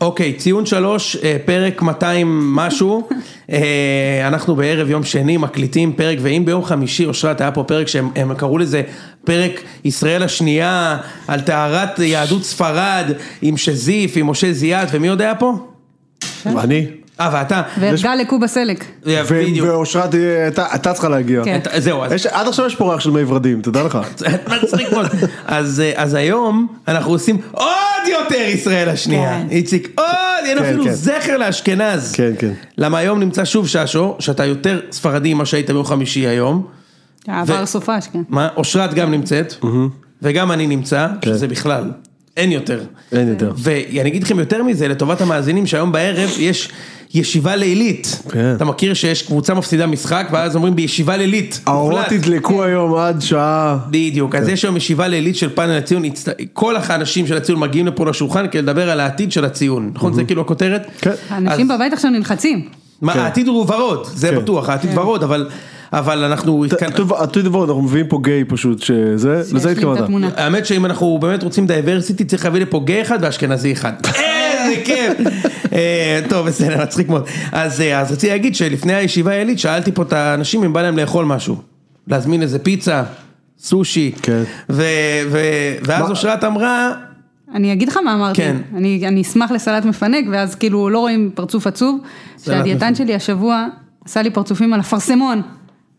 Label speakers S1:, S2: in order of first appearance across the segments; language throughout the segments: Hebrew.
S1: אוקיי, ציון שלוש, אה, פרק 200 משהו. אה, אנחנו בערב יום שני מקליטים פרק, ואם ביום חמישי, אושרת, היה פה פרק שהם הם קראו לזה פרק ישראל השנייה, על טהרת יהדות ספרד, עם שזיף, עם משה זיאת, ומי עוד היה פה?
S2: אני.
S1: אה, ואתה.
S3: וערגה לקובה סלק.
S1: אה,
S2: ו-
S1: בדיוק.
S2: ואושרת, אה, אתה- אתה צריכה להגיע.
S3: כן.
S1: אתה- זהו, אז
S2: יש- עד עכשיו יש פה ריח של מי ורדים, תדע לך.
S1: מצחיק מאוד. אז, אה, אז היום אנחנו עושים עוד יותר ישראל השנייה.
S3: כן.
S1: איציק, עוד, אין
S2: כן,
S1: אפילו
S2: כן.
S1: זכר לאשכנז.
S2: כן, כן.
S1: למה היום נמצא שוב ששו, שאתה יותר ספרדי ממה שהיית ביום חמישי היום.
S3: עבר
S1: ו-
S3: סופש, כן.
S1: מה, אושרת גם נמצאת, וגם אני נמצא,
S2: כן.
S1: שזה בכלל, אין יותר.
S2: אין יותר.
S1: ואני אגיד לכם יותר מזה, לטובת המאזינים, שהיום בערב יש ישיבה לילית.
S2: כן.
S1: אתה מכיר שיש קבוצה מפסידה משחק, ואז אומרים בישיבה לילית.
S2: האורות
S1: מוחלט.
S2: ידלקו היום עד שעה...
S1: בדיוק,
S2: כן.
S1: אז יש היום ישיבה לילית של פאנל הציון, הצט- כל האנשים של הציון מגיעים לפה לשולחן כדי לדבר על העתיד של הציון, נכון? זה כאילו הכותרת?
S2: כן.
S3: האנשים
S1: אז-
S3: בבית עכשיו נלחצים.
S1: מה,
S2: כן.
S1: העתיד הוא ורוד, זה
S2: כן.
S1: בטוח, העתיד ורוד, אבל- אבל אנחנו...
S2: אתה-
S1: התכנ-
S2: אתה- אתה יודע, אנחנו מביאים פה גיי פשוט, שזה, לזה
S3: יש לי את
S2: התכוונת.
S3: התמונה.
S1: האמת שאם אנחנו באמת רוצים דייברסיטי, צריך להביא לפה גיי אחד ואשכנזי אחד. איזה כיף. אה, טוב, בסדר, מצחיק מאוד. אז אה, אז רציתי להגיד שלפני הישיבה העילית, שאלתי פה את האנשים אם בא להם לאכול משהו. להזמין איזה פיצה, סושי.
S2: כן.
S1: ו- ו- ואז
S2: מה-
S1: אושרת אמרה,
S3: אני אגיד לך מה אמרתי.
S1: כן.
S3: אני אני אשמח לסלט מפנק, ואז כאילו לא רואים פרצוף עצוב. שהדיאטן שלי השבוע עשה לי פרצופים על אפרסמון.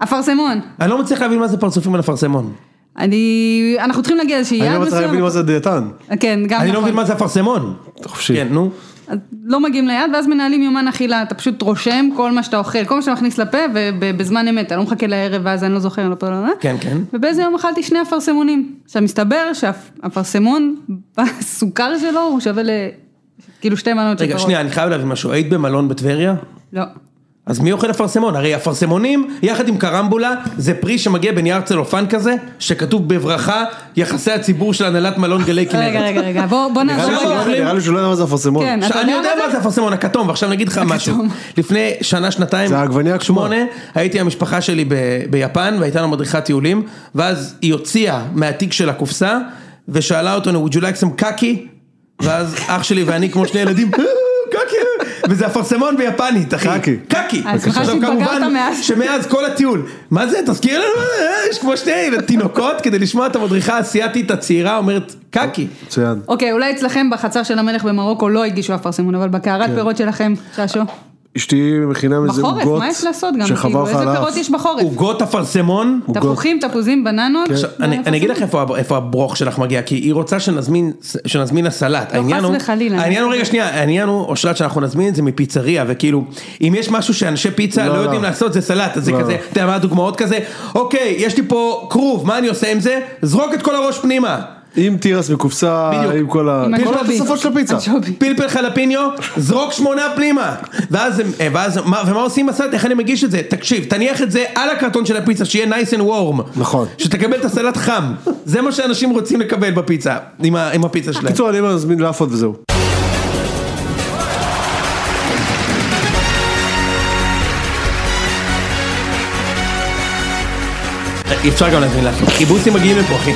S3: אפרסמון.
S1: אני לא מצליח להבין מה זה פרצופים על אפרסמון.
S3: אני... אנחנו צריכים להגיע לאיזושהי
S2: אני
S3: יעד
S2: לא מצליח להבין
S3: מסוים.
S2: מה זה דיאטן.
S3: כן, גם
S1: אני לא
S3: נכון.
S1: מבין מה זה אפרסמון.
S2: חופשי.
S3: אה,
S1: כן, נו.
S3: אז לא מגיעים ליעד, ואז מנהלים יומן אכילה, אתה פשוט רושם כל מה שאתה אוכל, כל מה שאתה מכניס לפה, ובזמן אמת, אתה לא מחכה לערב, ואז אני לא זוכר, לא פה, לא, לא.
S1: כן, כן.
S3: ובאיזה יום אכלתי שני אפרסמונים. עכשיו מסתבר שהאפרסמון, בסוכר שלו, הוא שווה ל... כאילו שתי מנות של
S1: רגע,
S3: פירות.
S1: שנייה, אני חייב להבין משהו. היית במלון בטבריה?
S3: לא.
S1: אז מי אוכל אפרסמון? הרי אפרסמונים, יחד עם קרמבולה, זה פרי שמגיע בנייר צלופן כזה, שכתוב בברכה, יחסי הציבור של הנהלת מלון גלי כנרת.
S3: רגע, רגע, רגע, בוא בוא
S1: כן, נראה לי
S3: נעזור
S1: שהוא
S3: רגע.
S1: אוכלים-
S2: נראה לי שהוא לא יודע מה זה אפרסמון.
S3: כן. אתה
S1: אני יודע
S3: יודע מה
S1: מה
S3: זה?
S1: זה אפרסמון הכתום, ועכשיו אני אגיד לך משהו. לפני שנה, שנתיים,
S2: זה העגבנייה הכתומה.
S1: שמונה, הייתי עם המשפחה שלי ב- ביפן, והייתה לנו מדריכת טיולים, ואז היא הוציאה מהתיק של הקופסה, ושאלה אותנו, would you like some קקי? ואז אח שלי ואני כמו שני ילדים, "אה, קקי, וזה אפרסמון ביפנית, אחי.
S2: קקי.
S1: קקי.
S3: אני שמחה
S1: עכשיו,
S3: שהתבגרת
S1: כמובן
S3: מאז.
S1: שמאז כל הטיול, מה זה, תזכיר לנו, מה זה?" יש כמו שני תינוקות כדי לשמוע את המדריכה האסייתית הצעירה אומרת, קקי.
S2: מצוין.
S3: אוקיי, אולי אצלכם בחצר של המלך במרוקו לא הגישו אפרסמון, אבל בקערת
S1: כן.
S3: פירות שלכם, ששו.
S2: אשתי מכינה מזה עוגות.
S3: בחורף, מה יש לעשות גם?
S2: שחבל
S3: כאילו,
S2: לך
S3: איזה
S2: על האף.
S3: פירות יש בחורף?
S1: עוגות אפרסמון.
S3: תפוחים, תפוזים, בננות.
S1: עכשיו, אני, אני אגיד לך איפה, הב- איפה הברוך שלך מגיע, כי היא רוצה שנזמין, שנזמין הסלט.
S3: לא, חס וחלילה.
S1: העניין הוא, רגע שנייה, העניין הוא, אושרת, שאנחנו נזמין את זה מפיצריה, וכאילו, אם יש משהו שאנשי פיצה לא,
S2: לא, לא.
S1: יודעים לעשות, זה סלט, אז זה
S2: לא,
S1: כזה,
S2: לא.
S1: אתה יודע מה הדוגמאות כזה, אוקיי, יש לי פה כרוב, מה אני עושה עם זה? זרוק את כל הראש פנימה.
S2: עם תירס מקופסה,
S1: בדיוק.
S2: עם כל ה...
S3: עם
S2: כל
S3: הג'ובי.
S2: התוספות של הפיצה.
S3: הג'ובי.
S1: פלפל חלפיניו, זרוק שמונה פנימה. ואז, הם- אה, ואז מה, ומה עושים בסלט? איך אני מגיש את זה? תקשיב, תניח את זה על הקרטון של הפיצה, שיהיה nice and warm.
S2: נכון.
S1: שתקבל את הסלט חם. זה מה שאנשים רוצים לקבל בפיצה, עם, ה, עם הפיצה שלהם.
S2: בקיצור, אני מזמין לאפות וזהו.
S1: אפשר גם להזמין לאפות. כי בוסים מגיעים לפה, אחי.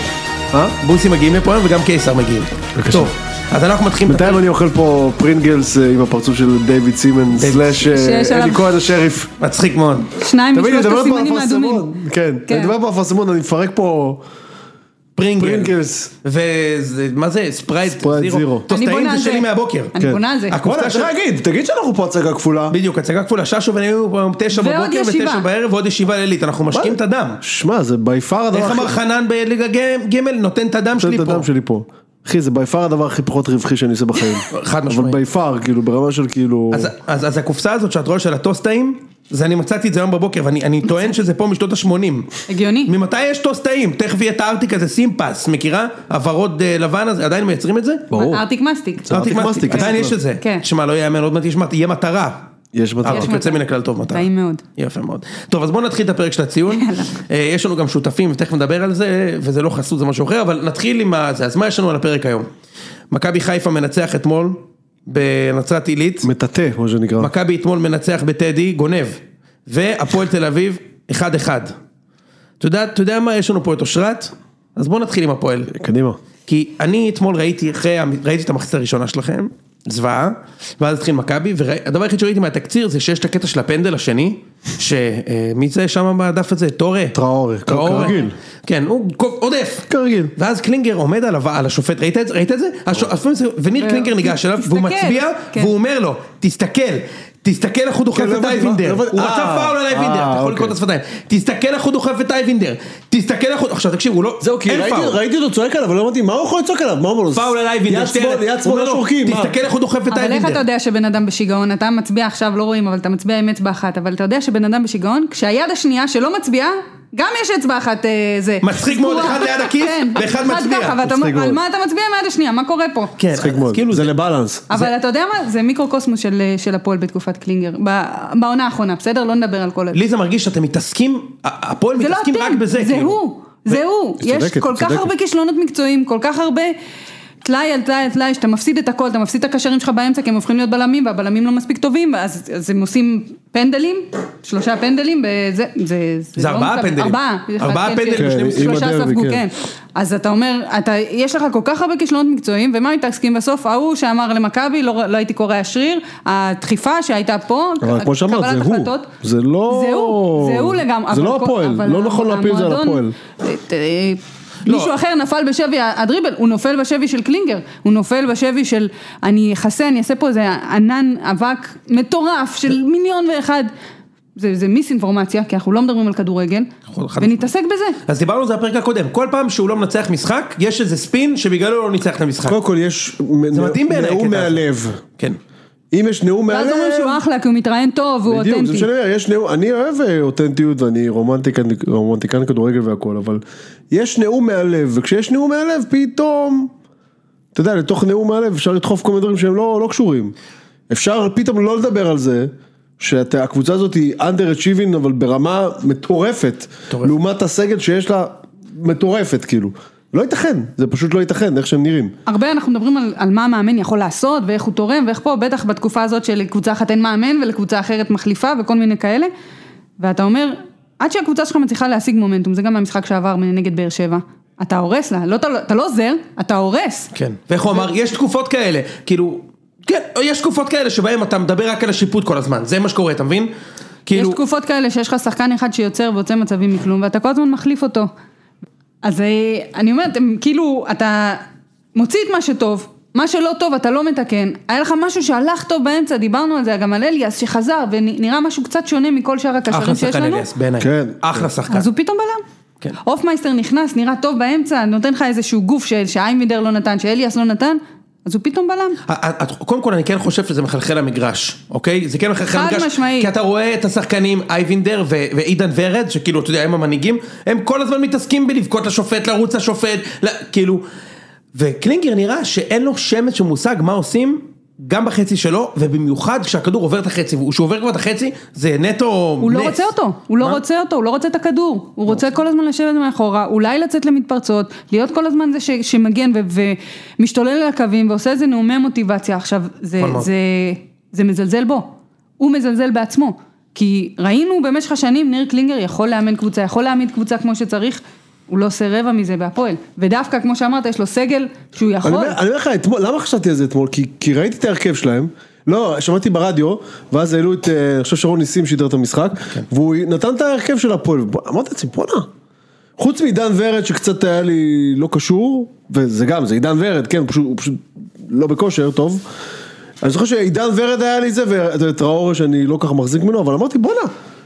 S2: אה?
S1: בוסים מגיעים לפה היום וגם קיסר מגיעים.
S2: בבקשה.
S1: טוב, אז אנחנו מתחילים... את
S2: בינתיים אני אוכל פה פרינגלס אה, עם הפרצוף של דיוויד סימן סלאש אה,
S3: שיש עליו-
S2: אלי כהן השריף.
S1: הפרק. מצחיק מאוד.
S3: שניים
S2: תמיד אני
S3: משלושת
S2: מדבר פה על
S3: הסימנים האדומים.
S2: אפרסמון. כן.
S3: כן.
S2: אני מדבר פה על אפרסמון, אני מפרק פה
S4: אה,
S1: פרינגל.
S2: פרינגלס.
S1: וזה, מה זה? ספרייט
S2: ספרייט זירו.
S1: זירו. תוסטאים
S3: בונה על
S1: זה שלי
S3: זה.
S1: מהבוקר.
S3: אני
S2: כן.
S3: בונה על זה.
S1: הכל-
S2: וואלה, צריך להגיד, תגיד שאנחנו פה הצגה כפולה.
S1: בדיוק, הצגה כפולה, ששו ואני היו פה היום תשע
S3: ועוד
S1: בבוקר
S3: ישיבה.
S1: ותשע בערב ועוד ישיבה לילית, אנחנו משקים את הדם.
S2: שמע, זה בי פאר הדבר
S1: איך
S2: הכי...
S1: אמר חנן בליגה ג- ג' נותן את הדם
S2: לא, נותן
S1: שלי
S2: את
S1: פה.
S2: הדם שלי פה. אחי, זה בי פאר הדבר הכי פחות רווחי שאני עושה בחיים.
S1: חד משמעית.
S2: אבל בי פאר, כאילו, ברמה של כאילו...
S1: אז- אז אז הקופסה הזאת שאת רואה של הטוסטאים, זה אני מצאתי את זה היום בבוקר ואני אני טוען שזה פה משנות ה-80.
S3: הגיוני.
S1: ממתי יש טוסטאים? תכף יהיה את הארטיק הזה, סימפס, מכירה? הוורוד אה, לבן הזה, עדיין מייצרים את זה?
S2: ברור.
S3: ארטיק מסטיק.
S2: לא, זה ארטיק מסטיק,
S1: עדיין
S2: כן.
S1: יש את זה.
S3: כן.
S1: שמע, לא יאמן, עוד מעט יש מטרה, יהיה מטרה.
S2: יש
S4: אה,
S2: מצב.
S1: ארטיק יוצא מן הכלל טוב מטרה.
S3: טעים מאוד.
S1: יפה מאוד. טוב, אז בואו נתחיל את הפרק של הציון. אה, יש לנו גם שותפים, ותכף נדבר על זה, וזה לא חסות, זה משהו אחר, אבל נתחיל עם ה- זה. אז מה יש לנו על הפרק היום? מכבי חיפה מנצח אתמול בנצרת עילית,
S2: מטאטא, מה שנקרא.
S4: לא?
S1: מכבי אתמול מנצח בטדי, גונב, והפועל תל אביב, 1-1. אתה יודע- אתה יודע מה? יש לנו פה את אושרת, אז בואו נתחיל עם הפועל.
S2: קדימה.
S1: כי אני אתמול ראיתי, אחרי, המ- ראיתי את המחצית הראשונה שלכם, זוועה, ואז התחיל מכבי, והדבר היחיד שראיתי מהתקציר זה שיש את הקטע של הפנדל השני, שמי זה שם בדף הזה? טורה?
S2: טראורה, כרגיל. כן.
S1: כן, הוא קו- עודף.
S2: כרגיל.
S1: ואז קלינגר עומד עליו, על השופט, ראית את זה? ראית את זה? הש- לפעמים זה- וניר
S3: ו-
S1: קלינגר ניגש אליו, והוא
S3: תסתכל.
S1: מצביע,
S3: כן.
S1: והוא אומר לו, תסתכל. תסתכל איך הוא דוחף
S2: כן, לא
S1: את
S2: הבנתי,
S1: אייבינדר,
S2: לא
S1: הוא
S2: הבנתי.
S1: רצה
S2: אה,
S1: פאול על אייבינדר,
S2: אה,
S1: אתה יכול
S2: אוקיי.
S1: לקרוא את השפתיים, תסתכל איך הוא דוחף את אייבינדר, תסתכל איך הוא, עכשיו תקשיב, הוא לא,
S4: זהו, כי
S1: אין
S4: ראיתי-
S1: פאול.
S4: ראיתי אותו צועק עליו, אבל לא הבנתי מה הוא יכול לצעוק עליו, מה הוא אומר לו?
S1: פאול עליי וינדר,
S4: יד שמאל, יד שמאל, לא שורקים, מה?
S1: תסתכל איך הוא דוחף את
S3: אבל איך אתה
S1: האבינדר.
S3: יודע שבן אדם בשיגעון, אתה מצביע עכשיו, לא רואים, אבל אתה מצביע עם אצבע אחת, אבל אתה יודע שבן אדם בשיגעון, כשהיד השנייה שלא מצביעה, גם יש אצבע אחת אה, זה.
S1: מצחיק מאוד,
S3: סגורה.
S1: אחד ליד הכיס,
S3: כן,
S1: ואחד מצביע.
S3: ככה, ואתה
S2: מצחיק
S3: אומר,
S2: מאוד.
S3: על מה אתה מצביע עם היד השנייה, מה קורה פה?
S1: כן,
S2: מצחיק
S1: אז
S2: מאוד.
S1: כאילו
S4: זה
S1: זה,
S4: לבלנס.
S3: אבל אתה יודע מה, זה מיקרוקוסמוס של, אה, של הפועל בתקופת קלינגר, ב- בעונה האחרונה, בסדר? לא נדבר על כל...
S1: לי זה מרגיש שאתם מתעסקים, ה- הפועל
S3: זה לא
S1: מתעסקים רק
S3: אתם,
S1: בזה,
S3: זה
S1: כאילו.
S3: הוא, זה הוא.
S2: היא
S3: יש
S2: צודקת,
S3: כל
S2: היא
S3: כך
S2: צודקת.
S3: הרבה כישלונות מקצועיים, כל כך הרבה טלאי על טלאי על טלאי, שאתה מפסיד את הכל, אתה מפסיד את הקשרים שלך באמצע, כי הם הופכים להיות בלמים, והבלמים לא מספיק טובים, אז אז הם עושים פנדלים, שלושה פנדלים, וזה... זה-
S1: זה
S3: לא
S1: ארבעה
S3: מקבל-
S1: פנדלים.
S3: ארבעה.
S1: ארבעה
S3: אחד, כן,
S1: פנדלים
S3: כן.
S2: בשני משחקים.
S3: שלושה
S2: עם הדרבי,
S3: ספגו,
S2: כן.
S3: כן. אז אתה אומר, אתה, יש לך כל כך הרבה כישלונות מקצועיים, ומה מתעסקים בסוף? ההוא שאמר למכבי, לא, לא הייתי קורע שריר, הדחיפה שהייתה פה,
S2: אבל כמו שאמרת,
S3: קבלת
S2: זה הוא.
S3: החלטות.
S2: זה לא-
S3: זה הוא, זה הוא לגמרי.
S2: זה
S3: אבל
S2: לא
S3: כל-
S2: הפועל,
S3: אבל
S2: לא נכון להפיל את זה על לא.
S3: המועדון- ת- אה, מישהו אחר נפל בשבי הדריבל, הוא נופל בשבי של קלינגר, הוא נופל בשבי של אני אכסה, אני אעשה פה איזה ענן אבק מטורף של מיליון ואחד. זה, זה מיסאינפורמציה, כי אנחנו לא מדברים על כדורגל,
S1: נכון, חד
S3: ונתעסק בזה.
S1: אז דיברנו על זה בפרק הקודם, כל פעם שהוא לא מנצח משחק, יש איזה ספין שבגללו הוא לא ניצח את המשחק.
S4: קודם כל יש
S1: זה מדהים בעיניי הקטע
S4: נאום
S1: הזה.
S4: מהלב.
S1: כן.
S4: אם יש נאום מהלב...
S3: ואז אומרים שהוא אחלה, כי הוא מתראיין טוב, הוא
S4: בדיוק, זה מה
S3: אותנטי.
S4: שאני אומר, יש נאום, אני אוהב אה, אותנטיות ואני רומנטיקן, רומנטיקן כדורגל והכל, אבל יש נאום מהלב, וכשיש נאום מהלב פתאום, אתה יודע, לתוך נאום מהלב אפשר לדחוף כל מיני דברים שהם לא, לא קשורים. אפשר פתאום לא לדבר על זה, שהקבוצה הזאת היא under achieving אבל ברמה מטורפת, לעומת הסגל שיש לה מטורפת כאילו. לא ייתכן, זה פשוט לא ייתכן, איך שהם נראים.
S3: הרבה אנחנו מדברים על, על מה המאמן יכול לעשות, ואיך הוא תורם, ואיך פה, בטח בתקופה הזאת שלקבוצה אחת אין מאמן, ולקבוצה אחרת מחליפה, וכל מיני כאלה. ואתה אומר, עד שהקבוצה שלך מצליחה להשיג מומנטום, זה גם מהמשחק שעבר נגד באר שבע. אתה הורס לה, לא, אתה, לא- אתה לא עוזר, אתה הורס.
S1: כן, ואיך הוא אמר, יש תקופות כאלה, כאילו, כן, יש תקופות כאלה שבהם אתה מדבר רק על השיפוט כל הזמן, זה מה שקורה, אתה מבין?
S3: יש
S1: כאילו,
S3: תקופות כאלה שיש לך שחקן אחד שיוצר ויוצא מצבים מכלום, ואתה כל הזמן מחליף אותו. אז אה, אני אומרת, הם כאילו, אתה מוציא את מה שטוב, מה שלא טוב אתה לא מתקן. היה לך משהו שהלך טוב באמצע, דיברנו על זה, גם על אליאס שחזר, ונראה משהו קצת שונה מכל שאר
S1: אחלה
S3: הקשרים שיש
S1: שחקן
S3: לנו.
S1: אליאס, בעיניי,
S4: כן.
S1: אחלה שחקן.
S3: אז הוא פתאום בלם.
S1: כן.
S3: הופמייסטר נכנס, נראה טוב באמצע, נותן לך איזשהו גוף ש- שאיימדר לא נתן, שאליאס לא נתן, אז הוא פתאום בלם.
S1: ה- ה- ה- קודם כל אני כן חושב שזה מחלחל למגרש, אוקיי? זה כן מחלחל
S3: חד
S1: למגרש,
S3: משמעית.
S1: כי אתה רואה את השחקנים אייבינדר ו- ועידן ורד, שכאילו, אתה יודע, הם המנהיגים, הם כל הזמן מתעסקים בלבכות לשופט, לרוץ לשופט, ל- כאילו, וקלינגר נראה שאין לו שמץ של מושג מה עושים. גם בחצי שלו, ובמיוחד כשהכדור עובר את החצי, וכשהוא עובר כבר את החצי, זה נטו נס.
S3: הוא לא רוצה אותו, הוא לא רוצה אותו, הוא לא רוצה את הכדור, הוא רוצה כל הזמן לשבת מאחורה, אולי לצאת למתפרצות, להיות כל הזמן זה ש- שמגן ו- ומשתולל על הקווים ועושה איזה נאומי מוטיבציה, עכשיו זה,
S1: נכון מאוד.
S3: זה, זה מזלזל בו, הוא מזלזל בעצמו, כי ראינו במשך השנים ניר קלינגר יכול לאמן קבוצה, יכול להעמיד קבוצה כמו שצריך, הוא לא עושה רבע מזה בהפועל, ודווקא כמו שאמרת יש לו סגל שהוא
S4: אני
S3: יכול,
S4: אומר אני אומר לך, אתמול, למה חשבתי על זה אתמול? כי, כי ראיתי את ההרכב שלהם, לא, שמעתי ברדיו, ואז העלו את, אה, אני חושב שרון ניסים שידר את המשחק,
S1: כן.
S4: והוא נתן את ההרכב של הפועל, ובוא- אמרתי לעצמי, בואנה. חוץ מעידן ורד שקצת היה לי לא קשור, וזה גם, זה עידן ורד, כן, הוא פשוט, הוא פשוט לא בכושר, טוב. אני זוכר שעידן ורד היה לי זה, וטראורה שאני לא כל כך מחזיק ממנו, אבל אמרתי, בואנה.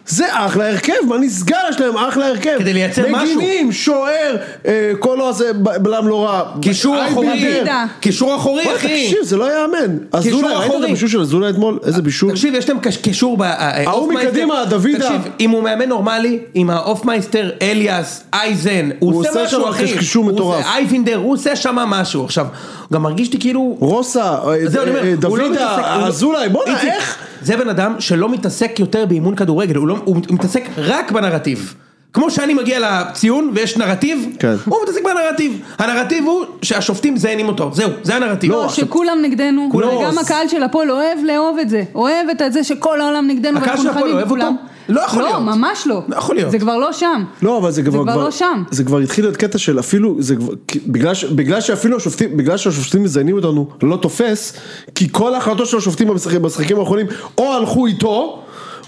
S4: זה אחלה הרכב, מה נסגר? יש להם אחלה הרכב.
S1: כדי לייצר משהו.
S4: מגינים, שוער, אה, קולו הזה, ב- בלם לא רע.
S1: קישור אחורי,
S4: אייבינדר.
S3: ידע.
S1: קישור אחורי,
S4: וואי,
S1: אחי.
S4: תקשיב, זה לא יאמן. אזולאי, ראית את
S1: אחורי. אה,
S4: הבישול של אזולאי אתמול? איזה בישול.
S1: תקשיב, יש להם קש- קישור ב... ההוא
S4: מקדימה, דוידה.
S1: תקשיב, אם הוא מאמן נורמלי, עם האופמייסטר, אליאס, אייזן, הוא,
S4: הוא עושה
S1: משהו,
S4: שם
S1: אחי.
S4: קשקשור
S1: הוא
S4: מטורף.
S1: עושה- אייבינדר, הוא עושה שם משהו. עכשיו, גם מרגיש לי כאילו...
S4: רוסה, אה,
S1: זהו, אני אומר,
S4: אה,
S1: הוא לא מתעסק- הוא
S4: דוידה,
S1: לא-
S4: אזולאי, בוא'נה,
S1: איציק,
S4: איך?
S1: זה בן אדם שלא מתעסק יותר באימון כדורגל, הוא, לא, הוא מתעסק רק בנרטיב. כמו שאני מגיע לציון ויש נרטיב,
S4: כן.
S1: הוא מתעסק בנרטיב. הנרטיב הוא שהשופטים זיינים אותו, זהו, זה הנרטיב.
S3: לא, שכולם נגדנו,
S1: כולם.
S3: וגם
S1: לא,
S3: הקהל של הפועל אוהב לאהוב את זה, אוהב את זה שכל העולם נגדנו,
S1: הקהל של
S3: ואנחנו
S1: הפועל
S3: נלחמים
S1: אוהב אותו?
S3: בכולם.
S1: לא יכול
S3: לא,
S1: להיות.
S3: ממש לא.
S1: לא יכול להיות.
S3: זה כבר לא שם.
S4: לא, אבל זה כבר,
S3: זה כבר לא שם.
S4: זה כבר התחיל להיות קטע של אפילו, זה כבר, כי- בגלל, ש- בגלל שאפילו השופטים, בגלל שהשופטים מזיינים אותנו, לא תופס, כי כל ההחלטות של השופטים במשחקים, במשחקים האחרונים, או הלכו איתו,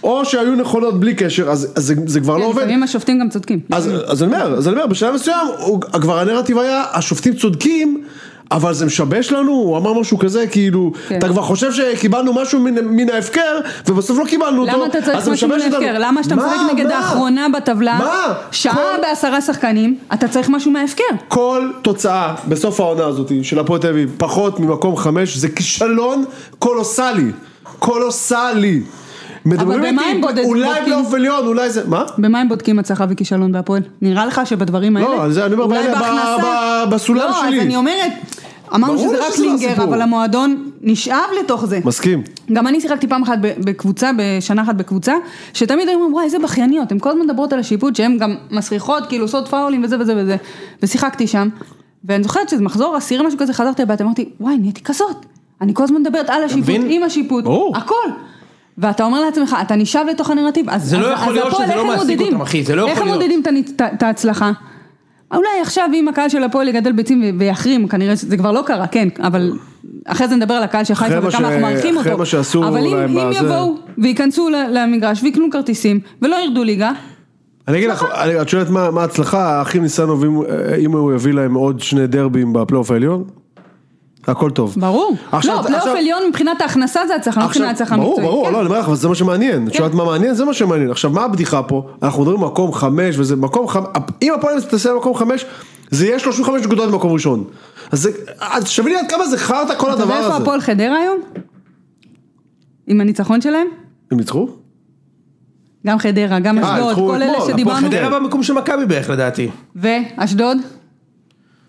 S4: או שהיו נכונות בלי קשר, אז, אז זה, זה כבר לא
S3: כן,
S4: עובד.
S3: לפעמים השופטים גם צודקים.
S4: אז, אז אני אומר, אז אני אומר, בשלב מסוים, הוא, כבר הנרטיב היה, השופטים צודקים, אבל זה משבש לנו, הוא אמר משהו כזה, כאילו,
S3: כן.
S4: אתה כבר חושב שקיבלנו משהו מן, מן ההפקר, ובסוף לא קיבלנו אותו,
S3: למה אתה
S4: אז
S3: צריך
S4: זה
S3: משהו מן
S4: משבש אותנו.
S3: ההפקר? למה כשאתה
S4: מה?
S3: משחק נגד
S4: מה?
S3: האחרונה בטבלה,
S4: מה?
S3: שעה
S4: כל-
S3: בעשרה שחקנים, אתה צריך משהו מההפקר.
S4: כל תוצאה בסוף העונה הזאת של הפועל תל אביב, פחות ממקום חמש, זה כישלון קולוסלי. קולוסלי. מדברים
S3: במה
S4: איתי,
S3: הם בודדים?
S4: אולי
S3: בודקים?
S4: פלייאוף עליון, אולי זה, מה?
S3: במה הם בודקים הצלחה וכישלון בהפועל? נראה לך שבדברים האלה?
S4: לא, על זה אני אומר,
S3: אולי
S4: באלה, ב-
S3: בהכנסה?
S4: ב- בסולם
S3: לא,
S4: שלי.
S3: אז אני אומרת, אמרנו
S4: ברור
S3: שזה
S4: לי
S3: רק
S4: שזה לא
S3: לינגר,
S4: הסיפור.
S3: אבל המועדון נשאב לתוך זה.
S4: מסכים.
S3: גם אני שיחקתי פעם אחת ב- בקבוצה, בשנה אחת בקבוצה, שתמיד היו אומרים, וואי, איזה בכייניות, הן כל הזמן מדברות על השיפוט, שהן גם מסריחות, כאילו עושות פאולים וזה וזה וזה, ושיחקתי שם, ואני זוכרת שזה מחזור עשירי, משהו כזה, חזרתי הביתה, אמרתי, וואי, נהייתי כזאת, אני כל הזמן מדברת על השיפוט,
S1: מבין?
S3: עם השיפוט,
S4: ברור.
S3: הכל. ואתה אומר לעצמך, אתה נשאב לתוך הנרטיב, אז
S1: זה לא
S3: אז-
S1: יכול
S3: אז
S1: להיות
S3: הפועל,
S1: שזה לא
S3: איך הם
S1: מעסיק
S3: מודדים?
S1: אותם, אחי, זה לא
S3: איך
S1: יכול
S3: הם
S1: להיות.
S3: מודדים את הנ- את ה- את ההצלחה? אולי עכשיו אם הקהל של הפועל יגדל ביצים ו- ויחרים, כנראה שזה כבר לא קרה, כן, אבל אחרי זה נדבר על הקהל של חיפה
S4: אחרי מה
S3: וכמה
S4: ש-
S3: אנחנו מעריכים
S4: אחרי
S3: אותו.
S4: מה שעשו
S3: אבל אם,
S4: להם
S3: אם
S4: בזה.
S3: יבואו וייכנסו ל- למגרש ויקנו כרטיסים ולא ירדו ליגה,
S4: אני אגיד
S3: נכון.
S4: לך, אני- את שואלת מה מה ההצלחה, האחים ניסנוב, אם- אם הוא יביא להם עוד שני דרבים בפלייאוף העליון? הכל טוב.
S3: ברור.
S4: עכשיו-
S3: לא, פלייאוף
S4: עכשיו-
S3: עליון מבחינת ההכנסה זה הצלחה, לא מבחינת ההצלחה
S4: ברור,
S3: המקצועית.
S4: ברור,
S3: כן.
S4: לא, אני אומר לך, אבל זה מה שמעניין. את שואלת מה מעניין, זה מה שמעניין. עכשיו, מה הבדיחה פה? אנחנו מדברים על מקום חמש, וזה מקום חמש, אם הפועל תעשה על מקום חמש, זה יהיה 35 נקודות במקום ראשון. אז זה, אז שווה לי עד כמה זה חרטא כל
S3: אתה
S4: לא הדבר
S3: יודע איפה
S4: הזה.
S3: הפועל חדרה היום? עם הניצחון שלהם?
S4: הם ניצחו?
S3: גם חדרה, גם אשדוד,
S4: ניצחו
S3: כל אלה
S4: אה, אתמול,
S1: הפועל
S3: שדיברנו.
S1: חדרה במקום של מכבי בערך לדעתי.
S3: ואשדוד?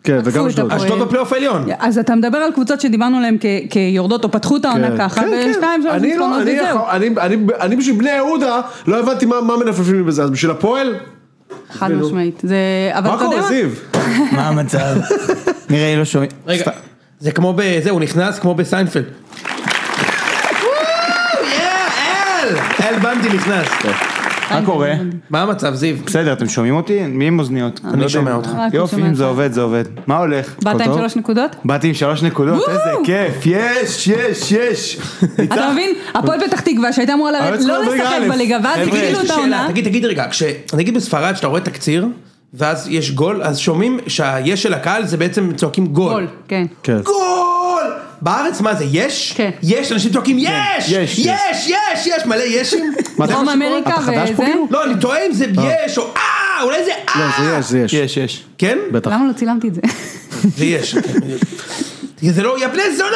S4: כן,
S3: עקפו
S4: וגם
S3: את
S4: אשדוד.
S3: הפועל.
S1: אשדוד בפלייאוף העליון.
S3: אז אתה מדבר על קבוצות שדיברנו עליהן כ- כיורדות, או פתחו את העונה
S4: כן.
S3: ככה,
S4: כן, כן.
S3: ושתיים, שלוש
S4: אני לא-
S3: ניצחונות
S4: אני
S3: וזהו.
S4: יכול- אני- אני- אני בשביל בני יהודה לא הבנתי מה מה מנפנפים לי בזה, אז בשביל הפועל?
S3: חד משמעית. זה, אבל
S4: מה
S3: אתה יודע
S4: קורה
S3: מה?
S4: זיו?
S5: מה המצב? נראה לי לא שומעים.
S1: רגע,
S5: סתם.
S1: זה כמו ב... זה, הוא נכנס כמו בסיינפלד. וואו, יא, אל! אל בנדי נכנס.
S5: מה קורה?
S1: מה המצב, זיו?
S5: בסדר, אתם שומעים אותי? מי עם אוזניות? לא יודע.
S1: שומע אותך.
S3: רק הוא
S5: יופי,
S3: שומע
S5: אם זה
S3: אותך.
S5: עובד, זה עובד. מה הולך? הכל
S3: באת עם
S5: טוב?
S3: שלוש נקודות?
S5: באתי עם שלוש נקודות,
S3: וואו!
S5: איזה כיף, יש, יש, יש.
S3: אתה מבין? הפועל פתח תקווה שהייתה אמורה לרדת,
S5: צריכה
S3: לא
S5: להיות בליגה
S3: לשחק
S5: א'.
S3: בליגה, ואז
S5: חבר'ה,
S3: התחילו את
S1: שאלה,
S3: העונה.
S1: תגיד, לא תגיד רגע, כש... נגיד בספרד, שאתה רואה תקציר, ואז יש גול, אז שומעים שהיש של הקהל זה בעצם צועקים
S3: גול,
S1: גול.
S3: כן.
S4: כן.
S1: גול! בארץ מה זה, יש?
S3: כן.
S1: יש, אנשים צועקים יש!
S4: יש,
S1: יש,
S4: יש.
S1: יש, יש, מלא ישים.
S3: דרום אמריקה וזה.
S1: לא, אני טועה אם זה יש, או אה, אולי זה
S4: לא, זה
S1: אה!
S4: יש, זה יש.
S5: יש, יש.
S1: כן?
S4: בטח.
S3: למה לא צילמתי את זה?
S1: זה יש. כן, בדיוק.
S5: אוקיי.
S1: זה לא, יא בני זונה!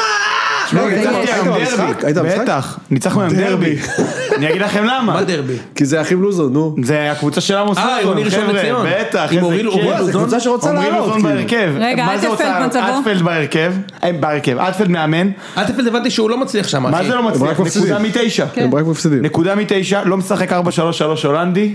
S1: אוקיי.
S4: לא,
S5: רגע,
S4: היית
S5: ניצחתי היום
S4: במשחק?
S5: דרבי.
S4: היית במשחק?
S5: אוקיי, בטח, ניצחנו היום
S4: דרבי.
S5: דרבי. אני אגיד לכם למה.
S1: מה דרבי?
S4: כי זה אחים לוזון, נו.
S5: זה הקבוצה של עמוס
S1: אה,
S5: לוזון,
S1: עירוני ראשון לציון.
S5: בטח,
S1: עם
S5: איזה
S1: אוריל- אוריל
S5: כיף.
S1: לוזון?
S4: זה קבוצה שרוצה
S5: עומרי
S4: לעלות,
S5: לוזון
S4: כאילו.
S5: בהרכב.
S3: רגע,
S5: מה זה
S3: אלטפלד
S5: עושה?
S3: מצבו?
S5: אלטפלד בהרכב. אה, בהרכב. אלטפלד מאמן.
S1: אלטפלד הבנתי שהוא לא מצליח שם, אחי.
S5: מה זה לא
S4: הם רק
S5: מצליח?
S4: מפסידים.
S5: נקודה מתשע.
S3: כן.
S4: הם רק מפסידים.
S5: נקודה מתשע, לא משחק 4-3-3 הולנדי.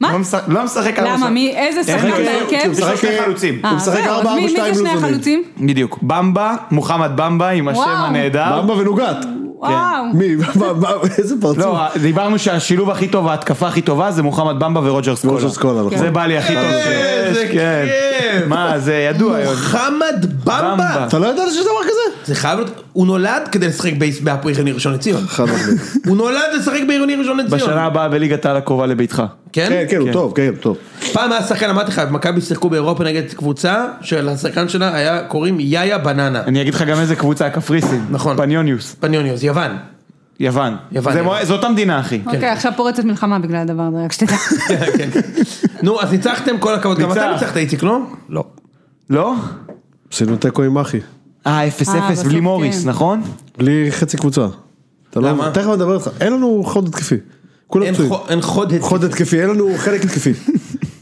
S3: מה?
S5: לא משחק- לא משחק 4-3.
S3: למה? מי? איזה שחקן
S5: אין לי-
S3: בהרכב?
S5: יש לו שני חלוצים.
S3: אה,
S4: הוא משחק
S3: זהו, אז
S4: ארבע,
S3: מי-
S4: ארבע, שתיים,
S3: מי זה שני
S4: לוזון.
S3: החלוצים?
S5: בדיוק. במבה, מוחמד במבה עם השם
S3: וואו.
S5: הנהדר.
S4: במבה ונוגת.
S3: וואו.
S4: מי? מה- מה- איזה פרצוף.
S5: לא, דיברנו שהשילוב הכי טוב, ההתקפה הכי טובה זה מוחמד במבה ורוג'ר
S4: רוג'ר סקולה,
S5: סקולה.
S4: נכון.
S5: זה בא לי הכי טוב שיש,
S1: איזה
S5: כן.
S1: כיף.
S5: מה, זה ידוע.
S1: מוחמד במבה!
S5: במבה.
S4: אתה לא ידעת שיש דבר כזה?
S1: זה חייב להיות, הוא נולד כדי לשחק בייס- בהפועל עירוני ראשון לציון.
S4: חד משמעית.
S1: הוא נולד לשחק בעירוני ראשון לציון.
S5: בשנה הבאה בליגת העל הקרובה לביתך.
S1: כן?
S4: כן, כן, הוא טוב, כן, טוב.
S1: פעם היה שחקן, אמרתי לך, מכבי שיחקו באירופה נגד קבוצה שלשחקן שלה היה קוראים יאיה בננה.
S5: אני אגיד לך גם איזה קבוצה, הקפריסין.
S1: נכון.
S5: פניוניוס.
S1: פניוניוס, יוון.
S5: יוון.
S1: יוון,
S5: זה
S1: יוון.
S5: מוע- זאת המדינה, אחי.
S3: אוקיי, עכשיו פורצת מלחמה בגלל הדבר הזה, רק שתדע.
S1: כן. נו, אז ניצחתם, כל הכבוד. גם אתה
S5: ניצח.
S1: ניצחת, איציק, לא?
S5: לא. לא?
S4: עשינו תיקו עם אחי.
S5: אה, 0-0
S3: בסוף
S5: בלי
S3: כן.
S5: מוריס, נכון?
S4: בלי חצי קבוצה. אתה לא...
S1: למה?
S4: תכף נדבר איתך. אין לנו חוד התקפי. כולם
S5: לא
S1: אין
S4: פצועים.
S1: חו- אין חוד התקפי.
S4: חוד התקפי, אין לנו חלק התקפי.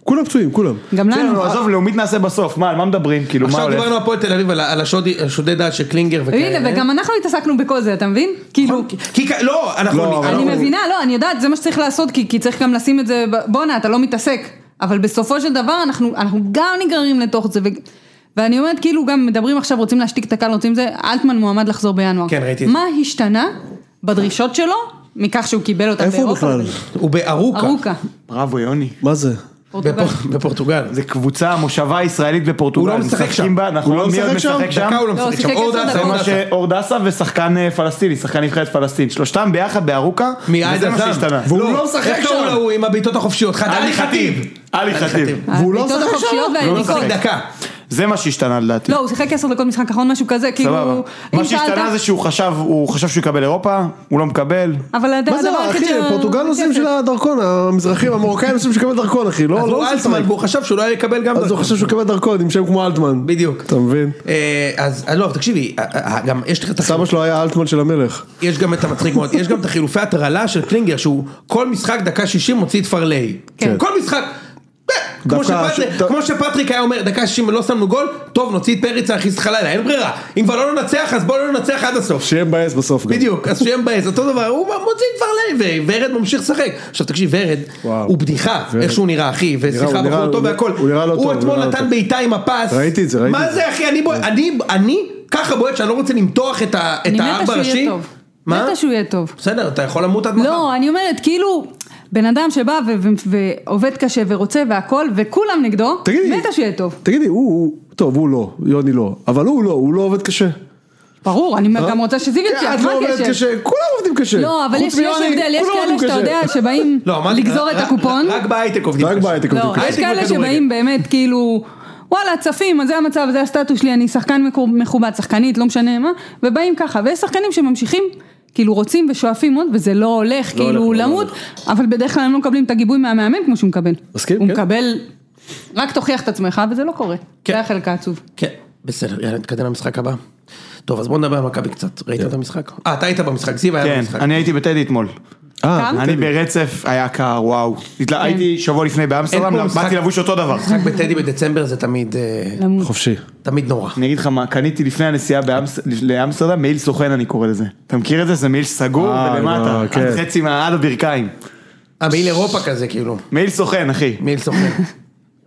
S4: כולם פצועים, כולם.
S3: גם
S5: בסדר,
S3: לנו.
S5: נו, לא, עזוב, לאומית נעשה בסוף, מה, על מה מדברים? כאילו, מה
S1: לא, עכשיו
S5: הולך?
S1: דיברנו הפועל תל אביב על ה- על השוד- השודד דעת של קלינגר וכאלה.
S3: הנה, וגם אנחנו התעסקנו בכל זה, אתה מבין? כאילו,
S1: כי- כי כ- לא, אנחנו...
S4: לא, אבל-
S3: אני
S1: אנחנו-
S3: מבינה, לא, אני יודעת, זה מה שצריך לעשות, כי, כי צריך גם לשים את זה, ב- בואנה, אתה לא מתעסק. אבל בסופו של דבר, אנחנו, אנחנו גם נגררים לתוך זה. ו... ואני אומרת, כאילו, גם מדברים עכשיו, רוצים להשתיק את הקהל, רוצים זה, אלטמן מועמד לחזור בינואר.
S1: כן, ראיתי את
S3: מה השתנה בדרישות שלו מכך שהוא קיבל אותה
S4: איפה הוא
S3: באירופה.
S4: בכלל?
S1: הוא בארוקה.
S3: ארוקה.
S5: בראבו יוני.
S4: מה זה?
S3: פורטוגל.
S1: בפור- בפורטוגל.
S5: זה קבוצה, מושבה ישראלית בפורטוגל.
S1: הוא לא משחק
S5: משחקים
S1: שם.
S5: בה, נכון,
S4: הוא לא
S5: מי עוד
S4: משחק שם?
S5: משחק שם?
S1: דקה הוא לא
S3: לא,
S1: משחק
S3: שיחק
S1: שם.
S3: עשר
S1: אור דסה,
S3: דקות.
S1: אור
S5: מה
S1: דסה.
S5: שאור דסה ושחקן אה, פלסטיני, שחקן נבחרת פלסטין. שלושתם ביחד בארוכה,
S1: מעד
S5: וזה מה
S1: הזם.
S5: שהשתנה.
S1: והוא לא משחק שם.
S5: איך קראו לו?
S1: הוא עם הבעיטות החופשיות. חד- עלי חטיב.
S5: עלי חטיב.
S4: והוא לא
S3: הבעיטות
S4: משחק שם?
S3: החופשיות
S1: הוא לא משחק
S3: והיריקות.
S1: דקה.
S5: זה מה שהשתנה לדעתי.
S3: לא, הוא שיחק עשר דקות משחק אחרון, משהו כזה,
S5: סבבה.
S3: כאילו...
S5: מה
S3: אם
S5: שהשתנה
S3: שאלת-
S5: זה שהוא חשב, הוא חשב שהוא יקבל אירופה, הוא לא מקבל.
S3: אבל הד-
S4: מה
S3: הדבר
S4: זה,
S3: היחיד
S4: אחי,
S3: ש- כן,
S4: פורטוגל עושים של הדרכון, המזרחים, המרוקאים עושים שקבל דרכון, אחי, לא,
S1: אז
S4: לא
S1: הוא
S4: עושים
S1: אלטמן,
S4: משחק.
S1: והוא חשב שהוא לא יקבל גם...
S4: אז הוא
S1: דקות.
S4: חושב שהוא קיבל דרכון עם שם כמו אלטמן.
S1: בדיוק.
S4: אתה מבין?
S1: אה, אז אז לא, אבל תקשיבי, אה, אה, גם יש לך את
S4: סבא שלו היה אלטמן של המלך.
S1: יש גם את המצחיק מאוד, יש גם את החילופי הטרלה של קלינגר, שהוא כל משחק דקה 60 מוציא את פרליי.
S3: כן.
S1: כל משחק. אה, כמו,
S4: דווקא
S1: שפטריק,
S4: ש- ד-
S1: כמו שפטריק היה אומר, דקה 60 לא שמנו גול, טוב נוציא את פריצה, נכניס לך לילה, אין ברירה. אם כבר לא ננצח, אז בואו לא ננצח עד הסוף.
S4: שיהיה מבאס בסוף גם.
S1: בדיוק, אז שיהיה מבאס, אותו דבר, הוא מוציא את פרליי, וורד ממשיך לשחק. עכשיו תקשיב, ורד,
S4: וואו.
S1: הוא בדיחה,
S4: ורד.
S1: איך שהוא נראה, אחי,
S4: נראה-
S1: וסליחה,
S4: הוא
S1: בחור
S4: נראה-
S1: טוב והכל.
S4: הוא נראה לא טוב,
S1: הוא
S4: הוא
S1: אתמול
S4: נראה לא
S1: נתן
S4: טוב.
S1: בעיטה עם הפס.
S4: ראיתי את זה, ראיתי
S1: מה
S4: את
S1: זה,
S4: זה. אה.
S1: אחי, אני בועט- אני- אני ככה בועט שאני לא רוצה למתוח את ה- את
S3: אני מתה
S1: הארבע
S3: שהוא
S1: ראשי.
S3: יהיה טוב.
S1: מה?
S3: מתה שהוא יהיה טוב.
S1: בסדר, אתה יכול למות עד מחר.
S3: לא, אני אומרת, כאילו, בן אדם שבא ו- ו- ועובד קשה ורוצה והכל, וכולם נגדו,
S4: תגידי.
S3: מתה שיהיה טוב.
S4: תגידי, הוא, הוא, טוב, הוא לא, יוני לא, אבל הוא לא, הוא לא עובד קשה.
S3: ברור, אני גם רוצה שזיו
S4: כן,
S3: יצליח,
S4: את
S3: מה
S4: לא עובדת
S3: הקשר?
S4: קשה, כולם עובדים קשה.
S3: לא, אבל
S4: חוץ
S3: יש יש
S4: מיוני,
S3: הבדל, יש
S4: כולם
S3: כאלה
S4: עובדים
S3: שאתה
S4: קשה.
S3: יודע שבאים
S1: לא, אמרתי,
S3: לגזור את
S1: רק-
S3: הקופון.
S1: רק בהייטק עובדים
S4: רק
S1: קשה.
S4: בהייטק עובדים
S3: לא,
S4: קשה.
S3: יש
S1: הייתי
S3: כאלה
S1: בכדורגל.
S3: שבאים באמת כאילו, וואלה צפים, אז זה המצב, זה הסטטוס שלי, אני שחקן מקו- מכובד, שחקנית, לא משנה מה, ובאים ככה, ויש שחקנים שממשיכים, כאילו רוצים ושואפים עוד, וזה לא הולך, כאילו
S4: הולך, לא
S3: למות, אבל בדרך כלל הם לא מקבלים את הגיבוי מהמאמן כמו שהוא מקבל.
S4: מסכים,
S3: הוא
S4: כן.
S3: מקבל, רק תוכיח את עצמך, וזה לא קורה.
S1: כן.
S3: זה החלק העצוב.
S1: כן, בסדר, יאללה, נתקדם למשחק הבא. טוב, אז בואו נדבר על מכבי קצת. ראית את המשחק? אה, אתה היית במשחק, זיו היה
S5: כן,
S1: במשחק.
S5: אני הייתי בטדי אתמול.
S4: אה,
S3: קם?
S5: אני ברצף, היה קר, וואו. התלה-
S3: כן.
S5: הייתי שבוע לפני
S1: אין
S5: באמסטרדם,
S1: פה משחק.
S5: באתי לבוש אותו דבר.
S1: משחק בטדי בדצמבר זה תמיד, אה,
S3: למות.
S4: חופשי.
S1: תמיד נורא.
S5: אני אגיד לך מה, קניתי לפני הנסיעה באמס- לאמסטרדם, מעיל סוכן אני קורא לזה. אתה מכיר את זה? זה מעיל סגור
S4: אה,
S5: ולמטה,
S1: לא,
S4: אה, כן.
S5: עד חצי מה- עד הברכיים.
S1: אה, מעיל אירופה כזה, כאילו.
S5: מעיל סוכן, אחי.
S1: מעיל סוכן.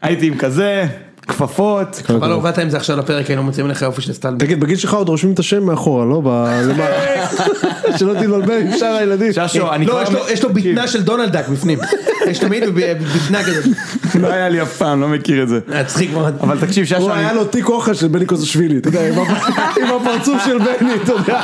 S5: הייתי עם כזה, כפפות.
S1: אבל לא באת עם זה עכשיו לפרק, היינו מוצאים לך יופי של סטלבי.
S4: תגיד, בגיל שלך עוד רושמים את השם מאחורה, לא? ב... למה- שלא תתבלבל עם שאר הילדים.
S5: ששו, אני
S1: לא,
S5: כבר...
S1: יש לו- יש לו בטנה של דונלד דק בפנים. יש תמיד ב- בטנה כזאת.
S5: לא היה לי אף פעם, לא מכיר את זה.
S1: מצחיק מאוד.
S5: אבל תקשיב, ששו,
S4: הוא
S5: אני-
S4: היה לו תיק אוכל של בני קוזשווילי, אתה יודע, עם הפ- עם הפרצוף של בני, אתה יודע.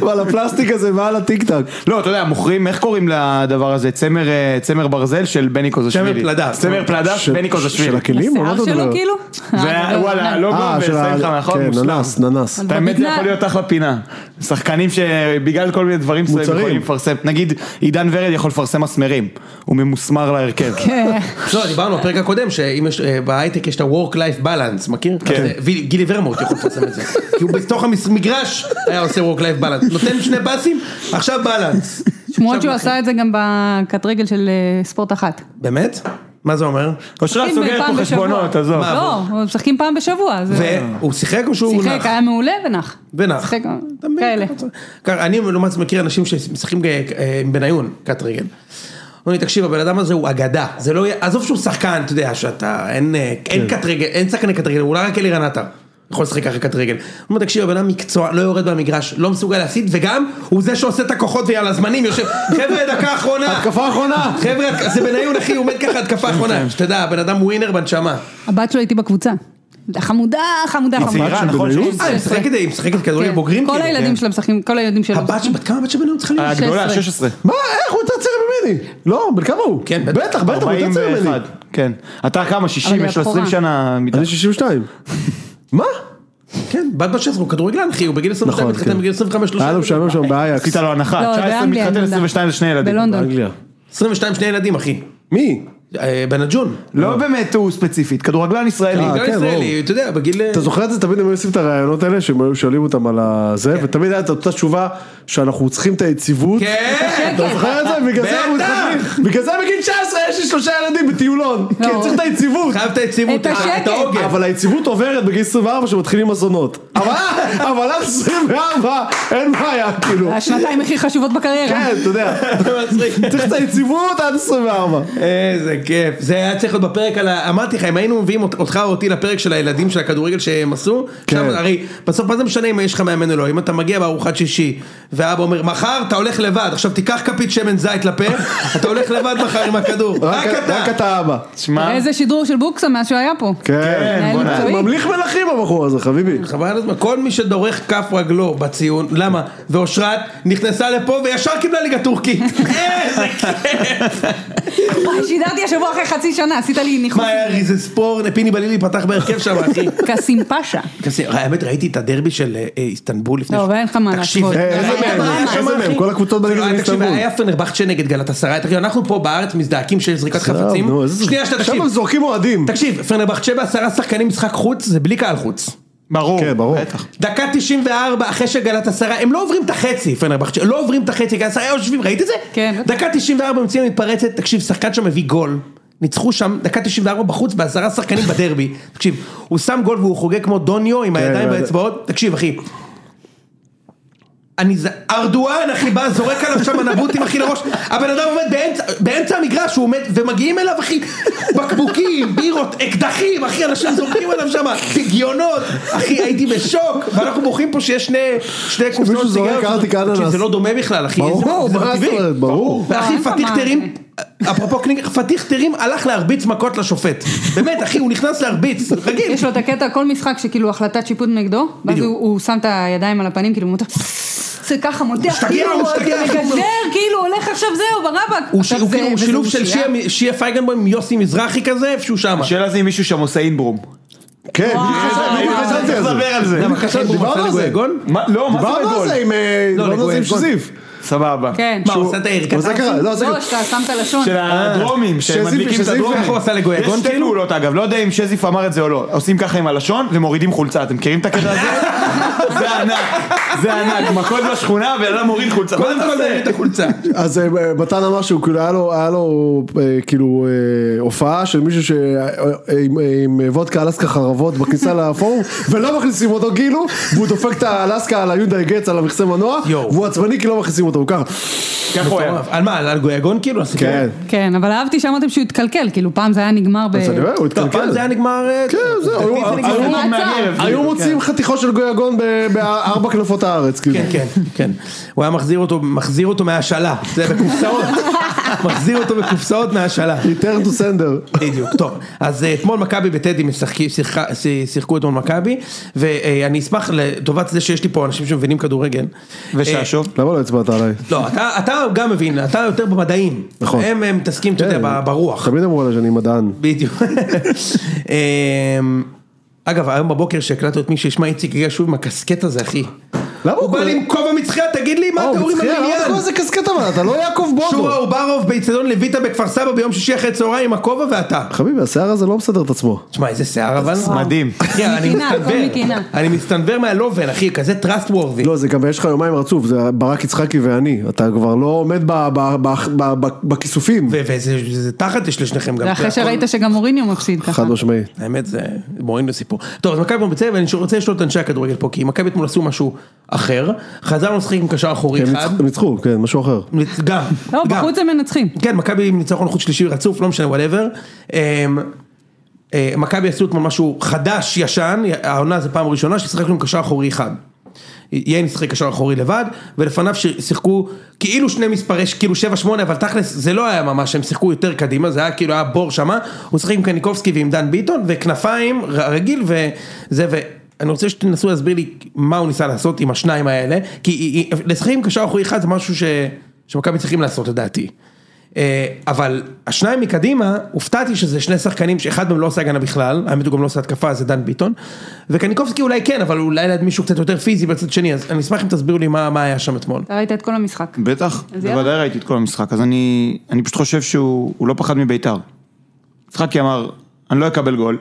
S4: ועל הפלסטיק הזה ועל הטיק טק.
S5: לא, אתה יודע, מוכרים, איך קוראים לדבר הזה? צמר, אה, צמר ברזל של בני קוזשווילי.
S1: צמר פלדה.
S5: צמר פלדה של בני
S4: אה, של
S5: קוזשווילי.
S4: הכלים? על מה אתה
S3: לשיער שלו
S4: לא מדבר?
S3: כאילו? אה, זה
S5: ווואלה, לא
S4: אה,
S5: גומבל,
S4: של
S5: שמים לך
S4: ה...
S5: מאחור
S4: כן,
S5: מושלם.
S4: ננס, ננס.
S3: אבל
S5: האמת זה
S3: בבטנה-
S5: יכול להיות אחלה פינה. שחקנים שבגלל כל מיני דברים מסוימים
S4: מוצרים.
S5: יכולים לפרסם, נגיד עידן ורד יכול לפרסם מסמרים, הוא ממוסמר להרכב.
S3: כן.
S1: לא, דיברנו בפרק הקודם, שאם יש, אה, בהייטק יש את ה-work life balance, מכיר?
S5: כן.
S1: אז, אה, ויל- גילי ורמוט יכול לפרסם את זה. כי הוא בתוך המגרש היה עושה work life balance. נותן שני באסים, עכשיו balance.
S3: שמועות
S1: עכשיו
S3: שהוא עשה את זה גם בקט רגל של אה, ספורט אחת.
S1: באמת? מה זה אומר?
S5: אושרה
S3: משחקים
S5: סוגרת
S3: פעם
S5: לא, פה
S3: בשבוע.
S5: חשבונות, עזוב.
S3: לא, הם משחקים פעם בשבוע. זה-
S1: והוא שיחק או שהוא
S3: כן. שיחק,
S1: נח?
S3: היה מעולה ונח.
S1: ונח.
S3: שיחק,
S1: אתה מבין?
S3: כאלה.
S1: ככה, אני לעומת מכיר אנשים שמשחקים אה, אה, עם בניון, קט רגל. אומרים לי, תקשיב, הבן אדם הזה הוא אגדה, זה לא יהיה, עזוב שהוא שחקן, אתה יודע, שאתה, אין, אה, אין קט רגל, אין שחקני קט רגל, אולי רק אלירן עטר. יכול לשחק ככה קט רגל. אומר, תקשיב, הבן אדם מקצוע, לא יורד במגרש, לא מסוגל להפסיד, וגם הוא זה שעושה את הכוחות ויאללה זמנים, יושב, חבר'ה, דקה אחרונה.
S4: התקפה אחרונה.
S1: חבר'ה, זה בניון, אחי, הוא עומד ככה, התקפה אחרונה. שתדע, הבן אדם ווינר
S3: אה,
S1: בנשמה. אה,
S3: הבת שלו איתי בקבוצה. חמודה, חמודה, חמודה.
S5: צעירה,
S4: של
S5: נכון?
S4: בניון?
S1: אה, היא משחקת- היא משחקת כדורגל
S3: כן.
S1: בוגרים?
S3: כל
S1: כאילו?
S3: הילדים
S1: כן.
S3: שלה משחקים, כל הילדים שלו.
S1: הבת, ש- בת כמה הבת של בניון צריכה להיות?
S5: הגדולה,
S3: 16.
S5: 16.
S4: מה, איך הוא יותר צעיר ממני? לא, בן כמה הוא?
S1: כן, בטח.
S4: בטח, בטח, הוא יותר צעיר ממני.
S5: 41. כן. אתה כמה? 60?
S3: היא
S5: יש לו
S3: הבכורה.
S5: 20 שנה
S4: אני
S5: מתחת.
S4: 62. מה?
S1: כן, בת בת 16, הוא כדורגלן אחי, הוא בגיל 22
S4: נכון,
S1: מתחתן
S4: כן.
S1: בגיל 25,
S4: היה לו
S1: 30,
S4: משעמם שם באייקס.
S5: עשית לו הנחה.
S3: לא, באנגליה,
S5: 19
S3: אני
S5: מתחתן,
S3: יודעת.
S5: 22 לשני ילדים.
S3: בלונדון.
S4: אנגליה.
S1: 22 שני ילדים אחי,
S4: מי?
S1: אה, בן הג'ון,
S5: לא באמת הוא ספציפית, כדורגלן ישראלי.
S4: אה,
S1: גם
S4: כן,
S1: ישראלי, אתה יודע, בגיל,
S4: אתה זוכר את זה? תמיד הם היו עושים את הרעיונות האלה, שהם היו שואלים אותם על הזה, ותמיד הייתה את אותה תשובה שאנחנו צריכים את היציבות.
S1: כן,
S4: אתה זוכר את זה? בגלל זה הם
S1: בטח.
S4: מתחתנים. בגלל זה בגיל 19 יש לי שלושה ילדים בטיולון. כי
S3: לא.
S4: אני צריך את היציבות.
S1: חייב את היציבות, אה,
S3: את השקט.
S1: את העוגן,
S4: אבל היציבות עוברת בגיל 24 שמתחילים אסונות. אבל אבל עד 24 אין בעיה, כאילו.
S3: זה השנתיים הכי חשובות בקריירה.
S4: כן, אתה יודע. צריך את היציבות עד 24.
S1: איזה כיף, זה היה צריך להיות בפרק על ה... אמרתי לך, אם היינו מביאים אות- אותך או אותי לפרק של הילדים של הכדורגל שהם עשו,
S4: כן.
S1: עכשיו, הרי בסוף מה זה משנה אם יש לך מאמן או לא, אם אתה מגיע בארוחת שישי ואבא אומר, מחר אתה הולך לבד, עכשיו תיקח כפית שמן זית לפה, אתה הולך לבד מחר עם הכדור, רק אתה.
S2: רק אתה אבא.
S5: תשמע,
S3: איזה שדרוג של בוקסה מאז שהוא היה פה.
S5: כן,
S3: מנהל
S5: בוא'נה.
S3: מקצועי.
S2: הוא ממליך מלכים הבחור הזה, חביבי.
S1: חבל על הזמן, כל מי שדורך כף רגלו בציון, למה? ואושרת נכנסה לפה וישר קיבלה ליגה טורקית. איזה כיף!
S3: וואי, שידרתי השבוע אחרי חצי שנה, עשית לי ניחוש.
S1: מה היה ריזה ספורן, פיני בלילי פתח בהרכב שם, אחי.
S3: קאסים פאשה.
S1: כזה, האמת ראיתי את הדרבי של אה, אה, איסטנבול לפני...
S3: לא,
S1: ש-
S3: אבל אין לך מה
S1: תקשיב,
S3: להשוות.
S1: אה,
S2: איזה מהם,
S1: היה דרמה,
S2: איזה
S1: אחי.
S2: מהם, כל הקבוצות בליגה
S1: זה לא היה- תקשיב,
S2: באיסטנבול.
S1: היה פנרבכצ'ה נגד גלתסריי, תקשיב, אנחנו פה בארץ מזדעקים שיש זריקת חפצים.
S2: נו, איזה-
S1: שנייה, שנייה,
S2: עכשיו
S1: תקשיב.
S2: הם זורקים אוהדים.
S1: תקשיב, פנרבכצ'ה בעשרה שחקנים משחק חוץ, זה בלי קהל חוץ.
S5: ברור,
S2: כן, ברור.
S5: בטח.
S1: דקה 94 אחרי שגלתסריי, הם לא עוברים את החצי, פנרבכצ'ה, לא עוברים את החצי, גלתסריי יושבים, ראית את זה?
S3: כן.
S1: דקה 94 ממציאים מתפרצת, תקשיב, שחקן שם מביא גול. ניצחו שם דקה 94 בחוץ בעשרה שחקנים בדרבי. תקשיב, הוא שם גול והוא חוגג כמו דוניו עם הידיים
S2: אבל-
S1: והאצבעות. תקשיב אחי, אני ז... ארדואן אחי בא, זורק עליו שם נבוטים אחי לראש, הבן אדם עומד באמצע, באמצע המגרש, הוא עומד, ומגיעים אליו אחי, בקבוקים, בירות, אקדחים, אחי, אנשים זורקים עליו שם, פגיונות, אחי, הייתי בשוק, ואנחנו בוכים פה שיש שני, שני קופסאות
S2: מישהו זורק
S1: סיגריות,
S2: ארטיק
S1: תקשיב,
S2: אננס.
S1: זה לא דומה בכלל, אחי, זה-
S2: ברור,
S1: זה לא
S2: מה זאת
S1: טבעי.
S2: אומרת, ברור.
S1: ואחי
S3: אין פה
S1: פתיח
S3: מה
S1: תרים, אפרופו קלינגר, פתיח תרים הלך להרביץ מכות לשופט, באמת אחי, הוא נכנס להרביץ, רגיל,
S3: יש לו את הקטע, כל משחק שכאילו החלטת שיפוט נגדו, ואז
S1: בדיוק.
S3: הוא הוא שם את הידיים על הפנים, כאילו מותח, זה ככה מותח,
S1: משתגע,
S3: כאילו,
S1: הוא משתגע,
S3: אתה
S1: הוא-
S3: מגדר, כאילו, הולך עכשיו זהו, ברבק.
S1: הוא
S3: עכשיו
S1: שילוב-
S3: זה-
S1: כאילו, הוא
S3: וזה
S1: שילוב של
S3: אושיה.
S1: שיה- שיה פייגנבוים עם יוסי מזרחי כזה, איפשהו שם.
S5: השאלה זה אם מישהו שם עושה אינברום.
S2: כן,
S3: וואו.
S2: בדיוק חשבתי-
S3: ראיתי,
S2: בדיוק
S3: ראיתי,
S2: חשבתי על זה.
S5: נדבר על זה.
S1: למה חשבתי שהוא
S2: כן, דיברנו
S1: מצא
S2: על זה.
S1: לגויגון?
S5: מה- לא, מה זה
S2: דיברנו על
S5: בגול?
S2: זה עם אה,
S1: לא,
S2: דיברנו על זה עם
S1: לגוי,
S2: שזיף.
S5: סבבה.
S3: כן.
S1: מה, הוא עשה לא, את הערכה?
S2: הוא עשה ככה, לא, עשה
S3: לא,
S1: כאילו-
S2: ככה.
S3: שאתה שם את הלשון.
S5: של הדרומים,
S2: שזיף-
S5: שהם מדליקים את
S2: שזיף-
S5: הדרומים.
S1: איך הוא עשה לגויגון,
S5: יש שתי
S1: כאילו?
S5: פעולות אגב, לא יודע אם שזיף אמר את זה או לא. עושים ככה עם הלשון ומורידים חולצה, אתם מכירים את הקטע הזה? זה ענק, זה ענק, מכות בשכונה ואדם מוריד חולצה.
S1: קודם כל זה את החולצה.
S2: אז אה, מתן אמר שהוא כאילו היה לו, היה לו אה, כאילו אה, הופעה של מישהו שעם עם וודקה אלסקה חרבות בכניסה לפורום ולא מכניסים אותו כאילו והוא דופק את האלסקה על היונדאי גץ על המכסה מנוע
S1: יואו. כן.
S2: והוא עצבני כי לא מכניסים אותו הוא ככה.
S5: ככה הוא היה.
S1: מטורף. על מה, על גויגון כאילו? הסיפור?
S2: נכון. כן.
S3: כן, אבל אהבתי שאמרתם שהוא התקלקל, כאילו פעם זה היה נגמר ב...
S2: אז אני אומר, הוא
S1: לא, פעם
S2: התקלקל.
S1: זה כן. היה נגמר... אה,
S2: כן, זהו,
S1: עובדתית
S2: היו-
S1: זה נגמר.
S2: היו-
S5: הוא מהערב.
S2: היו מוציאים חתיכות של גויגון ב- בארבע כנפות הארץ כאילו.
S1: כן, כן, כן. הוא היה מחזיר אותו, מחזיר אותו מהשאלה. זה בקופסאות. מחזיר אותו בקופסאות מהשאלה.
S2: return to sender.
S1: בדיוק, טוב, אז אה, אתמול מכבי בטדי משחקי- שיחקה- ש- שיחקו אתמול מכבי, ואני אשמח לטובת זה שיש לי פה אנשים שמבינים כדורגל.
S5: אה, ושעשוב?
S2: למה לא הצבעת עליי?
S1: לא, אתה, אתה גם מבין, אתה יותר במדעים.
S2: נכון.
S1: הם הם מתעסקים, אתה יודע,
S2: כן.
S1: ב- ברוח.
S2: תמיד אמרו עליי שאני מדען.
S1: בדיוק. אמ, אגב, היום בבוקר שהקלטנו את מי שישמע איציק הגיע שוב עם הקסקט הזה, אחי.
S2: למה
S1: הוא בא לי עם כובע מצחייה, תגיד לי, מה
S2: אה,
S1: אתם
S2: הוא
S1: אומרים על
S2: מצחיק, למה אתה
S1: עניין? אה,
S2: קורא לזה קסקט אבל? אתה לא יעקב בודו.
S1: שורה אוברוב באיצטדיון לויטה בכפר סבא ביום שישי אחרי צהריים עם הכובע ואתה.
S2: חביבי, השיער הזה לא מסדר את עצמו.
S1: תשמע, איזה שיער אבל.
S5: מדהים.
S1: אחי, אני
S3: מקינה, הכל
S1: מסתנוור.
S3: מקינה.
S1: אני מסתנוור מהלובן, אחי, כזה trust worthy.
S2: לא, זה גם יש לך יומיים רצוף, זה ברק יצחקי ואני. אתה כבר לא עומד ב- ב- ב- ב- ב- בכיסופים.
S1: וזה תחת יש לשניכם גם. כן,
S3: זה אחרי
S1: הכל-
S3: שראית שגם מוריניו מפסיד ככה.
S2: חד משמעית.
S1: האמת זה מורינו סיפור. טוב אז מכבי פה בצבע, ואני רוצה לשאול את אנשי הכדורגל פה, כי מכבי אתמול עשו משהו אחר, חזרנו לשחק עם קשר אחורי
S2: הם
S1: אחד,
S2: ניצחו- הם ניצחו, כן, משהו אחר.
S1: מצ- גם,
S3: לא,
S1: גם.
S3: בחוץ הם מנצחים.
S1: כן, מכבי עם ניצחון חוץ שלישי רצוף, לא משנה, וואטאבר. מכבי עשו אתמול משהו חדש, ישן, העונה זו פעם ראשונה ששיחקנו עם קשר אחורי אחד. יין שיחק קשר אחורי לבד, ולפניו שיחקו כאילו שני מספרי, כאילו 7-8, אבל תכלס זה לא היה ממש, הם שיחקו יותר קדימה, זה היה כאילו היה בור שמה, הוא שיחק עם קניקובסקי ועם דן ביטון, וכנפיים ר- רגיל וזה, ואני רוצה שתנסו להסביר לי מה הוא ניסה לעשות עם השניים האלה, כי היא- היא- לשחק עם קשר אחורי אחד זה משהו ש... שמכבי צריכים לעשות לדעתי. אה, אבל השניים מקדימה, הופתעתי שזה שני שחקנים שאחד מהם לא עושה הגנה בכלל, האמת הוא גם לא עושה התקפה, זה דן ביטון, וקניקובסקי אולי כן, אבל אולי ליד מישהו קצת יותר פיזי בצד שני, אז אני אשמח אם תסבירו לי מה מה היה שם אתמול.
S3: אתה ראית את כל המשחק.
S5: בטח,
S3: אז יאללה.
S5: בוודאי ראיתי את כל המשחק, אז אני, אני פשוט חושב שהוא הוא לא פחד מביתר. יצחקי אמר, אני לא אקבל גול,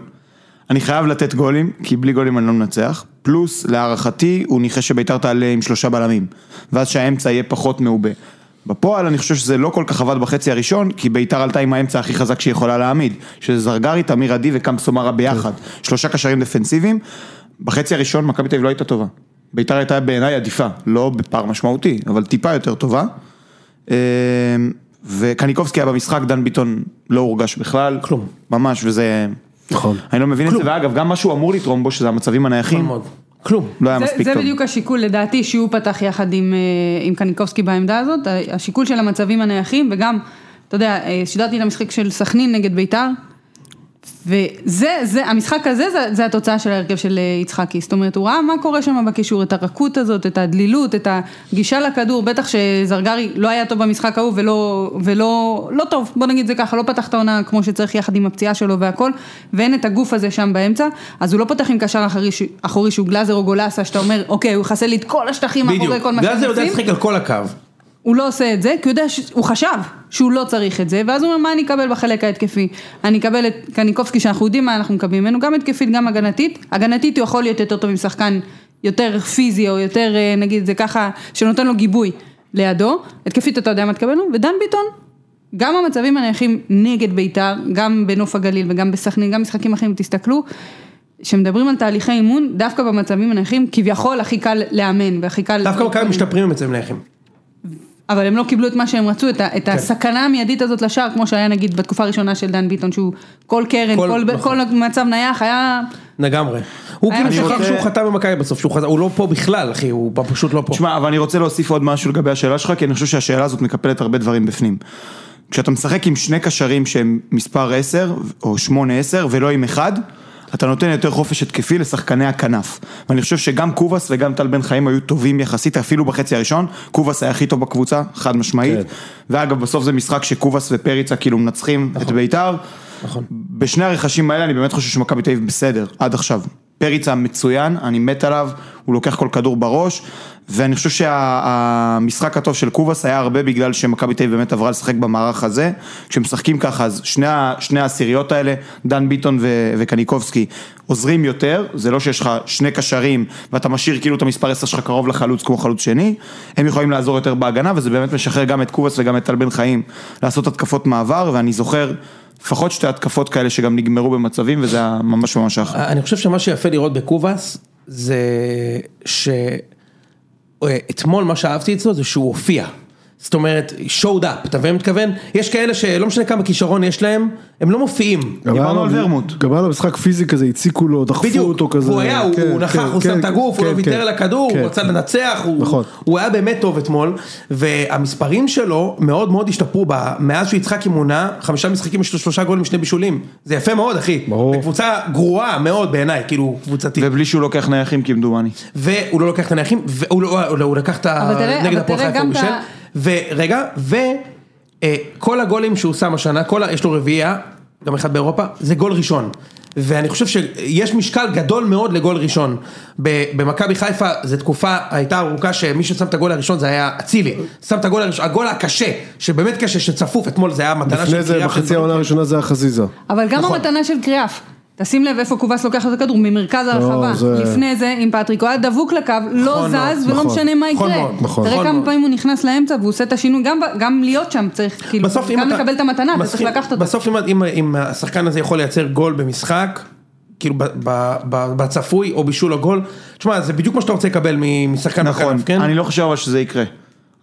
S5: אני חייב לתת גולים, כי בלי גולים אני לא מנצח, פלוס להערכתי הוא ניחש שביתר תעלה עם שלושה בלמים, ואז שהאמצע יהיה פחות מעובה. בפועל אני חושב שזה לא כל כך עבד בחצי הראשון, כי ביתר עלתה עם האמצע הכי חזק שהיא יכולה להעמיד, שזה זרגרי, תמיר עדי וקמפס סומרה ביחד, שלושה קשרים דפנסיביים. בחצי הראשון מכבי תל אביב לא הייתה טובה. ביתר הייתה בעיניי עדיפה, לא בפער משמעותי, אבל טיפה יותר טובה. אמ, וקניקובסקי היה במשחק, דן ביטון לא הורגש בכלל.
S1: כלום.
S5: ממש, וזה...
S2: נכון.
S3: נכון.
S5: אני לא מבין את זה, ואגב, גם מה שהוא אמור לתרום בו, שזה המצבים הנייחים,
S1: מאוד. כלום.
S5: לא היה
S3: זה-
S5: מספיק
S3: זה
S5: טוב.
S3: בדיוק השיקול, לדעתי, שהוא פתח יחד עם, אה, עם קניקובסקי בעמדה הזאת, ה- השיקול של המצבים הנייחים, וגם, אתה יודע, אה, שידרתי את המשחק של סכנין נגד ביתר, וזה, זה, המשחק הזה, זה, זה התוצאה של ההרכב של אה, יצחקי, זאת אומרת, הוא ראה מה קורה שם בקישור, את הרכות הזאת, את הדלילות, את הגישה לכדור, בטח שזרגרי לא היה טוב במשחק ההוא ולא, ולא, לא טוב, בוא נגיד זה ככה, לא פתח את העונה כמו שצריך יחד עם הפציעה שלו והכל, ואין את הגוף הזה שם באמצע, אז הוא לא פותח עם קשר אחורי, ש- אחורי שהוא גלאזר או גולאסה, שאתה אומר, אוקיי, הוא יחסל לי את כל השטחים
S1: בדיוק.
S3: מאחורי כל מה שהם
S1: גלאזר יודע
S3: עושים."
S1: לשחק על כל הקו.
S3: הוא לא עושה את זה, כי הוא יודע, ש- הוא חשב שהוא לא צריך את זה, ואז הוא אומר, מה אני אקבל בחלק ההתקפי? אני אקבל את קניקובסקי, שאנחנו יודעים מה אנחנו מקבלים ממנו, גם התקפית, גם הגנתית. הגנתית הוא יכול להיות יותר טוב עם שחקן יותר פיזי, או יותר, אה, נגיד את זה ככה, שנותן לו גיבוי לידו. התקפית אתה יודע מה תקבל לו, ודן ביטון, גם המצבים הנייחים נגד בית"ר, גם בנוף הגליל וגם בסכנין, גם משחקים אחרים, תסתכלו. כשמדברים על תהליכי אימון, דווקא במצבים הנייחים כביכול הכי קל לאמן והכי קל...
S1: דווקא מכבי משתפרים אצל מלאכים.
S3: אבל הם לא קיבלו את מה שהם רצו, את, ה, את
S1: כן.
S3: הסכנה המיידית הזאת לשער, כמו שהיה נגיד בתקופה הראשונה של דן ביטון, שהוא כל קרן,
S1: כל-
S3: כל, כל,
S1: נכון.
S3: כל מצב נייח היה...
S1: לגמרי. הוא
S3: אה, אני
S1: כאילו שכח
S5: רוצה-
S1: שהוא חתם במכבי בסוף, שהוא חזר- הוא לא פה בכלל, אחי, הוא פשוט לא פה.
S5: תשמע, אבל אני רוצה להוסיף עוד משהו לגבי השאלה שלך, כי אני חושב שהשאלה הזאת מקפלת הרבה דברים בפנים. כשאתה משחק עם שני קשרים שהם מספר 10, או 8-10, ולא עם אחד, אתה נותן יותר חופש התקפי לשחקני הכנף. ואני חושב שגם קובאס וגם טל בן חיים היו טובים יחסית, אפילו בחצי הראשון. קובאס היה הכי טוב בקבוצה, חד משמעית.
S2: כן.
S5: ואגב, בסוף זה משחק שקובאס ופריצה כאילו מנצחים את בית"ר.
S1: נכון.
S5: בשני הרכשים האלה אני באמת חושב שמכבי תל אביב בסדר, עד עכשיו. פריצה מצוין, אני מת עליו, הוא לוקח כל כדור בראש, ואני חושב שהמשחק הטוב של קובאס היה הרבה בגלל שמכבי תל אביב באמת עברה לשחק במערך הזה. כשמשחקים ככה, אז שני, ה- שני העשיריות האלה, דן ביטון ו- וקניקובסקי, עוזרים יותר, זה לא שיש לך שני קשרים ואתה משאיר כאילו את המספר 10 שלך קרוב לחלוץ כמו חלוץ שני, הם יכולים לעזור יותר בהגנה, וזה באמת משחרר גם את קובאס וגם את טל בן חיים לעשות התקפות מעבר, ואני זוכר... לפחות שתי התקפות כאלה שגם נגמרו במצבים, וזה היה ממש ממש אחלה.
S1: אני חושב שמה שיפה לראות בקובאס, זה שאתמול מה שאהבתי אצלו זה שהוא הופיע. זאת אומרת, showed up, אתה מבין מה אני מתכוון? יש כאלה שלא משנה כמה כישרון יש להם, הם לא מופיעים.
S2: גם
S5: דיברנו
S2: היה לו-
S5: על ורמוט.
S2: גם היה לו משחק פיזי כזה, הציקו לו, דחפו
S1: בדיוק,
S2: אותו כזה.
S1: הוא היה, הוא-
S2: כן,
S1: הוא נכח,
S2: כן,
S1: הוא שם
S2: כן,
S1: את הגוף, הוא
S2: כן,
S1: לא ויתר
S2: כן.
S1: על הכדור,
S2: כן.
S1: הוא רצה לנצח, הוא-
S2: נכון.
S1: הוא היה באמת טוב אתמול, והמספרים שלו מאוד מאוד השתפרו ב- מאז שיצחקי מונה, חמישה משחקים יש לו שלושה גולים, שני בישולים, זה יפה מאוד אחי,
S2: ברור.
S1: בקבוצה גרועה מאוד בעיניי, כאילו קבוצתית,
S5: ובלי שהוא לוקח נייחים כמדומני.
S1: והוא לא לוקח את הנייחים, והוא לא- הוא לא- הוא לקח את
S3: אבל
S1: ה...
S3: תראה-
S1: נגד
S3: אבל
S1: הפועל
S3: תראה
S1: חיפה הוא
S3: גם את
S1: בישל,
S3: ה-
S1: ורגע, וכל הגולים שהוא שם השנה, כל ה- יש לו רביעייה, גם אחד באירופה, זה גול ראשון. ואני חושב שיש משקל גדול מאוד לגול ראשון. ב- במכבי חיפה זו תקופה הייתה ארוכה שמי ששם את הגול הראשון זה היה אצילי. שם את הגול הראשון, הגול הקשה, שבאמת קשה, שצפוף, אתמול זה היה מתנה
S2: לפני זה,
S1: קריאה,
S2: בחצי
S1: דברים
S2: העונה הראשונה זה היה חזיזה.
S3: אבל גם
S1: נכון.
S3: המתנה של קריאף, תשים לב איפה קובס לוקח את הכדור, ממרכז הרחבה,
S2: זה-
S3: לפני זה עם פטריק, הוא היה דבוק לקו, לא
S1: לא, נכון מאוד,
S3: זז ולא
S2: נכון,
S3: משנה מה
S1: נכון
S3: יקרה.
S1: מאוד, נכון.
S3: תראה
S1: נכון
S3: כמה
S1: מאוד.
S3: פעמים הוא נכנס לאמצע והוא עושה את השינוי, גם ב- גם להיות שם צריך, כאילו,
S1: בסוף אם
S3: גם
S1: אתה...
S3: לקבל את המתנה, אתה צריך
S1: מסכים.
S3: לקחת אותה.
S1: בסוף אם, אם, אם השחקן הזה יכול לייצר גול במשחק, כאילו ב- ב- ב- בצפוי או בישול או גול, תשמע זה בדיוק מה שאתה רוצה לקבל מ- משחקן
S5: נכון,
S1: בכנף, כן?
S5: אני לא חושב אבל שזה יקרה.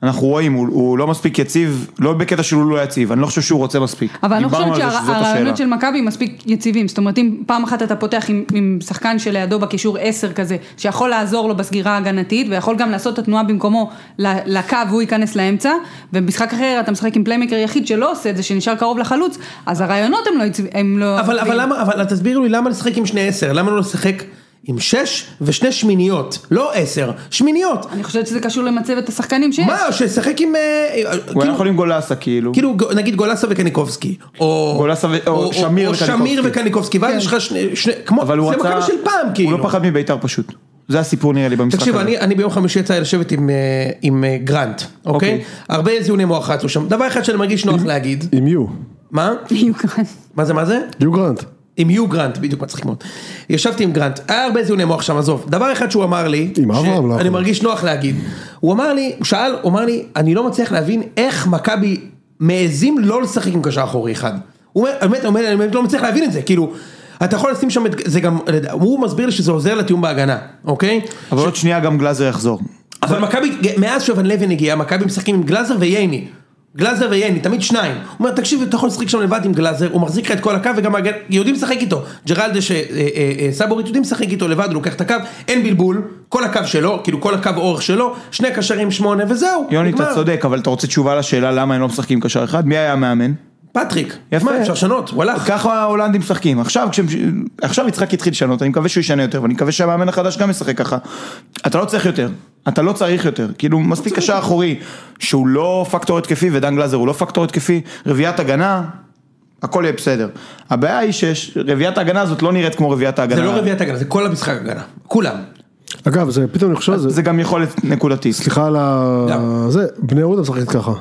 S5: אנחנו רואים, הוא- הוא לא מספיק יציב, לא בקטע שהוא לא יציב, אני לא חושב שהוא רוצה מספיק.
S3: אבל אני לא
S5: דיברנו
S3: חושבת
S5: על זה שזאת השאלה.
S3: שהרעיונות של מכבי מספיק יציבים, זאת אומרת אם פעם אחת אתה פותח עם, עם שחקן שלידו בקישור 10 כזה, שיכול לעזור לו בסגירה ההגנתית, ויכול גם לעשות את התנועה במקומו ל- לקו והוא ייכנס לאמצע, ובמשחק אחר אתה משחק עם פליימקר יחיד שלא עושה את זה, שנשאר קרוב לחלוץ, אז הרעיונות הם לא יציבים, הם לא...
S1: אבל, אבל למה, אבל תסבירו לי למה לשחק עם שני עשר, למה לא לשחק עם שש ושני שמיניות, לא עשר, שמיניות,
S3: אני חושבת שזה קשור למצבת השחקנים שיש.
S1: מה, ששחק עם, אה,
S5: הוא היה
S1: כאילו-
S5: יכול עם גולסה כאילו.
S1: כאילו גו- נגיד גולסה וקניקובסקי, או,
S5: גולסה ו- או שמיר
S1: או שמיר
S5: וקניקובסקי.
S1: וקניקובסקי,
S3: כן.
S1: ואז יש לך שני, שני, כמו,
S5: אבל הוא
S1: זה
S5: רצה...
S1: מכבי של פעם כאילו,
S5: הוא לא פחד מבית"ר פשוט. זה הסיפור נראה לי במשחק
S1: תקשיב,
S5: הזה.
S1: אני, אני ביום חמישי יצא לי לשבת עם, אה, עם אה, גרנט, אוקיי?
S5: אוקיי.
S1: הרבה זיוני מוח רצו שם. דבר אחד שאני מרגיש
S2: Mm-hmm.
S1: נוח להגיד,
S2: עם יו,
S1: מה?
S3: בדיוק.
S1: מה זה, מה זה?
S2: יו גרנט.
S1: עם יו גרנט, בדיוק מצחיק מאוד. ישבתי עם גרנט, היה הרבה זיוני מוח שם, עזוב. דבר אחד שהוא אמר לי,
S2: עם אברהם לא
S1: שאני
S2: יכול.
S1: מרגיש נוח להגיד, הוא אמר לי, הוא שאל, הוא אמר לי, אני לא מצליח להבין איך מכבי מעזים לא לשחק עם קשר אחורי אחד. הוא אומר, באמת, הוא אומר, אני באמת לא מצליח להבין את זה, כאילו, אתה יכול לשים שם את, זה גם, הוא מסביר לי שזה עוזר לתיאום בהגנה, אוקיי?
S5: אבל עוד שנייה גם גלאזר יחזור.
S1: אבל מכבי, מאז שאובן לוין הגיע, מכבי משחקים עם גלאזר וייני. גלאזר וייני, תמיד שניים. הוא אומר, תקשיב, אתה יכול לשחק שם לבד עם גלאזר, הוא מחזיק לך את כל הקו וגם הגן, יודעים לשחק איתו. ג'רלדה אה, שסבורית יודעים לשחק איתו לבד, הוא לוקח את הקו, אין בלבול, כל הקו שלו, כאילו כל הקו אורך שלו, שני קשרים שמונה וזהו,
S5: יוני, אתה
S1: נגמר.
S5: צודק, אבל אתה רוצה תשובה לשאלה למה הם לא משחקים קשר אחד? מי היה המאמן?
S1: פטריק,
S5: יפה.
S1: מה אפשר לשנות, הוא הלך.
S5: ככה ההולנדים משחקים. עכשיו, כש... עכשיו יצחק התחיל לשנות, אני מקווה שהוא ישנה יותר, ואני מקווה שהמאמן החדש גם ישחק ככה. אתה לא צריך יותר, אתה לא צריך יותר. כאילו, מספיק קשר אחורי, שהוא לא פקטור התקפי, ודן גלאזר הוא לא פקטור התקפי, רביעיית הגנה, הכל יהיה בסדר. הבעיה היא שרביעיית ההגנה הזאת לא נראית כמו רביעיית ההגנה.
S1: זה לא רביעיית הגנה, זה כל המשחק הגנה, כולם.
S2: אגב, זה פתאום אני
S1: אה,
S2: חושב על זה.
S5: זה גם יכולת נקודתית.
S2: סליחה על
S1: לא.
S2: ה... זה, בני יהודה משחקת ככה.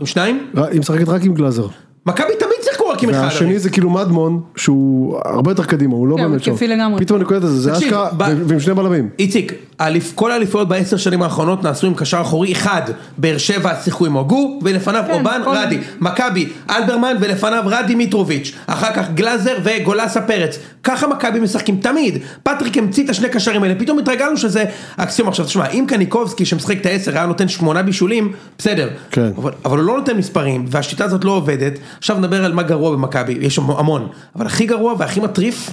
S1: עם שניים?
S2: ר- היא משחקת רק עם גלאזר.
S1: מכבי תמיד שיחקו רק עם אחד.
S2: והשני
S1: הרי.
S2: זה כאילו מדמון, שהוא הרבה יותר קדימה, הוא לא
S3: כן,
S2: באמת שם.
S3: התקפי לגמרי.
S2: פתאום אני קולט את זה, זה
S1: תקשיב,
S2: אשכרה,
S1: ב-
S2: ו- ועם שני בלמים.
S1: איציק, האליפ- כל האליפויות בעשר שנים האחרונות נעשו עם קשר אחורי אחד, באר שבע שיחקו עם הוגו, ולפניו
S3: כן,
S1: אובן
S3: כל-
S1: רדי, מכבי אלברמן ולפניו רדי מיטרוביץ', אחר כך גלאזר וגולסה פרץ, ככה מכבי משחקים תמיד, פטריק המציא את השני קשרים האלה, פתאום התרגלנו שזה אקסיומה, עכשיו תשמע, אם קניקובסקי שמשחק את העשר היה נותן שמונה בישולים, בסדר,
S2: כן.
S1: אבל, אבל הוא לא נותן מספרים, והשיטה הזאת לא עובדת, עכשיו נדבר על מה גרוע במכבי, יש שם המון, אבל הכי גרוע והכי מטריף,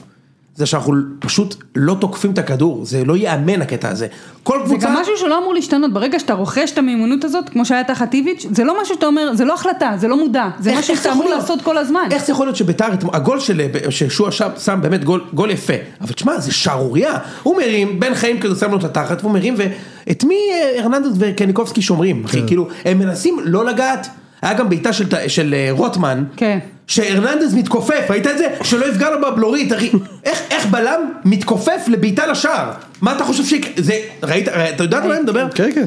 S1: זה שאנחנו פשוט לא תוקפים את הכדור, זה לא ייאמן הקטע הזה. כל
S3: זה
S1: קבוצה...
S3: גם משהו שלא אמור להשתנות, ברגע שאתה רוכש את המיומנות הזאת, כמו שהיה תחת איביץ', זה לא משהו שאתה אומר, זה לא החלטה, זה לא מודע, זה
S1: איך-
S3: משהו
S1: איך
S3: שאתה
S1: יכול
S3: אמור
S1: להיות?
S3: לעשות כל הזמן.
S1: איך זה יכול להיות שביתר, אתמול- הגול של, אה, ששועה שם, שם באמת גול, גול יפה, אבל תשמע, זה שערורייה. הוא מרים, בן חיים כזה שם לו את התחת, והוא מרים, ואת מי אה, הרננדז וקניקובסקי שומרים, אחי? כאילו, הם מנסים לא לגעת. היה גם בעיטה של, ת- של אה, רוטמן,
S3: כן.
S1: שהרננדז מתכופף, ראית את זה? שלא יפגע לו בבלורית, אחי. איך, איך בלם מתכופף לבעיטה לשער? מה אתה חושב שיק... זה... ראית? ראית- אתה יודעת על מה אני מדבר?
S2: כן, כן.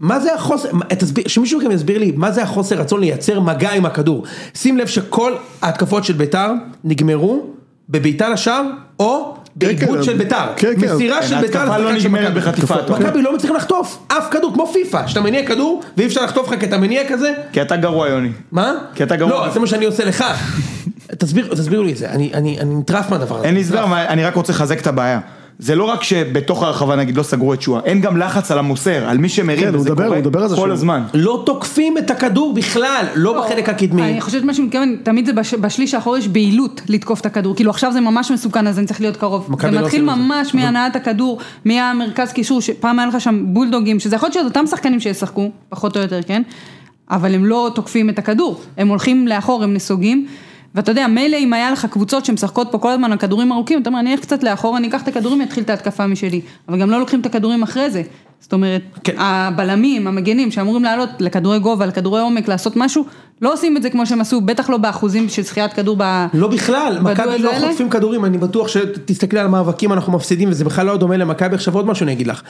S1: מה זה החוסר, מה- תסביר, שמישהו מכם יסביר לי מה זה החוסר רצון לייצר מגע עם הכדור. שים לב שכל ההתקפות של ביתר נגמרו בבעיטה לשער או בעיבוד
S2: כן,
S1: של ביתר.
S2: כן, כן.
S1: מסירה של ביתר
S5: ההתקפה לא
S1: לשחקן של
S5: נגמרת
S1: מכבי.
S5: בחטיפה. אתה אומר.
S1: מכבי לא מצליחים לחטוף אף כדור כמו פיפא, שאתה מניע כדור ואי אפשר לחטוף לך כי אתה מניע כזה.
S5: כי אתה גרוע, יוני.
S1: מה?
S5: כי אתה גרוע.
S1: לא, זה מה שאני עושה לך. תסביר, תסבירו לי את זה, אני, אני, אני נטרף מהדבר הזה.
S5: אין לי הסבר, מה- אני רק רוצה לחזק את הבעיה. זה לא רק שבתוך הרחבה נגיד לא סגרו את שואה, אין גם לחץ על המוסר, על מי שמרים,
S2: כן, הוא
S5: וזה
S2: מדבר- הוא מדבר
S5: קורה
S2: על זה
S5: כל
S2: שהוא-
S5: הזמן.
S1: לא תוקפים את הכדור בכלל, לא בחלק הקדמי.
S3: אני חושבת מה שמתכוון, תמיד זה בש, בשליש האחורי יש בהילות לתקוף את הכדור, כאילו עכשיו זה ממש מסוכן אז אני צריך להיות קרוב.
S1: מכבי
S3: זה
S1: לא
S3: מתחיל
S1: עושים את זה.
S3: ממש מהנעת הכדור, מהמרכז קישור, שפעם היה לך שם בולדוגים, שזה יכול להיות שזה אותם שחקנים שישחקו, פחות או יותר, כן? אבל הם לא תוקפים את הכדור, הם הולכים לאחור, הם נסוגים. ואתה יודע, מילא אם היה לך קבוצות שמשחקות פה כל הזמן על כדורים ארוכים, אתה אומר, אני אלך קצת לאחור, אני אקח את הכדורים, אתחיל את ההתקפה משלי. אבל גם לא לוקחים את הכדורים אחרי זה. זאת אומרת,
S1: כן.
S3: הבלמים, המגנים שאמורים לעלות לכדורי גובה, לכדורי עומק, לעשות משהו, לא עושים את זה כמו שהם עשו, בטח לא באחוזים של זכיית כדור ב...
S1: לא בכלל, מכבי
S3: בדואל
S1: לא
S3: האלה?
S1: חוטפים כדורים, אני בטוח שתסתכלי על מאבקים אנחנו מפסידים וזה בכלל לא דומה למכבי, עכשיו עוד משהו אני אגיד לך.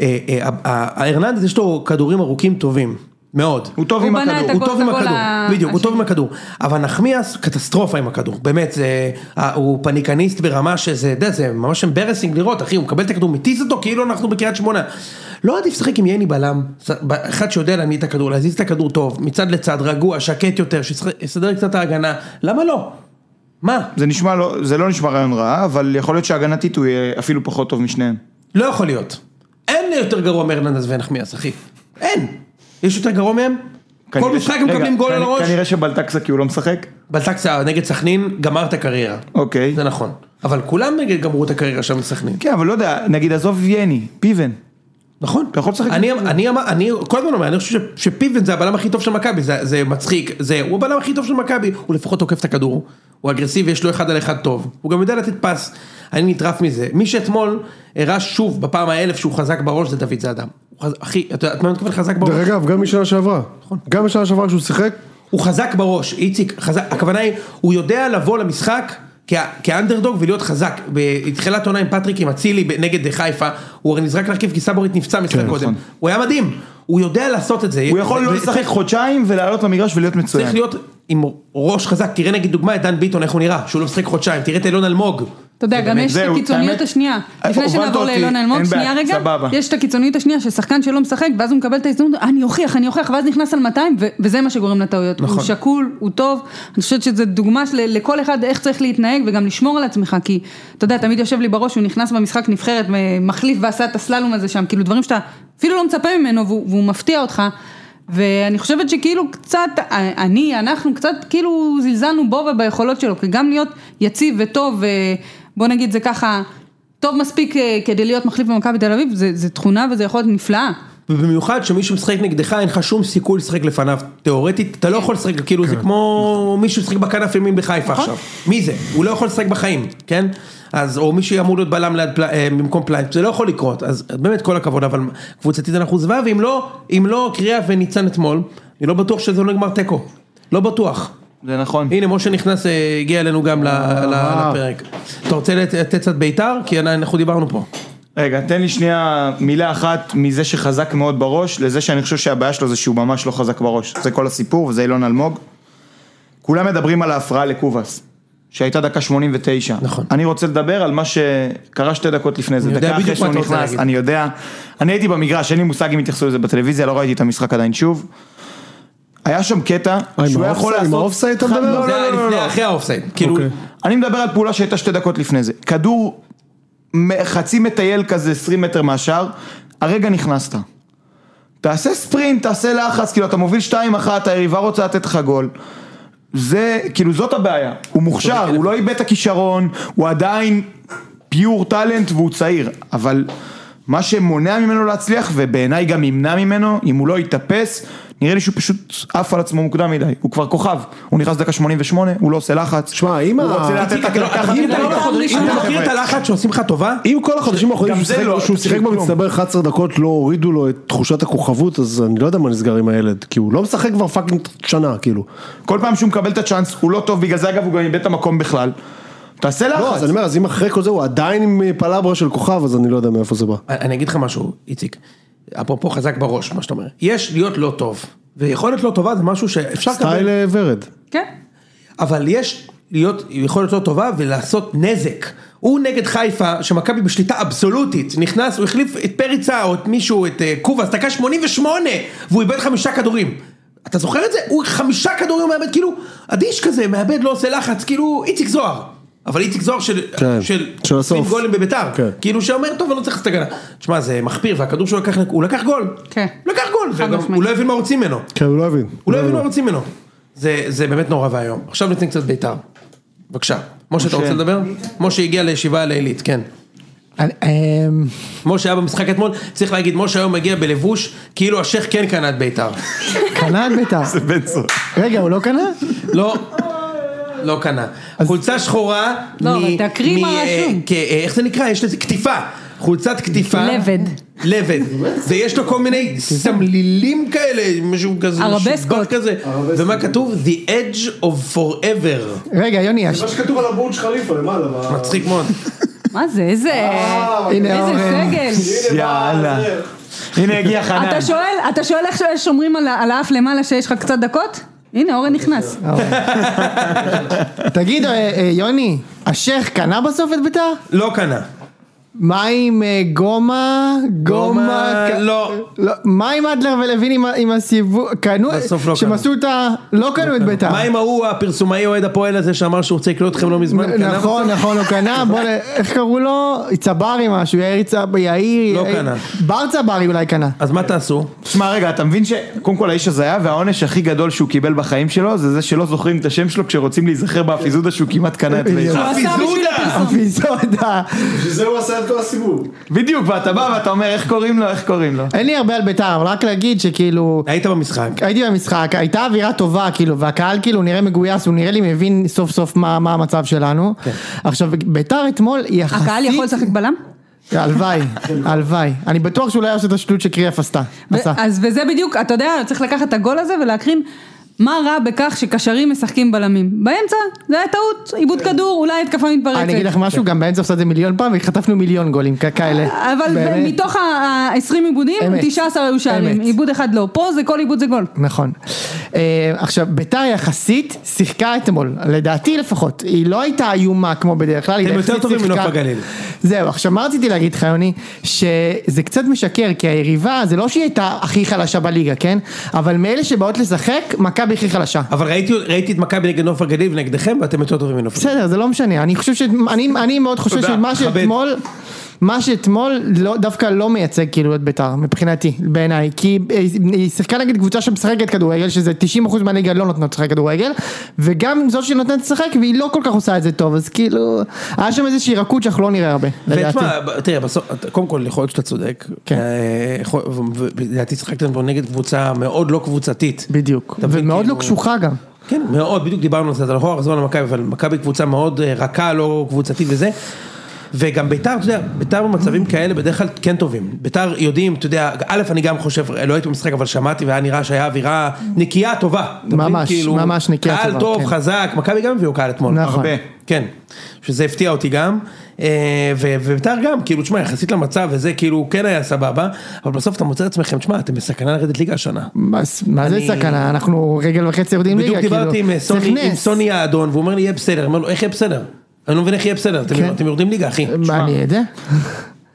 S1: אה, אה, ה- ה- הרננדז יש לו כדורים ארוכים טובים, מאוד.
S5: הוא טוב
S3: הוא
S5: עם
S3: בנה
S5: הכדור.
S3: את
S1: הוא טוב עם
S3: הגול
S1: הכדור,
S3: ה-
S1: בדיוק, הוא
S3: השני.
S1: טוב עם הכדור, אבל נחמיאס קטסטרופה עם הכדור, באמת, זה, ה- הוא פניקניסט ברמה שזה, אתה יודע, זה ממש אמברסינג לראות, אחי, הוא מקבל את הכדור, מטיס אותו כאילו אנחנו בקריית שמונה. לא עדיף לשחק עם יני בלם, ס- ב- אחד שיודע להניע את הכדור, להזיז את הכדור טוב, מצד לצד, רגוע, שקט יותר, שיסדר קצת ההגנה, למה לא? מה?
S5: זה נשמע לא, זה לא נשמע רעיון רע, אבל יכול להיות שהגנתית הוא יהיה אפילו פחות טוב משניהם.
S1: לא יכול להיות. אין יותר גרוע מהרננדז ונחמיאס, אחי. אין. יש יותר גרוע מהם? כל
S5: כנראה
S1: משחק
S5: ש-
S1: הם
S5: רגע,
S1: מקבלים גול על
S5: כנ-
S1: הראש.
S5: כנראה שבלטקסה כי הוא לא משחק.
S1: בלטקסה נגד סכנין, גמר את הקריירה.
S5: אוקיי.
S1: זה נכון. אבל כולם נגד גמרו את הקריירה שם בסכנין.
S5: כן, אבל לא יודע, נגיד עזוב ויאני, פיבן.
S1: נכון.
S5: אתה יכול לשחק
S1: אני, אני, אמר- אני כל הזמן אומר, אני חושב ש- שפיבן זה הבלם הכי טוב של מכבי, זה, זה מצחיק, זה, הוא הבלם הכי טוב של מכבי, הוא לפחות תוקף את הכדור, הוא אגרסיבי, יש לו אחד על אחד טוב, הוא גם יודע לתת פס, אני נטרף מזה. מי שאתמול הראה שוב בפעם האלף שהוא חזק בראש זה דוד זאדם. הוא חז- אחי, אתה יודע, אתה לא מתכוון חזק בראש?
S2: דרך אגב, גם משנה שעברה.
S5: נכון.
S2: גם משנה שעברה כשהוא שיחק,
S1: הוא חזק בראש, איציק, חזק, הכוונה היא, הוא יודע לבוא למשחק כ- כאנדרדוג ולהיות חזק. בתחילת עונה עם פטריק, עם אצילי ב- נגד חיפה, הוא הרי נזרק להרכיב כי סבורית נפצע משחק
S5: כן,
S1: קודם.
S5: נכון.
S1: הוא היה מדהים, הוא יודע לעשות את כן, זה.
S5: הוא יכול לא
S1: ו-
S5: לשחק חודשיים ולעלות למגרש ולהיות מצוין.
S1: צריך להיות עם ראש חזק, תראה נגיד דוגמא את דן ביטון איך הוא נראה, שהוא לא משחק חודשיים, תראה את אילון אלמוג.
S3: אתה יודע, גם
S1: באמת,
S3: יש את
S5: זהו,
S3: הקיצוניות
S5: האמת-
S3: השנייה.
S5: אה,
S3: לפני
S5: הובנת
S3: שנעבור
S5: אותי,
S3: לאילון אלמוג,
S5: אין בעיה,
S3: שנייה רגע,
S5: סבבה.
S3: יש את הקיצוניות השנייה ששחקן שלא משחק, ואז הוא מקבל את ההזדמנות, אני אוכיח, אני אוכיח, ואז נכנס על 200, ו- וזה מה שגורם לטעויות. הוא שקול, הוא טוב, אני חושבת שזו דוגמה של- לכל אחד איך צריך להתנהג וגם לשמור על עצמך, כי אתה יודע, תמיד יושב לי בראש, הוא נכנס במשחק נבחרת, אה, מחליף ועשה את הסללום הזה שם, כאילו דברים שאתה אפילו לא מצפה ממנו והוא והוא מפתיע אותך. ואני חושבת שכאילו קצת, אה, אני, אנחנו קצת כאילו זלזלנו בו וביכולות שלו, כי גם להיות יציב וטוב, ובוא נגיד זה ככה, טוב מספיק אה, כדי להיות מחליף במכבי תל אביב, זה, זה תכונה וזה יכולת נפלאה.
S1: ובמיוחד שמישהו משחק נגדך, אין לך שום סיכוי לשחק לפניו. תיאורטית, אתה לא יכול לשחק, כאילו
S5: כן.
S1: זה כמו מישהו ששחק בכנף ימין בחיפה עכשיו. מי זה? הוא לא יכול לשחק בחיים, כן? אז, או מישהו אמור להיות בלם ליד פל- אה, במקום פלייפ, זה לא יכול לקרות. אז באמת כל הכבוד, אבל קבוצתית אנחנו זוועה, ואם לא, אם לא קריאה וניצן אתמול, אני לא בטוח שזה לא נגמר תיקו. לא בטוח.
S5: זה נכון.
S1: הנה, משה נכנס, אה, הגיע אלינו גם ל-
S5: אה.
S1: ל- לפרק. אתה רוצה לת- לתת קצת בית"ר? כי אנחנו דיברנו פה.
S5: רגע, תן לי שנייה מילה אחת מזה שחזק מאוד בראש, לזה שאני חושב שהבעיה שלו זה שהוא ממש לא חזק בראש. זה כל הסיפור, וזה אילון אלמוג. כולם מדברים על ההפרעה לקובאס, שהייתה דקה 89.
S1: נכון.
S5: אני רוצה לדבר על מה שקרה שתי דקות לפני זה.
S1: אני יודע
S5: דקה אחרי
S1: בדיוק מה
S5: שהוא
S1: אתה רוצה
S5: נכנס,
S1: להגיד.
S5: אני יודע. אני הייתי במגרש, אין לי מושג אם התייחסו לזה בטלוויזיה, לא ראיתי את המשחק עדיין שוב. היה שם קטע
S1: אה,
S4: עם
S5: שהוא היה יכול
S4: האופסייד- עם
S5: לעשות...
S4: האופסייד אתה מדבר?
S5: לא,
S1: זה
S5: לא,
S1: היה
S5: לא, לא,
S1: לפני,
S5: לא.
S1: אחרי האופסייד. כאילו,
S4: אוקיי.
S5: אני מדבר על פעולה שהייתה שתי דקות לפני זה. כדור מ- חצי מטייל כזה 20 מטר מהשאר, הרגע נכנסת. תעשה ספרינט, תעשה לחץ, כאילו אתה מוביל 2-1, היריבה רוצה לתת לך גול. זה, כאילו זאת הבעיה. הוא מוכשר, הוא לא איבד את הכישרון, הוא עדיין פיור טאלנט והוא צעיר, אבל מה שמונע ממנו להצליח, ובעיניי גם ימנע ממנו, אם הוא לא יתאפס, נראה לי שהוא פשוט עף על עצמו מוקדם מדי, הוא כבר כוכב, הוא נכנס דקה 88, הוא לא עושה לחץ.
S4: שמע, אם
S5: הוא
S4: ה-
S5: רוצה לתת את
S1: אתה לא- אתה
S5: הכ-
S1: מכיר את
S5: את
S3: לא
S1: הלחץ-
S5: הכ-
S3: פעם ראשונה.
S1: אתה מכיר את הלחץ שעושים לך טובה?
S4: אם כל החודשים האחרונים
S5: גם
S4: שהוא
S5: זה
S4: שיחק-
S5: לא-
S4: שהוא שיחק
S5: כלום.
S4: במצטבר 11 דקות לא הורידו לו את תחושת הכוכבות, אז אני לא יודע מה נסגר עם הילד, כי הוא לא משחק כבר פאקינג שנה, כאילו.
S5: כל פעם שהוא מקבל את הצ'אנס, הוא לא טוב, בגלל זה אגב הוא גם איבד את המקום בכלל. תעשה
S4: לא, אז
S5: לחץ.
S4: אני אומר, אז אם אחרי כל זה הוא עדיין עם אה, פלברה של כוכב, אז אני לא יודע מאיפה זה בא.
S1: אני- אני אגיד לך משהו, איציק, אפרופו חזק בראש, מה שאתה אומר. יש להיות לא טוב, ויכולת לא טובה זה משהו שאפשר
S4: סטייל
S1: לקבל,
S4: אה, ורד.
S3: כן.
S1: אבל יש להיות יכולת לא טובה ולעשות נזק. הוא נגד חיפה, שמכבי בשליטה אבסולוטית, נכנס, הוא החליף את פריצה או את מישהו, את אה, קובאס, דקה 88, והוא איבד חמישה כדורים. אתה זוכר את זה? הוא חמישה כדורים הוא מאבד, כאילו, אדיש כזה, מאבד, לא עושה לחץ, כאילו, איציק זוהר. אבל איציק זוהר של...
S4: כן, של הסוף.
S1: עשרים גולים בביתר.
S4: כן.
S1: כאילו שאומר, טוב, אני לא צריך לעשות הגנה. תשמע, זה מחפיר, והכדור שהוא לקח, הוא לקח גול.
S3: כן.
S1: לקח גול, וגם
S3: משמעית.
S1: הוא לא הבין מה רוצים ממנו.
S4: כן, הוא לא הבין.
S1: הוא לא
S5: אה.
S1: הבין מה רוצים ממנו. זה, זה באמת נורא ואיום. עכשיו ניתן קצת בית"ר. בבקשה. משה, אתה
S5: משה.
S1: רוצה לדבר? משה הגיע לישיבה הלילית, כן.
S6: אני- אמ,
S1: משה היה במשחק אתמול, צריך להגיד, משה היום מגיע בלבוש, כאילו השייח כן קנה את בית"ר.
S6: קנה את בית"ר. רגע, הוא לא קנה?
S1: לא, לא קנה. חולצה שחורה.
S3: לא,
S1: מ-
S3: אבל תקריא מה
S1: מ- אה,
S3: רשום.
S1: כ- אה, איך זה נקרא? יש לזה קטיפה. חולצת קטיפה.
S3: לבד.
S1: לבד. ויש לו כל מיני סמלילים כאלה, משהו כזה.
S3: ערבסקות.
S1: משובח כזה. ומה כתוב? The edge of forever.
S6: רגע, יוני, הש-
S2: מה שכתוב על הבורג' חליפה למעלה. ב-
S1: מצחיק מאוד.
S3: מה זה, איזה,
S6: אה, הנה
S3: איזה
S6: אורן.
S3: סגל.
S4: é
S5: יאללה.
S4: né?
S5: הנה הגיע חנן.
S3: אתה שואל, אתה שואל איך שומרים על ה- על האף למעלה שיש לך קצת דקות? הנה אורן נכנס.
S6: אה, תגיד, אה, אה, יוני, השייח קנה בסוף את בית"ר?
S1: לא קנה.
S6: מה עם אה, גומה? גומה... ק-
S1: לא.
S6: לא, מה עם אדלר ולוין עם ה- עם הסיבוב? קנו...
S1: בסוף לא
S6: שהם
S1: קנו.
S6: עשו את ה... לא קנו את בית"ר.
S1: מה עם ההוא הפרסומאי אוהד הפועל הזה שאמר שהוא רוצה לקלוט אתכם לא מזמן?
S6: נ-
S1: קנה?
S6: נכון, נכון, הוא קנה, בוא, נ- איך קראו לו? צברי משהו, יאיר צברי, יאיר,
S1: לא
S6: יאיר-
S1: קנה.
S6: בר צברי אולי קנה.
S1: אז מה תעשו?
S5: תשמע רגע, אתה מבין שקודם כל האיש הזיה והעונש הכי גדול שהוא קיבל בחיים שלו זה זה שלא זוכרים את השם שלו כשרוצים להיזכר באפיזודה שהוא כמעט קנה את בית"ר.
S3: הוא עשה בשביל הפרסום.
S6: אפיזודה.
S2: בשביל זה הוא עשה את כל הסיבוב.
S5: בדיוק, ואתה בא ואתה אומר איך קוראים לו, איך קוראים לו.
S6: אין לי הרבה על בית"ר, אבל רק להגיד שכאילו...
S1: היית במשחק.
S6: הייתי במשחק, הייתה אווירה טובה כאילו, והקהל כאילו נראה מגויס, הוא נראה לי מבין סוף סוף מה, מה המצב שלנו. עכשיו, ביתר אתמול היא יחסית...
S3: הקהל יכול לשחק בלם?
S6: הלוואי, הלוואי. אני בטוח שהוא לא היה עושה את השטות שקריאף עשתה.
S3: ו-
S6: עשה.
S3: אז וזה בדיוק, אתה יודע, צריך לקחת את הגול הזה ולהקרין מה רע בכך שקשרים משחקים בלמים. באמצע, זה היה טעות, עיבוד כדור, אולי התקפה מתפרצת.
S6: כן. אני אגיד לך משהו, גם באמצע עושה את זה מיליון פעם, וחטפנו מיליון גולים כ- כאלה.
S3: אבל
S6: באמת.
S3: מתוך ה-20 עיבודים,
S6: אמת.
S3: 19 היו שערים,
S6: אמת.
S3: עיבוד אחד לא. פה זה כל עיבוד זה גול.
S6: נכון. אה, עכשיו, ביתר יחסית שיחקה אתמול, לדעתי לפחות. היא לא הייתה איומה כמו בדרך כלל, היא
S1: אתם
S6: יחסית
S1: יותר טובים
S6: שיחקה-
S1: מנוף הגליל.
S6: זהו, עכשיו מה רציתי להגיד לך יוני, שזה קצת משקר, כי היריבה זה לא שהיא הייתה הכי חלשה בליגה, כן? אבל מאלה שבאות לשחק, מכבי הכי חלשה.
S1: אבל ראיתי- ראיתי את מכבי נגד נוף הגליל ונגדכם ואתם יותר טובים מנוף הגליל.
S6: בסדר, זה לא משנה, אני חושב ש... אני, אני מאוד חושב
S1: תודה,
S6: שמה
S1: מכבד.
S6: שאתמול... מה שאתמול לא, דווקא לא מייצג כאילו את בית"ר, מבחינתי, בעיניי, כי אה, היא שיחקה נגד קבוצה שמשחקת כדורגל, שזה 90% מהליגה לא נותנות לשחק כדורגל, וגם זאת שנותנת לשחק והיא לא כל כך עושה את זה טוב, אז כאילו, היה שם איזושהי רכות שאנחנו לא נראה הרבה, לדעתי.
S1: ותשמע, ב- תראה, בסוף, אתה- קודם כל, יכול להיות שאתה צודק.
S6: כן.
S1: אה, יכול- ו- ו- לדעתי שחקתם פה נגד קבוצה מאוד לא קבוצתית.
S6: בדיוק,
S1: אתה מבין,
S6: ומאוד לא
S1: כאילו-
S6: קשוחה גם.
S1: כן, מאוד, בדיוק דיברנו על זה, אתה לא יכול לחזור למכבי, אבל מכבי קבוצה מאוד אה, רכה, לא קבוצתית וזה. וגם ביתר, אתה יודע, ביתר במצבים כאלה בדרך כלל כן טובים. ביתר יודעים, אתה יודע, א', אני גם חושב, לא הייתי במשחק, אבל שמעתי והיה נראה שהיה אווירה נקייה טובה. אתה מבין? כאילו,
S6: ממש, ממש נקייה
S1: קהל
S6: טובה,
S1: טוב,
S6: כן.
S1: חזק, מכבי גם הביאו קהל אתמול.
S6: נכון. הרבה.
S1: כן, שזה הפתיע אותי גם, אה, ו- וביתר גם, כאילו, תשמע, יחסית למצב וזה, כאילו, כן היה סבבה, אבל בסוף אתה מוצא את עצמכם, תשמע, אתם בסכנה לרדת ליגה השנה.
S6: מה- מה זה
S1: אני-
S6: סכנה? אנחנו רגל וחצי יורדים ליגה,
S1: בדיוק
S6: כאילו.
S1: דיברתי עם אה,
S6: צריך
S1: סוני, עם
S6: נס.
S1: סוני האדון, והוא אומר לי יהיה בסדר, אני אומר לו איך יהיה בסדר? אני לא מבין איך יהיה בסדר, אתם-
S6: כן.
S1: אתם יורדים ליגה אחי.
S6: מה אני יודע?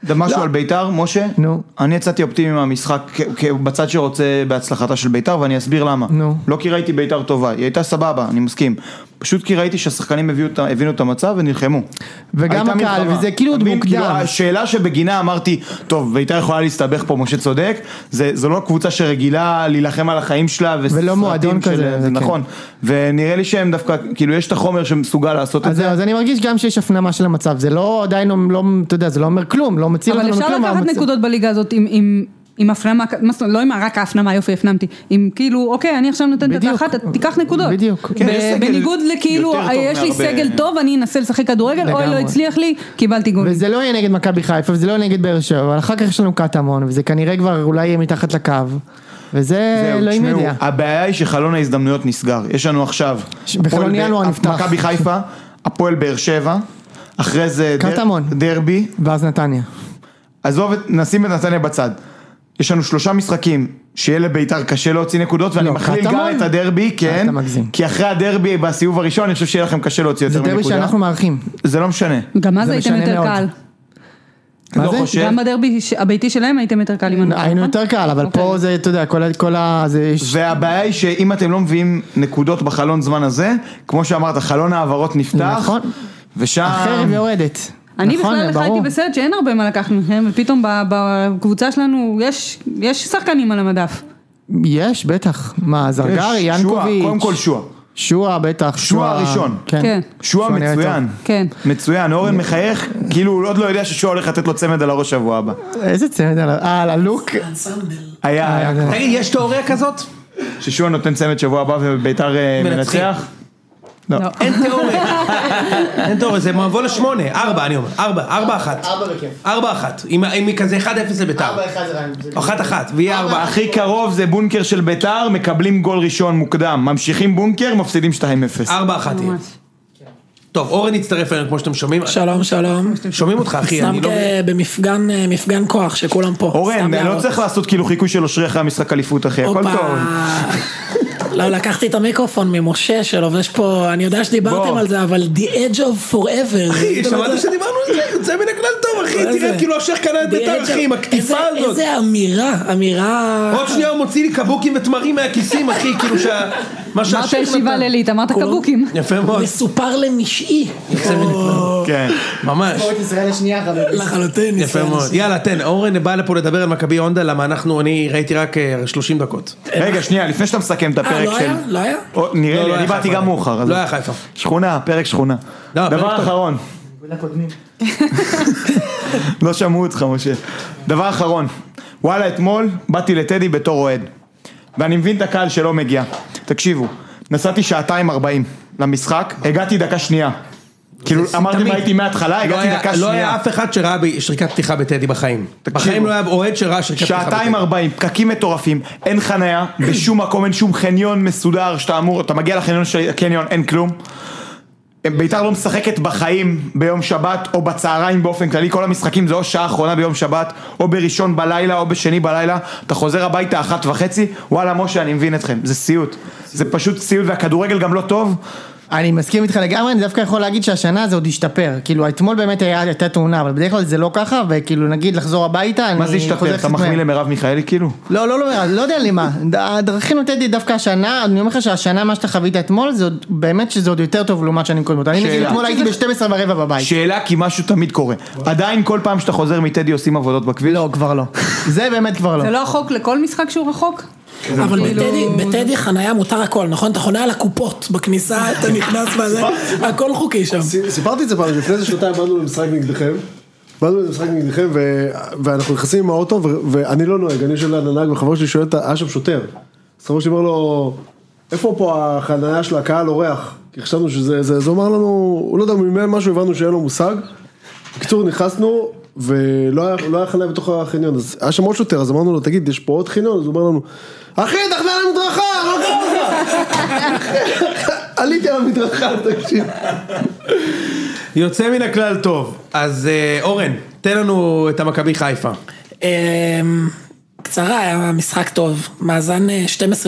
S4: לא.
S5: משהו על ביתר, משה?
S6: נו.
S5: אני יצאתי אופטימי מהמשחק כ- כ- בצד שרוצה בהצלחתה של ביתר, ואני אסביר למה.
S6: נו.
S5: לא כי ראיתי ביתר טובה, היא הייתה סבבה, אני מסכים. פשוט כי ראיתי שהשחקנים הביאו את ה- הבינו את המצב ונלחמו.
S6: וגם
S5: הייתה
S6: הקהל,
S5: מלחמה.
S6: וזה כאילו עוד
S5: אתה מבין?
S6: מוקדם.
S5: כאילו,
S1: אה,
S5: השאלה שבגינה אמרתי, טוב, ביתר יכולה להסתבך פה, משה צודק, זה- זו לא קבוצה שרגילה להילחם על החיים שלה, וסרטים
S6: ולא מועדון
S5: של-
S6: כזה,
S5: זה
S6: כן.
S5: נכון. ונראה לי שהם דווקא, כאילו, יש את החומר שמסוגל לעשות את
S6: אז
S5: זה.
S6: זהו, אז אני מרגיש גם שיש הפנמה של המצב, זה לא עדיין, לא, אתה יודע, זה לא אומר כלום, לא מציל
S3: אבל
S6: אותנו מכלום.
S3: אפשר לקחת
S6: המצב.
S3: נקודות בליגה הזאת עם- עם... עם הפנמה, מה זאת אומרת, לא עם רק ההפנמה, יופי, הפנמתי. עם כאילו, אוקיי, אני עכשיו נותנת את
S6: בדיוק.
S3: האחת, אתה תיקח נקודות.
S6: בדיוק.
S5: כן, יש
S3: ב-
S5: סגל
S3: בניגוד לכאילו,
S5: יותר טוב
S3: יש לי
S5: מהרבה-
S3: סגל טוב, אני אנסה לשחק כדורגל, אוי, לא
S6: לגמרי.
S3: הצליח לי, קיבלתי גול.
S6: וזה לא יהיה נגד מכבי חיפה, וזה לא יהיה נגד באר שבע, אבל אחר כך יש לנו קטמון, וזה כנראה כבר אולי יהיה מתחת לקו, וזה
S5: זהו,
S6: אלוהים
S5: תשמעו,
S6: יודע.
S5: הבעיה היא שחלון ההזדמנויות נסגר, יש לנו עכשיו,
S6: ש- בחלון
S5: הפועל ב-
S6: ינואר נפתח.
S5: מכבי חיפה, הפועל באר שבע, אחרי זה דר-
S6: קטמון.
S5: דרבי,
S6: ואז נתניה.
S5: עזוב, את- נשים את נתניה בצד. יש לנו שלושה משחקים שיהיה לביתר קשה להוציא נקודות, ואני
S6: לא,
S5: מכליל
S6: קטמון.
S5: גם את הדרבי, כן,
S6: אתה מגזים.
S5: כי אחרי הדרבי בסיבוב הראשון אני חושב שיהיה לכם קשה להוציא
S6: זה
S5: יותר
S6: דרבי
S5: מנקודה.
S6: שאנחנו מארחים.
S5: זה לא משנה.
S3: גם אז
S6: זה
S3: הייתם
S6: משנה
S3: יותר
S6: מאוד.
S3: קל.
S6: מה
S5: לא
S6: זה?
S5: חושב.
S3: גם בדרבי ש- הביתי שלהם הייתם יותר קל עם הנוער,
S6: היינו
S3: נכון?
S6: יותר קל, אבל
S3: אוקיי.
S6: פה זה, אתה יודע, כל ה- כל ה... זה... ש-
S5: והבעיה היא שאם אתם לא מביאים נקודות בחלון זמן הזה, כמו שאמרת, חלון ההעברות נפתח,
S6: נכון.
S5: ושם...
S6: החרב יורדת.
S3: אה, אני
S6: נכון,
S3: בכלל
S6: ברור.
S3: חייתי בסרט שאין הרבה מה לקחת מכם, ופתאום ב- בקבוצה שלנו יש- יש שחקנים על המדף.
S6: יש, בטח. מה, זרגרי,
S5: יש שועה,
S6: אה, ינקוביץ'.
S5: קודם כל שועה.
S6: שועה, בטח.
S5: שועה הראשון.
S3: כן.
S5: שועה
S6: שועה נראה
S5: מצוין.
S6: טוב.
S3: כן.
S5: מצוין, אורן מחייך, כאילו הוא עוד לא יודע ששועה הולך לתת לו צמד על הראש שבוע הבא.
S6: איזה צמד על ה... אה, על הלוק. אה,
S5: היה, היה כבר.
S1: תגיד, יש תיאוריה כזאת?
S5: ששועה נותן צמד שבוע הבא וביתר אה,
S1: מנצחים.
S5: מנצח?
S3: לא.
S1: אין תיאוריה. אין תיאוריה, זה מבוא לשמונה, ארבע אני אומר, ארבע, ארבע אחת.
S6: ארבע בכיף.
S1: ארבע אחת, אם אם היא כזה 1-0 לביתר. אחת אחת, ויהיה ארבע.
S5: הכי קרוב זה בונקר של ביתר, מקבלים גול ראשון מוקדם, ממשיכים בונקר, מפסידים 2-0.
S1: ארבע אחת יהיה.
S3: ממש.
S1: טוב, אורן יצטרף אלינו כמו שאתם שומעים.
S7: שלום, שלום.
S1: שומעים אותך אחי,
S7: סתם
S1: אני לא...
S7: כ- במפגן אה, מפגן כוח שכולם פה.
S5: אורן,
S7: סתם
S5: אני לא
S7: להראות.
S5: צריך לעשות כאילו חיקוי של אושרי אחרי המשחק אליפות אחי, הכל
S7: הופה.
S5: טוב.
S7: לא, לקחתי את המיקרופון ממשה שלו, ויש פה, אני יודע שדיברתם
S5: בוא.
S7: על זה, אבל the edge of forever.
S1: אחי, שמעת שדיברנו על זה? יוצא מן הכלל טוב אחי,
S7: מה
S1: תראה
S7: זה?
S1: כאילו השייח קנה את
S7: The
S1: ביתר
S7: edge
S1: אחי, עם
S7: of-
S1: הקטיפה
S7: איזה-
S1: הזאת. אוקיי,
S7: איזה אמירה, אמירה...
S1: עוד שנייה הוא מוציא לי קבוקים ותמרים מהכיסים, אחי, כאילו שה... מה
S3: אמרת
S1: שהשייח
S3: ישיבה
S1: נתן.
S3: לילית, אמרת
S7: כולו-
S3: קבוקים.
S1: יפה מאוד,
S7: מסופר למשעי.
S1: יוצא מן הכלל.
S5: כן.
S1: ממש. יפה
S7: לחלוטין. ניסיון.
S1: מאוד. יאללה, תן, אורן בא לפה לדבר על מכבי הונדה, למה אנחנו, אני ראיתי רק אה, 30 דקות.
S5: רגע, שנייה, לפני שאתה מסכם את
S7: אה,
S5: הפרק
S7: לא
S5: של...
S7: היה? לא היה?
S5: או, נראה
S1: לא, לא
S5: לי, אני
S1: היה
S5: באתי
S1: חיפה.
S5: גם מאוחר. אז-
S1: לא היה חיפה.
S5: שכונה, פרק שכונה.
S1: לא, פרק
S5: דבר
S1: טוב.
S5: אחרון. לא שמעו אותך, משה. דבר אחרון. וואלה, אתמול באתי לטדי בתור אוהד. ואני מבין את הקהל שלא מגיע. תקשיבו, נסעתי שעתיים ארבעים למשחק, הגעתי דקה שנייה. כאילו, אמרתם
S1: תמיד.
S5: הייתי מההתחלה,
S1: לא
S5: הגעתי
S1: היה-
S5: דקה
S1: לא היה
S5: שנייה.
S1: אף אחד שראה ב- שריקת פתיחה בטדי בחיים.
S5: תקשיבו.
S1: בחיים לא היה אוהד שראה שריקת פתיחה בטדי.
S5: שעתיים ארבעים, פקקים מטורפים, אין חניה, בשום מקום אין שום חניון מסודר שאתה אמור, אתה מגיע לחניון של הקניון, אין כלום. ביתר לא משחקת בחיים ביום שבת או בצהריים באופן כללי, כל המשחקים זה או שעה אחרונה ביום שבת, או בראשון בלילה או בשני בלילה, אתה חוזר הביתה אחת וחצי, וואלה משה אני מבין אתכם, זה סיוט, זה פשוט סיוט והכדורגל גם לא טוב,
S6: אני מסכים איתך לגמרי, אני דווקא יכול להגיד שהשנה זה עוד השתפר. כאילו, אתמול באמת היה- הייתה תאונה, אבל בדרך כלל זה לא ככה, וכאילו, נגיד לחזור הביתה, אני
S5: מה זה
S6: חוזר
S5: השתפר? אתה
S6: קצת
S5: מחמיא
S6: מהר.
S5: למרב מיכאלי כאילו?
S6: לא, לא, לא, לא יודע למה. הדרכים נותנת לי דווקא השנה, אני אומר לך שהשנה, מה שאתה חווית אתמול, זה עוד, באמת שזה עוד יותר טוב לעומת שנים קודמות. אני נגיד
S5: שאלה.
S6: אתמול הייתי ב-12 ורבע בבית.
S5: שאלה כי משהו תמיד קורה. עדיין כל פעם שאתה חוזר מטדי עושים עבודות בכביש?
S6: לא, כבר לא. זה באמת כבר לא.
S3: זה לא החוק לכל משחק שהוא רחוק?
S1: כן, נכון.
S7: אבל בטדי- בטדי חנייה מותר הכל, נכון? אתה חונה על הקופות בכניסה, אתה נכנס בזה, הכל חוקי שם.
S2: ס- סיפרתי את זה פעם, לפני איזה שנתיים באנו למשחק נגדכם. באנו למשחק נגדכם ו- ואנחנו נכנסים עם האוטו ו- ואני לא נוהג, אני יושב ליד הנהג וחבר שלי שואל, את ה- היה שם שוטר. אז חבר שלי אומר לו, איפה פה החניה של הקהל אורח? כי חשבנו שזה, זה, אז הוא אמר לנו, הוא לא יודע, ממילא משהו הבנו שאין לו מושג. בקיצור נכנסנו ולא היה, לא היה חניה בתוך החניון, אז היה שם עוד שוטר, אז אמרנו לו, תגיד, יש פה עוד חניון? אז הוא אומר לנו, אחי, תחנה על המדרכה, מה קרה לך?" עליתי על המדרכה, תקשיב.
S1: יוצא מן הכלל טוב. אז אה, אורן, תן לנו את המכבי חיפה.
S7: אמ, קצרה, היה משחק טוב. מאזן אה,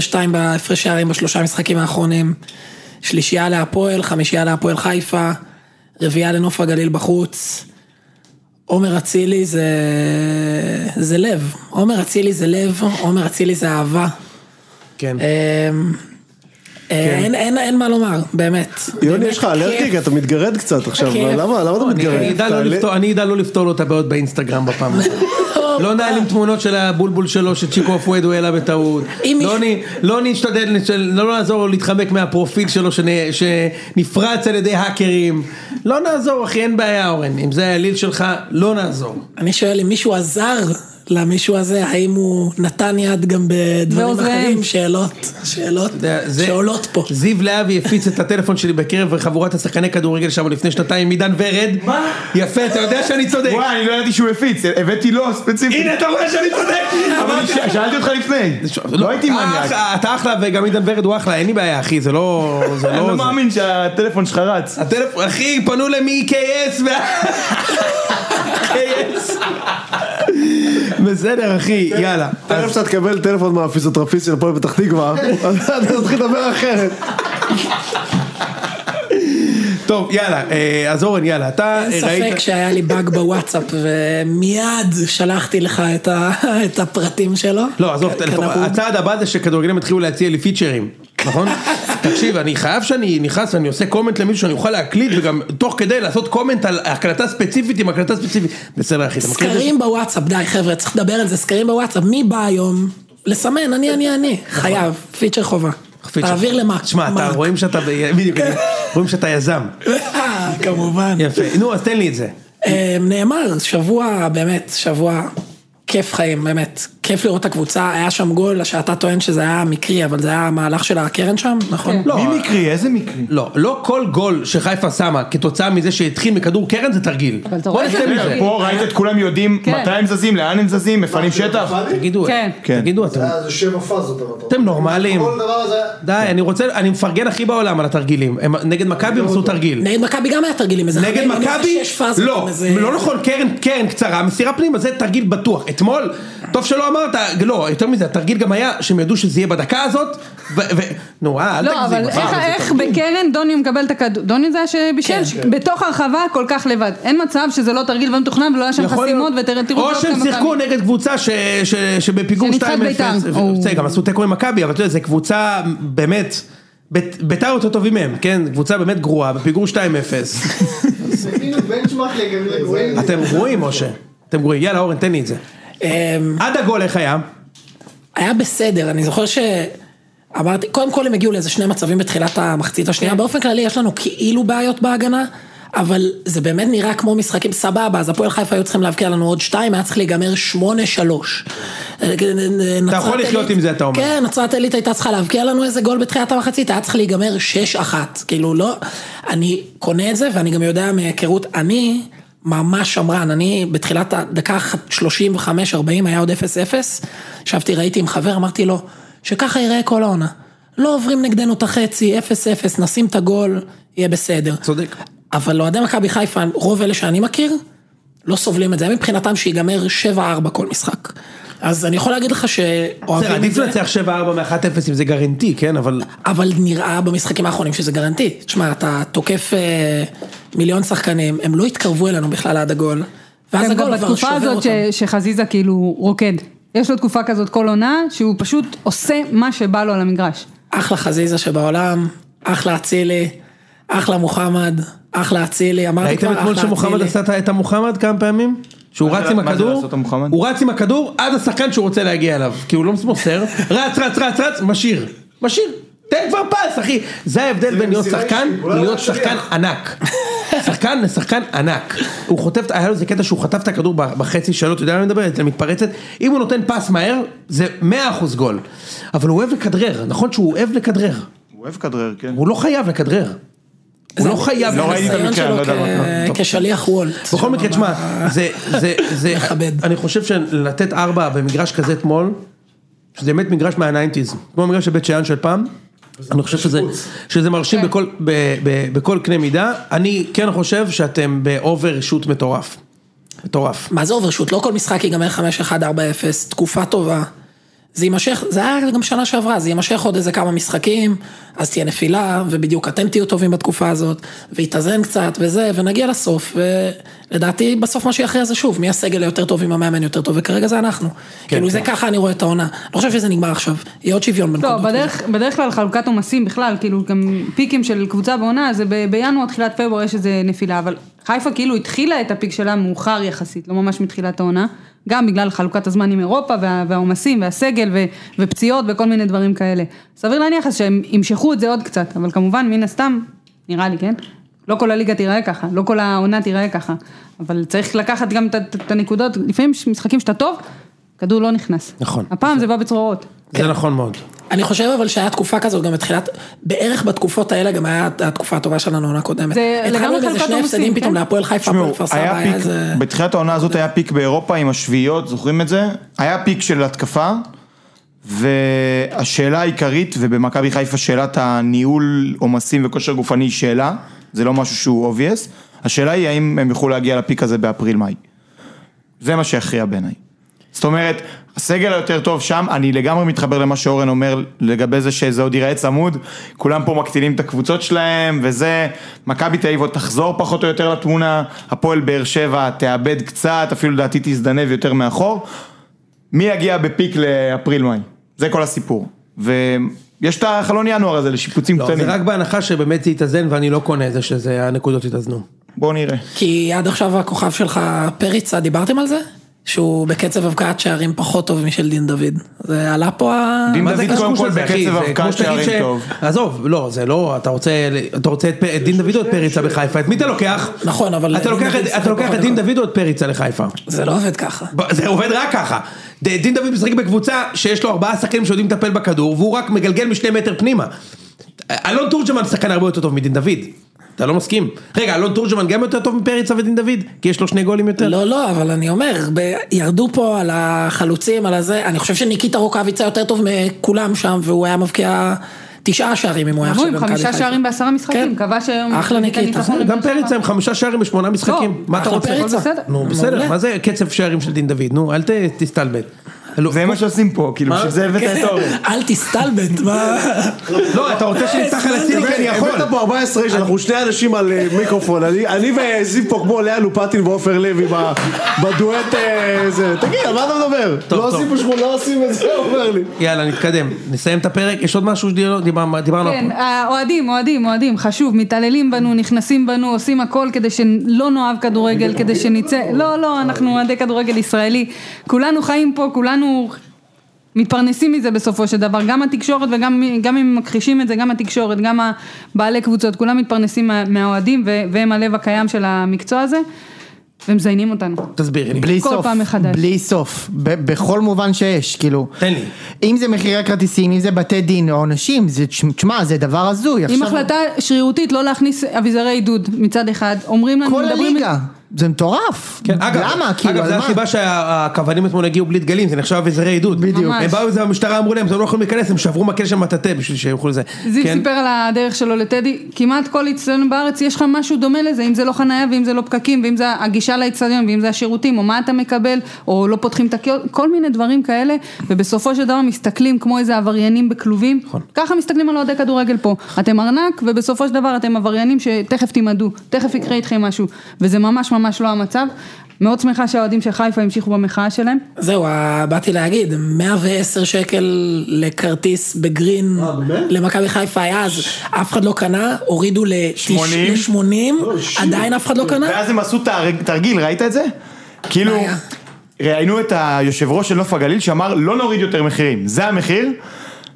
S7: 12-2 בהפרש שערים בשלושה המשחקים האחרונים. שלישייה להפועל, חמישייה להפועל חיפה, רביעייה לנוף הגליל בחוץ. עומר אצילי זה... זה לב. עומר אצילי זה לב, עומר אצילי זה אהבה.
S1: כן.
S7: אמ, אה, אין, אין, אין מה לומר, באמת.
S2: כן. יוני,
S7: באמת,
S2: יש לך אלרגיה, כי אתה מתגרד קצת עכשיו,
S7: כיף.
S2: למה למה אתה מתגרד?
S1: כן. אני אדע לא
S2: תעלה-
S1: לפתור- אני אדע לא לפתור לו את הבעיות באינסטגרם בפעם הבאה. לא נעלים תמונות של הבולבול שלו שצ'יקו אפואד הוא העלה בטעות.
S7: אם
S1: לא
S7: מישהו-
S1: נ- לא נשתדל, נש- לא נעזור לו להתחמק מהפרופיל שלו שנ- שנפרץ על ידי האקרים. לא נעזור אחי, אין בעיה אורן. אם זה האליל שלך, לא נעזור.
S7: אני שואל אם מישהו עזר למישהו הזה, האם הוא נתן יד גם בדברים
S3: ועוזריהם.
S7: אחרים? שאלות, שאלות
S1: זה- זה-
S7: שעולות פה.
S1: זיו להבי הפיץ את הטלפון שלי בקרב חבורת השחקני כדורגל שם לפני שנתיים עם עידן ורד. מה? יפה, אתה יודע שאני צודק.
S5: וואי, אני לא ידעתי שהוא הפיץ, הבאתי לו ספציפית.
S1: הנה, אתה רואה שאני צודק.
S5: אבל ש- שאלתי אותך לפני. לא הייתי
S1: אה,
S5: מניאק.
S1: אחלה, אתה אחלה וגם עידן ורד הוא אחלה, אין לי בעיה אחי, זה לא... זה
S5: אני
S1: לא
S5: לא
S1: זה.
S5: מאמין שהטלפון שלך רץ.
S1: הטלפון, אחי, פנו למ-KS וה... KS. בסדר אחי, יאללה.
S2: תכף שאתה תקבל טלפון מהפיזיותרפיסט של הפועל פתח תקווה, אז אתה תתחיל לדבר אחרת.
S1: טוב, יאללה, אה, אז אורן, יאללה, אתה
S7: אין
S1: ראית...
S7: ספק שהיה לי באג בוואטסאפ ומיד שלחתי לך את ה- את הפרטים שלו.
S1: לא, עזוב,
S7: כ-
S1: טלפון.
S7: כנהוג.
S1: הצעד הבא זה שכדורגלים יתחילו להציע לי פיצ'רים, נכון? תקשיב, אני חייב שאני נכנס ואני עושה קומנט למישהו שאני אוכל להקליט וגם תוך כדי לעשות קומנט על הקלטה ספציפית עם הקלטה ספציפית. בסדר אחי, אתה מכיר את זה?
S7: סקרים בוואטסאפ, די חבר'ה, צריך לדבר על זה, סקרים בוואטסאפ, מי בא היום? לסמן, אני, אני, אני, חייב, פיצ'ר חובה.
S1: נכון. פיצ'ר.
S7: תעביר למה?
S1: שמע, אתה
S7: מרק.
S1: רואים שאתה, ב- בדיוק, רואים שאתה יזם.
S7: כמובן.
S1: יפה. נו, אז תן לי את זה.
S7: אה, נאמר, שבוע, באמת, שבוע כיף חיים, באמת. כיף לראות את הקבוצה, היה שם גול שאתה טוען שזה היה מקרי, אבל זה היה המהלך של הקרן שם, נכון?
S3: כן.
S1: לא,
S5: מי מקרי? איזה מקרי?
S1: לא, לא כל גול שחיפה שמה כתוצאה מזה שהתחיל מכדור קרן זה תרגיל.
S3: אבל אתה
S1: בוא
S3: רואה
S1: נצא
S3: שזה
S1: מזה.
S3: תרגיל.
S5: פה ראית את כולם יודעים
S3: כן.
S5: מתי הם זזים, לאן הם זזים, מפנים שטח.
S1: תגידו,
S3: כן.
S5: כן.
S1: תגידו אתם.
S2: זה שבע פאזות אבל.
S1: אתם נורמלים. כל
S2: דבר כן. הזה...
S1: די, אני רוצה, אני מפרגן הכי בעולם על התרגילים. הם- נגד מכבי הם עשו תרגיל.
S7: נגד מכבי גם היה תרגילים, איזה
S1: נגד
S7: חמש-
S1: מכבי,
S7: איזה שש פאזות,
S1: לא,
S7: איזה-
S1: לא נכון, קרן, קרן קצרה, מסירה פנימה, זה תרגיל בטוח. אתמול, טוב שלא אמרת, לא, יותר מזה, התרגיל גם היה שהם ידעו שזה יהיה בדקה הזאת, ו... ו- נו, אה, אל
S3: לא,
S1: תגזים.
S3: אבל
S1: אחי,
S3: איך-
S1: זה
S3: איך
S1: תרגיל.
S3: בקרן דוני מקבל את הכדור, דוני זה היה
S7: כן,
S3: שבישל, ש- בתוך הרחבה כל כך לבד. אין מצב שזה לא תרגיל ומתוכנן ולא היה שם
S1: יכול להיות.
S3: חסימות ותראו...
S1: או שהם שיחקו נגד קבוצה ש- ש- שבפיגור 2-0.
S3: שניצחה את בית"ר. או.
S1: בסדר, גם עשו תיקו עם מכבי, אבל אתה יודע, זו קבוצה באמת, בית- בית"ר יותר טובים מהם, כן? קבוצה באמת גרועה, בפיגור 2-0.
S3: כאילו
S1: אתם גרועים, משה. אתם גרועים. יאללה, אורן, תן לי את זה.
S7: אמ,
S1: עד הגול איך היה?
S7: היה בסדר, אני זוכר ש... אמרתי, קודם כל הם הגיעו לאיזה שני מצבים בתחילת המחצית השנייה, באופן כללי יש לנו כאילו בעיות בהגנה, אבל זה באמת נראה כמו משחקים סבבה, אז הפועל חיפה היו צריכים להבקיע לנו עוד שתיים, היה צריך להיגמר שמונה שלוש. אה, אתה
S1: יכול לחיות עם זה, אתה אומר.
S7: כן, נצרת עילית הייתה צריכה להבקיע לנו איזה גול בתחילת המחצית, היה צריך להיגמר שש אחת, כאילו לא, אני קונה את זה ואני גם יודע מהיכרות, אני... ממש שמרן, אני בתחילת הדקה 35-40 היה עוד 0-0, ישבתי ראיתי עם חבר, אמרתי לו, שככה ייראה כל העונה. לא עוברים נגדנו את החצי, 0-0, נשים את הגול, יהיה בסדר.
S1: צודק.
S7: אבל אוהדי מכבי חיפה, רוב אלה שאני מכיר, לא סובלים את זה, הם מבחינתם שיגמר 7-4 כל משחק. אז אני יכול להגיד לך
S1: בסדר,
S7: שאוהבים את
S1: עדיף
S7: זה,
S1: לנצח 7-4 מ-1-0 אם זה גרנטי, כן? אבל...
S7: אבל נראה במשחקים האחרונים שזה גרנטי. תשמע, אתה תוקף אה, מיליון שחקנים, הם לא התקרבו אלינו בכלל עד הגול, ואז
S3: הם כן, גם
S7: הגול כבר
S3: בתקופה
S7: שובר
S3: הזאת
S7: אותם.
S3: ש, שחזיזה כאילו רוקד. יש לו תקופה כזאת כל עונה, שהוא פשוט עושה מה שבא לו על המגרש.
S7: אחלה חזיזה שבעולם, אחלה אצילי, אחלה מוחמד, אחלה אצילי, אמרתי
S1: ראיתם
S7: כבר אחלה
S1: אתמול
S7: אצילי.
S1: שמוחמד עשה את ה- את המוחמד כמה פעמים? שהוא
S5: מה
S1: רץ
S5: זה-
S1: עם
S5: מה זה
S1: הכדור,
S5: לעשות את המוחמד?
S1: הוא רץ עם הכדור עד השחקן שהוא רוצה להגיע אליו, כי הוא לא מוסר, רץ, רץ, רץ, רץ, משאיר, משאיר, תן כבר פס, אחי, זה ההבדל בין להיות
S2: מסירה
S1: שחקן
S2: אישית, אולי הוא
S1: להיות
S2: השליח.
S1: שחקן ענק. שחקן לשחקן ענק, הוא חוטף, היה לו איזה קטע שהוא חטף את הכדור ב- בחצי שלו, אתה יודע על מה אני מדבר, אצל מתפרצת, אם הוא נותן פס מהר, זה 100% גול, אבל הוא אוהב לכדרר, נכון שהוא אוהב לכדרר,
S5: הוא אוהב כדרר, כן.
S1: הוא לא חייב לכדרר, הוא לא חייב,
S7: זה
S5: לא ראיתי את
S7: הניסיון
S5: המקרה,
S7: שלו
S5: אני לא יודע מה.
S7: כ-
S1: טוב.
S7: כשליח וולט.
S1: בכל מקרה, תשמע, זה, זה, זה,
S7: מכבד.
S1: אני חושב שלתת ארבע במגרש כזה אתמול, שזה באמת מגרש מהניינטיז, כמו מגרש של בית שאן של פעם, אני חושב שזה, שזה מרשים בכל, ב, ב, בכל קנה מידה, אני כן חושב שאתם באובר שוט מטורף, מטורף.
S7: מה זה אוברשוט? לא כל משחק ייגמר 5-1-4-0, תקופה טובה. זה יימשך, זה היה גם שנה שעברה, זה יימשך עוד איזה כמה משחקים, אז תהיה נפילה, ובדיוק אתם תהיו טובים בתקופה הזאת, ויתאזן קצת וזה, ונגיע לסוף, ולדעתי בסוף מה שיכריע זה שוב, מי הסגל היותר טוב עם המאמן יותר טוב, וכרגע זה אנחנו.
S5: כן,
S7: כאילו זה ככה אני רואה את העונה, אני לא חושב שזה נגמר עכשיו, יהיה עוד שוויון בין
S3: לא,
S7: קבוצות.
S3: בדרך, בדרך כלל חלוקת עומסים בכלל, כאילו גם פיקים של קבוצה בעונה, זה ב, בינואר, תחילת פברואר יש איזה נפילה, אבל חיפה כאילו התחילה את הפיק שלה מאוחר יחסית, לא ממש מתחילת העונה, גם בגלל חלוקת הזמן עם אירופה וה, והעומסים והסגל ו, ופציעות וכל מיני דברים כאלה. סביר להניח אז שהם ימשכו את זה עוד קצת, אבל כמובן מן הסתם, נראה לי, כן? לא כל הליגה תיראה ככה, לא כל העונה תיראה ככה, אבל צריך לקחת גם את- את את הנקודות, לפעמים יש משחקים שאתה טוב, כדור לא נכנס.
S1: נכון.
S3: הפעם זה בא בצרורות.
S1: זה נכון מאוד.
S7: אני חושב אבל שהיה תקופה כזאת גם בתחילת, בערך בתקופות האלה גם היה התקופה הטובה שלנו עונה קודמת.
S3: זה לגמרי
S7: התחלנו עם איזה
S3: חלוקת
S7: שני
S3: עומסים,
S7: הפסדים פתאום
S3: כן.
S7: להפועל חיפה, הפועל
S5: תשמעו,
S7: כפר סבא,
S5: היה
S7: היה
S5: פיק,
S7: איזה...
S5: בתחילת העונה הזאת היה פיק באירופה עם השביעיות, זוכרים את זה? היה פיק של התקפה, והשאלה העיקרית, ובמכבי חיפה שאלת הניהול עומסים וכושר גופני היא שאלה, זה לא משהו שהוא אובייס, השאלה היא האם הם יוכלו להגיע לפיק הזה באפריל-מאי. זה מה שהכריע בעיניי. זאת אומרת, הסגל היותר טוב שם, אני לגמרי מתחבר למה שאורן אומר לגבי זה שזה עוד ייראה צמוד, כולם פה מקטינים את הקבוצות שלהם וזה, מכבי תל אביב עוד תחזור פחות או יותר לתמונה, הפועל באר שבע תאבד קצת, אפילו לדעתי תזדנב יותר מאחור, מי יגיע בפיק לאפריל-מאי? זה כל הסיפור. ויש את החלון ינואר הזה לשיפוצים
S1: לא, זה
S5: קטנים,
S1: רק בהנחה שבאמת זה יתאזן ואני לא קונה את זה שזה, הנקודות יתאזנו.
S5: בואו נראה.
S7: כי עד עכשיו הכוכב שלך, פריצה, דיברתם על זה? שהוא בקצב הבקעת שערים פחות טוב משל דין דוד. זה עלה פה ה...
S5: דין
S1: מה זה
S5: דוד קודם
S1: הקשקוש
S5: כל
S1: הזה, אחי?
S5: בקצב
S1: זה כמו
S5: הבקעת
S1: שתגיד
S5: שערים
S1: ש-
S5: טוב.
S1: עזוב, לא, זה לא, אתה רוצה, אתה רוצה את פ- את דין דוד או את פריצה בחיפה, את מי אתה לוקח?
S7: נכון, אבל
S1: אתה
S7: דין
S1: לוקח
S7: דוד
S1: את-
S7: שיחק
S1: אתה לוקח
S7: פחות
S1: את דין
S7: דקות.
S1: דוד או את פריצה לחיפה?
S7: זה לא עובד ככה.
S1: ב- זה עובד רק ככה. ד- דין דוד משחק בקבוצה שיש לו ארבעה שחקנים שיודעים לטפל בכדור, והוא רק מגלגל משני מטר פנימה. אלון תורג'מן שחקן הרבה יותר טוב מדין דוד. אתה לא מסכים? רגע, אלון תורג'מן גם יותר טוב מפריצה ודין דוד? כי יש לו שני גולים יותר?
S7: לא, לא, אבל אני אומר, ב... ירדו פה על החלוצים, על הזה, אני חושב שניקיטה רוקאביצה יותר טוב מכולם שם, והוא היה מבקיע תשעה שערים אם הוא היה
S3: עברו עם
S7: עכשיו במכבי חיפה.
S3: חמישה שערים בעשרה משחקים,
S7: כן.
S3: כבש היום...
S7: אחלה
S3: את
S7: ניקיטה.
S3: הניצחון
S7: בסדר,
S3: לבאר
S1: גם
S3: שבע.
S1: פריצה עם חמישה שערים בשמונה משחקים. מה אתה
S7: אחלה
S1: רוצה?
S7: פריצה.
S3: הכל לא, בסדר.
S1: נו בסדר,
S7: מעולה.
S1: מה זה קצב שערים של דין דוד? נו, אל ת- תסתלבט. לא,
S5: זה מה שעושים פה, כאילו, בשביל זה הבאת
S1: כן.
S5: את אורן.
S7: אל תסתלבט, מה...
S1: לא, אתה רוצה שנפתח
S3: אה,
S1: על הצילי כי אני יכול.
S2: יכולת פה 14 איש, אנחנו שני אנשים על אה, מיקרופון, אני- אני וזיו פה כמו לאה לופטין ועופר לוי ב- בדואט אה, זה, תגיד, על מה אתה מדבר?
S1: טוב,
S2: לא
S1: טוב.
S2: עושים פה שמונה, לא עושים את זה, הוא אומר לי.
S1: יאללה, נתקדם. נסיים את הפרק. יש עוד משהו שדיברנו? דיברנו- דיברנו על
S3: כן,
S6: לא
S3: האוהדים, אוהדים, אוהדים, חשוב, מתעללים בנו, נכנסים בנו, עושים הכל כדי שלא נאהב כדורגל, כדי שנצא, לא, לא,
S6: אה,
S3: אנחנו אוהדי כדורגל ישראלי, כולנו חיים פה, כולנו מתפרנסים מזה בסופו של דבר, גם התקשורת וגם גם אם מכחישים את זה, גם התקשורת, גם הבעלי קבוצות, כולם מתפרנסים מה- מהאוהדים ו- והם הלב הקיים של המקצוע הזה, ומזיינים אותנו.
S1: תסבירי לי.
S6: בלי
S3: כל
S6: סוף,
S3: פעם מחדש.
S6: בלי סוף, ב- בכל מובן שיש, כאילו.
S1: תן לי.
S6: אם זה מחירי הכרטיסים, אם זה בתי דין או עונשים, זה, תשמע, זה דבר
S3: עם
S6: הזוי. עכשיו-
S3: החלטה שרירותית לא להכניס אביזרי עידוד מצד אחד, אומרים לנו,
S6: כל
S3: מדברים-
S6: הליגה. זה מטורף.
S1: כן, אגב,
S6: למה? כאילו,
S1: אגב,
S6: על
S1: זו
S6: מה?
S1: הסיבה שהכוונים אתמול הגיעו בלי דגלים, זה נחשב אביזרי עידוד.
S3: בדיוק.
S1: הם באו לזה במשטרה, אמרו להם, אתם לא יכולים להיכנס, הם שברו מקל של מטאטא בשביל שיוכלו לזה.
S3: זיו
S1: כן?
S3: סיפר על הדרך שלו לטדי, כמעט כל איצטדיון בארץ יש לך משהו דומה לזה, אם זה לא חניה ואם זה לא פקקים ואם זה הגישה לאיצטדיון ואם זה השירותים או מה אתה מקבל או לא פותחים את הקיוסק, כל מיני דברים כאלה ובסופו של דבר מסתכלים כמו איזה עבריינים בכלובים, ככה מסתכלים על אוהדי כדורגל פה, אתם ארנק ובסופו של דבר אתם עבריינים שתכף תימדו, תכף יקרה איתכם משהו וזה ממש ממש לא המצב, מאוד שמחה שהאוהדים של חיפה המשיכו במחאה שלהם,
S7: זהו, אה, באתי להגיד, 110 שקל לכרטיס בגרין
S1: אה,
S7: למכבי חיפה היה אז, אף אחד לא קנה, הורידו
S5: שמונים.
S7: ל-80, עדיין אף אחד לא קנה.
S5: ואז הם עשו תרג- תרגיל, ראית את זה? כאילו,
S7: מה היה?
S5: ראיינו את היושב ראש של נוף הגליל שאמר לא נוריד יותר מחירים, זה המחיר.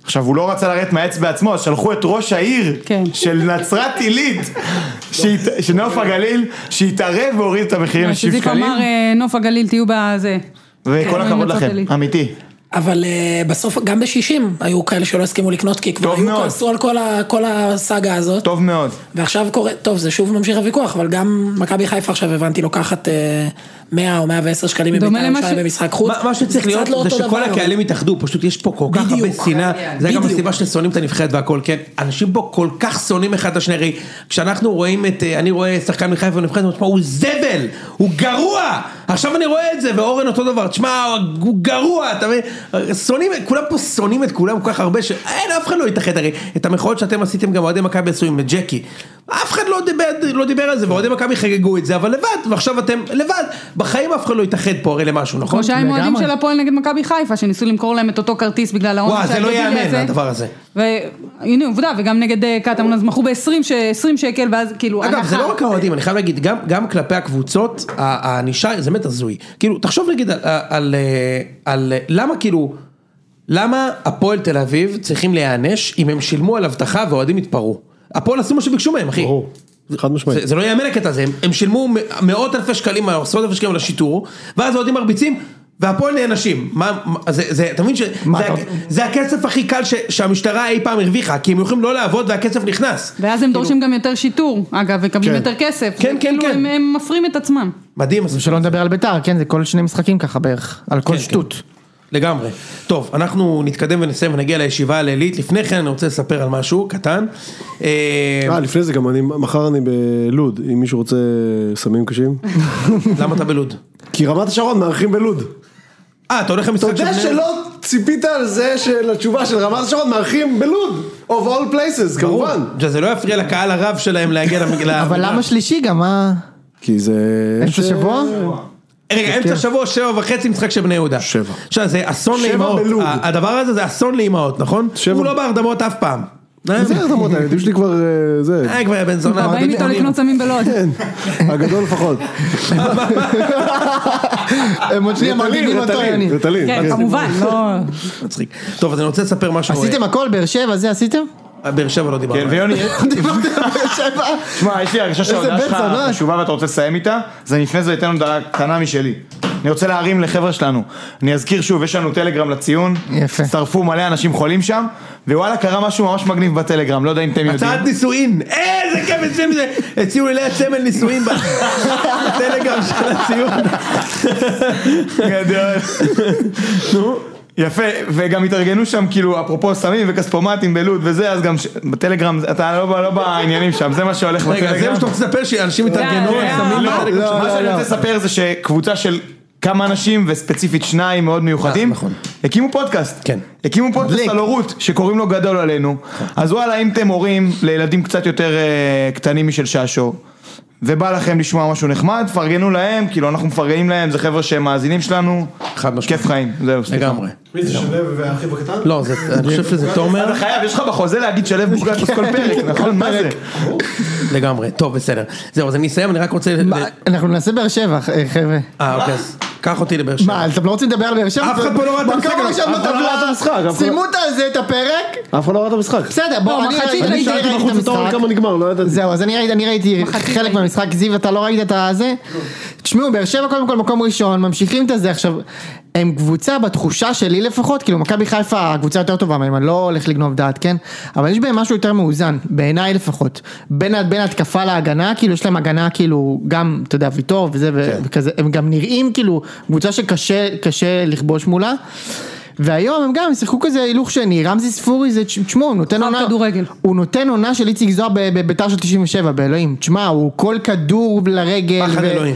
S5: עכשיו הוא לא רצה לרדת מהעץ בעצמו, אז שלחו את ראש העיר
S3: כן.
S5: של נצרת עילית, שהת- של נוף הגליל, שהתערב והוריד את המחירים ל-70
S3: שזיף
S5: שקלים,
S3: אמר "אה, נוף הגליל תהיו בזה,
S5: וכל
S3: כן,
S5: הכבוד
S3: נצרת
S5: לכם,
S3: עילית.
S5: אמיתי.
S7: אבל אה, בסוף, גם ב-60 היו כאלה שלא הסכימו לקנות, כי כבר
S5: טוב
S7: היו
S5: מאוד.
S7: כעסו על כל ה- כל הסאגה הזאת.
S5: טוב מאוד.
S7: ועכשיו קורה, טוב זה שוב ממשיך הוויכוח, אבל גם מכבי חיפה עכשיו הבנתי לוקחת אה, 100 או 110 שקלים
S3: דומה
S7: מבית"ר
S3: למה
S7: ירושלים
S3: ש-
S7: במשחק חוץ.
S1: מה- מה שצריך
S7: קצת
S1: להיות
S7: לא
S1: זה
S7: אותו
S1: שכל
S7: דבר.
S1: הקהלים התאחדו, פשוט יש פה כל כך הרבה
S7: בדיוק.
S1: שנאה, זה גם
S7: בדיוק.
S1: הסיבה ששונאים את הנבחרת והכל, כן, אנשים פה כל כך שונאים אחד את השני, הרי כשאנחנו רואים את, אה, אני רואה שחקן מחיפה בנבחרת, אני אומר, "תשמע, הוא זבל, הוא גרוע, עכשיו אני רואה את זה, ואורן אותו דבר, תשמע, הוא גרוע, אתה מבין, שונאים, כולם פה שונאים את כולם כל כך הרבה, שאין, אף אחד לא יתאחד, הרי את המחאות שאתם עשיתם גם אוהדי מכבי עשו עם ג'קי, אף אחד לא דיבר, לא דיבר על זה, ואוהדי מכבי חגגו את זה, אבל לבד, ועכשיו אתם לבד, בחיים אף אחד לא יתאחד פה הרי למשהו, נכון?
S3: כמו שהיה עם אוהדים
S6: לגמרי.
S3: של הפועל נגד מכבי חיפה, שניסו למכור להם את אותו כרטיס בגלל העונש
S1: וואו, זה לא ייאמן, הדבר הזה.
S3: והנה עובדה, וגם נגד אה, קטמון, אז מכרו ב-20 ש- 20 שקל, ואז כאילו,
S1: אגב, זה
S3: הנחה.
S1: לא רק האוהדים, אני חייב להגיד, גם, גם כלפי הקבוצות, ה- הענישה זה באמת הזוי. כאילו, תחשוב נגיד על, על, על, על למה כאילו, למה הפועל תל אביב צריכים להיענש אם הם שילמו על אבטחה והאוהדים התפרעו? הפועל עשו מה שביקשו מהם, אחי.
S4: ברור, חד משמעית.
S1: זה, זה לא ייאמן הקטע הזה, הם, הם שילמו מ- מאות אלפי שקלים, עשרות אלפי שקלים על השיטור, ואז האוהדים מרביצים, והפועל נענשים. מה, מה- זה, זה, אתה מבין שזה,
S6: אתה-
S1: זה הכסף הכי קל ש, שהמשטרה אי פעם הרוויחה, כי הם יכולים לא לעבוד והכסף נכנס.
S3: ואז הם דורשים גם יותר שיטור, אגב, מקבלים
S4: כן.
S3: יותר כסף.
S1: כאילו- כן, כן,
S3: כאילו,
S1: כן.
S3: הם- הם מפרים את עצמם.
S1: מדהים, אז
S6: שלא נדבר על ביתר, כן? זה כל שני משחקים ככה בערך, על כל
S1: כן,
S6: שטות.
S1: כן. לגמרי. טוב, אנחנו נתקדם ונסיים ונגיע לישיבה הלילית. לפני כן אני רוצה לספר על משהו קטן. אה,
S4: אה, לפני זה גם אני, מחר אני בלוד, אם מישהו רוצה סמים קשים.
S1: למה אתה בלוד?
S4: כי רמת השרון מארחים בלוד.
S1: אה, אתה הולך
S4: אתה
S1: למשחק
S4: יודע
S1: בני-
S4: שלא ציפית על זה של התשובה של רמת השרון מארחים בלוד, of all places,
S1: ברור.
S4: כמובן.
S1: זה לא יפריע לקהל הרב שלהם להגיע למגלה.
S6: אבל למה שלישי גם, מה?
S4: כי זה...
S6: אמצע שבוע?
S1: רגע, אמצע שבוע שבע וחצי משחק של בני יהודה.
S4: שבע.
S1: עכשיו זה אסון
S4: שבע
S1: לאימהות.
S4: בלוד.
S1: ה- הדבר הזה זה אסון לאימהות, נכון?
S4: שבע.
S1: הוא לא בהרדמות אף פעם.
S4: זה הרדמות, הילדים שלי כבר... אה, זה...
S1: אה, כבר בן זונה.
S3: באים איתו לקנות סמים בלוד.
S4: כן, הגדול לפחות.
S6: הם עוד שנייה מרדימים אותו,
S4: רטלין,
S6: יוני.
S4: רטלין.
S3: כן,
S4: כן.
S3: כמובן, לא...
S1: מצחיק. טוב, אז אני רוצה לספר משהו.
S6: עשיתם הכל, באר שבע, זה עשיתם?
S1: אה, באר שבע לא דיברנו.
S5: כן, ויוני,
S6: דיברתם על באר שבע?
S5: תשמע, יש לי הרגשה שההודעה
S6: בן
S5: שלך
S6: זונה.
S5: חשובה ואתה רוצה לסיים איתה, אז אני לפני זה אתן הודעה קטנה משלי. אני רוצה להרים לחבר'ה שלנו. אני אזכיר שוב, יש לנו טלגרם לציון.
S6: יפה.
S5: הצטרפו מלא אנשים חולים שם, ווואלה, קרה משהו ממש מגניב בטלגרם, לא יודע אם אתם יודעים.
S1: הצעת נישואין, אה, איזה כיף אצלנו זה, הציעו לי ליד סמל נישואין בטלגרם של הציון.
S5: גדול. נו. יפה, וגם התארגנו שם כאילו אפרופו סמים וכספומטים בלוד וזה, אז גם ש... בטלגרם אתה לא, ב- לא בעניינים שם, זה מה שהולך בטלגרם.
S1: רגע, אוקיי, זה מה שאתה רוצה לספר שאנשים התארגנו,
S3: די,
S1: הם שמים
S5: לא,
S1: בטלגרם
S5: לא,
S1: שלהם.
S5: מה שאני רוצה לספר זה שקבוצה של כמה אנשים וספציפית שניים מאוד מיוחדים,
S1: נכון.
S5: הקימו פודקאסט,
S1: כן.
S5: הקימו פודקאסט על הורות שקוראים לו גדול עלינו, אז וואלה אם אתם הורים לילדים קצת יותר אה, קטנים משל שעשור. ובא לכם לשמוע משהו נחמד, פרגנו להם, כאילו אנחנו מפרגנים להם, זה חבר'ה שהם מאזינים שלנו,
S1: חד משמעית.
S5: כיף חיים, זהו, סליחה.
S1: לא. לגמרי.
S4: מי זה שלו והאחיו הקטן?
S1: לא, זה- אני חושב שזה תומר,
S5: אתה חייב, יש לך בחוזה להגיד שלו בוגטוס כל פרק, נכון? מה זה?
S1: לגמרי, טוב בסדר. זהו, אז אני אסיים, אני רק רוצה...
S6: מה, אנחנו נעשה באר שבע, אה, חבר'ה.
S1: אה, אוקיי, אז קח אותי לבאר שבע.
S6: מה, אתם לא רוצים לדבר על באר שבע?
S1: אף אחד פה לא ראה את המשחק,
S6: מקום
S1: אבל-
S6: ראשון
S4: אף אחד לא ראה את המשחק, אף
S6: בטבלה,
S4: אחד-
S6: שימו את הזה, את הפרק,
S4: אף אחד לא ראה את המשחק.
S6: בסדר,
S3: לא,
S6: בוא, אני
S3: מחצית
S6: ראיתי-
S3: ראיתי,
S6: אני
S4: שאלתי
S6: ראיתי את
S4: בחוץ את האור
S6: המשחק.
S4: כמה נגמר, לא ידעתי.
S6: זהו, אז אני ראיתי, אני ראיתי
S3: מחצית
S6: חלק
S3: ראיתי.
S6: מהמשחק, זיו, אתה לא ראית את הזה? תשמעו, באר שבע קודם כל מקום ראשון, ממשיכים את הזה עכשיו. הם קבוצה בתחושה שלי לפחות, כאילו מכבי חיפה הקבוצה יותר טובה מהם, אני לא הולך לגנוב דעת, כן? אבל יש בהם משהו יותר מאוזן, בעיניי לפחות. בין, ה- בין ההתקפה להגנה, כאילו יש להם הגנה כאילו גם, אתה יודע, ויטור וזה,
S3: כן.
S6: ו- וכזה, הם גם נראים כאילו קבוצה שקשה קשה לכבוש מולה. והיום הם גם, הם שיחקו כזה הילוך שני, רמזי ספורי זה, תשמעו, הוא נותן
S3: אכל
S6: עונה,
S3: נכון, כדורגל.
S6: הוא נותן עונה של איציק זוהר ב- בביתר של 97, באלוהים, תשמע, הוא כל כדור לרגל,
S1: פחד
S6: ו-
S1: אלוהים.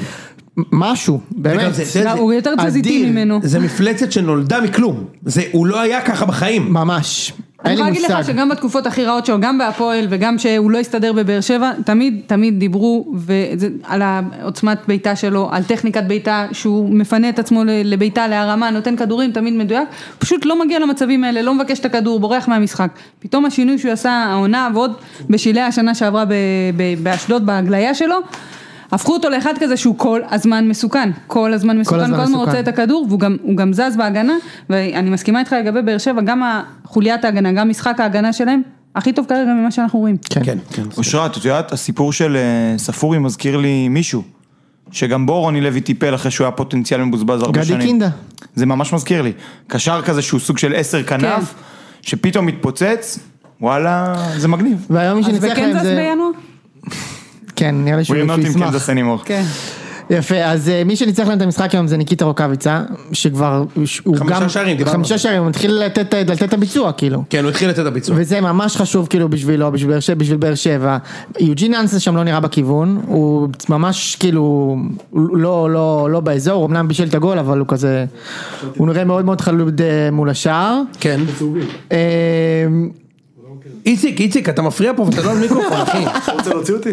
S6: משהו, באמת,
S1: וגם זה- זה-
S3: לא, הוא יותר תזזיתי
S6: אדיר.
S3: ממנו.
S1: זה מפלצת שנולדה מכלום, זה, הוא לא היה ככה בחיים.
S6: ממש,
S3: אני
S6: אין לי
S3: יכולה להגיד
S6: מושג,
S3: לך שגם בתקופות הכי רעות שלו, גם בהפועל וגם שהוא לא הסתדר בבאר שבע, תמיד תמיד דיברו וזה, על עוצמת בעיטה שלו, על טכניקת בעיטה, שהוא מפנה את עצמו ל- לבעיטה, להרמה, נותן כדורים, תמיד מדויק, פשוט לא מגיע למצבים האלה, לא מבקש את הכדור, בורח מהמשחק. פתאום השינוי שהוא עשה העונה ועוד בשלהי השנה שעברה ב- ב- באשדוד בהגליה שלו, הפכו אותו לאחד כזה שהוא כל הזמן מסוכן, כל הזמן מסוכן, כל
S6: הזמן
S3: הזמן
S6: מסוכן.
S3: רוצה את הכדור, והוא גם, הוא גם זז בהגנה, ואני מסכימה איתך לגבי באר שבע, גם חוליית ההגנה, גם משחק ההגנה שלהם, הכי טוב כרגע ממה שאנחנו רואים.
S1: כן, כן.
S5: אושרת, את יודעת, הסיפור של אה, ספורי מזכיר לי מישהו, שגם בו רוני לוי טיפל אחרי שהוא היה פוטנציאל מבוזבז הרבה
S6: גדי
S5: שנים.
S6: קינדה.
S5: זה ממש מזכיר לי. קשר כזה שהוא סוג של עשר
S6: כן.
S5: כנף, שפתאום מתפוצץ, וואלה, זה מגניב.
S6: והיום מי
S3: אז
S6: שניצח להם
S3: בקנזס
S6: זה,
S3: בינואר?
S6: כן נראה לי שהוא
S5: We're
S6: שהוא
S5: not in
S6: ישמח,
S5: Kansas anymore.
S3: כן.
S6: יפה, אז אה, מי שניצח להם את המשחק היום זה ניקיטה רוקאביצה, שכבר, הוא גם,
S1: חמישה שערים, דיברנו על
S6: חמישה
S1: זה.
S6: שערים, הוא מתחיל לתת לתת את הביצוע כאילו.
S1: כן, הוא התחיל לתת את הביצוע.
S6: וזה ממש חשוב כאילו בשבילו, בשביל באר שבע, בשביל באר שבע. יוג'ין אנסה שם לא נראה בכיוון, הוא ממש כאילו הוא לא, לא, לא באזור, הוא אמנם בישל את הגול, אבל הוא כזה, הוא נראה מאוד מאוד חלוד אה, מול השער.
S1: כן.
S6: אה,
S1: איציק, איציק, אתה מפריע פה ואתה לא על מיקרופון, אחי.
S2: רוצה להוציא אותי?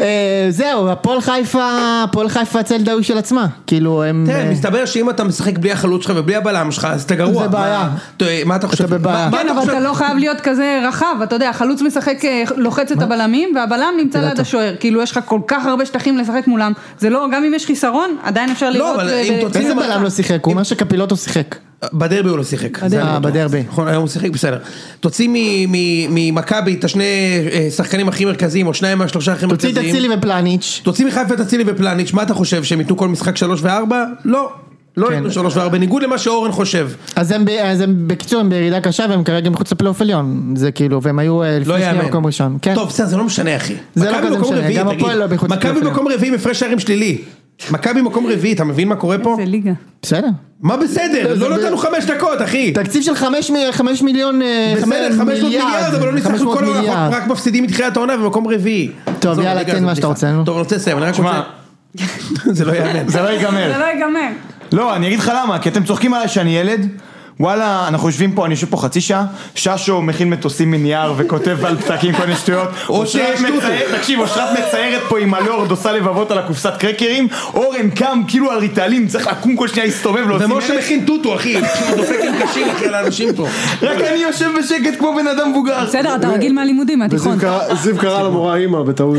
S6: אה, זהו, הפועל חיפה, הפועל חיפה צל דאוי של עצמה, כאילו הם...
S1: תראה,
S6: אה,
S1: מסתבר שאם אתה משחק בלי החלוץ שלך ובלי הבלם שלך, אז אתה גרוע.
S6: זה בעיה.
S1: מה- אתה- מה אתה חושב?
S6: בבעיה.
S1: מה- מה
S3: כן,
S1: אתה
S3: אבל
S1: חושב?
S3: אתה לא חייב להיות כזה רחב, אתה יודע, החלוץ משחק, אה, לוחץ את הבלמים, והבלם נמצא ליד השוער, כאילו יש לך כל כך הרבה שטחים לשחק מולם, זה לא, גם אם יש חיסרון, עדיין אפשר לראות...
S1: לא,
S3: אה,
S1: אבל
S3: ו-
S1: אם
S3: ו-
S1: תוציא-
S6: איזה
S1: אם
S6: בלם
S1: אתה-
S6: לא שיחק? הוא אומר שקפילוטו שיחק.
S1: בדרבי הוא לא שיחק. זה אני
S6: אה,
S1: בטוח.
S6: בדרבי.
S1: נכון, היום הוא שיחק, בסדר. תוציא מ- מ- ממכבי את השני אה, שחקנים הכי מרכזיים, או שניים מהשלושה הכי
S6: תוציא
S1: מרכזיים.
S6: את אצילי ופלניץ'.
S1: תוציא מחיפה את אצילי ופלניץ', מה אתה חושב, שהם ייתנו כל משחק שלוש וארבע? לא. לא
S6: כן.
S1: ייתנו שלוש וארבע, בניגוד למה שאורן חושב.
S6: אז הם, ב- אז הם בקיצור הם בירידה קשה והם כרגע מחוץ לפלייאוף עליון, זה כאילו, והם היו אה,
S1: לא
S6: לפני שנייה
S1: יאמן.
S6: מקום ראשון, כן,
S1: טוב, בסדר, זה לא משנה, אחי.
S6: זה לא
S1: מכבי
S6: כזה
S1: מקום
S6: משנה,
S1: רביעי,
S6: גם
S1: תגיד.
S6: הפועל לא בחוץ
S1: מכבי
S6: לפלייאוף.
S1: מקום רביעי עם הפרש שערים שלילי. מכבי מקום רביעי, אתה מבין מה קורה פה?
S3: איזה ליגה.
S1: אה.
S6: בסדר.
S1: מה בסדר? לא נתנו חמש דקות, אחי.
S6: תקציב של 5 מיליון, אה,
S1: בסדר,
S6: חמש
S1: 500 מיליארד, אבל לא ניצחנו
S6: 500
S1: כל העולם,
S6: מיליארד.
S1: רק מפסידים מתחילת העונה במקום רביעי.
S6: טוב,
S1: עזוב,
S6: יאללה,
S1: הליגה
S6: תן
S1: הזאת
S6: מה שאתה
S1: בדיחה.
S6: רוצה, נו.
S1: טוב, אני רוצה לסיים, אני רק
S5: שמע,
S1: רוצה... זה לא יאמן.
S5: זה לא ייגמר.
S3: זה לא ייגמר.
S5: לא, אני אגיד לך למה, כי אתם צוחקים עליי שאני ילד. וואלה, אנחנו יושבים פה, אני יושב פה חצי שעה, ששו מכין מטוסים מנייר וכותב על פתקים כל מיני שטויות. אושרת
S1: שטוטו.
S5: מצייר- תקשיב, אושרת מציירת פה עם הלורד, עושה לבבות על הקופסת קרקרים, אורן קם כאילו על ריטלין, צריך לקום כל שנייה להסתובב, להוציא
S1: ומשה מכין טוטו, אחי. הוא דופק עם קשים, אחי, על האנשים פה.
S5: רק אני יושב בשקט כמו בן אדם מבוגר.
S3: בסדר, אתה רגיל מהלימודים, מהתיכון.
S4: נכון.
S2: וזיו קרא- זיו קרא למורה אימא בטעות.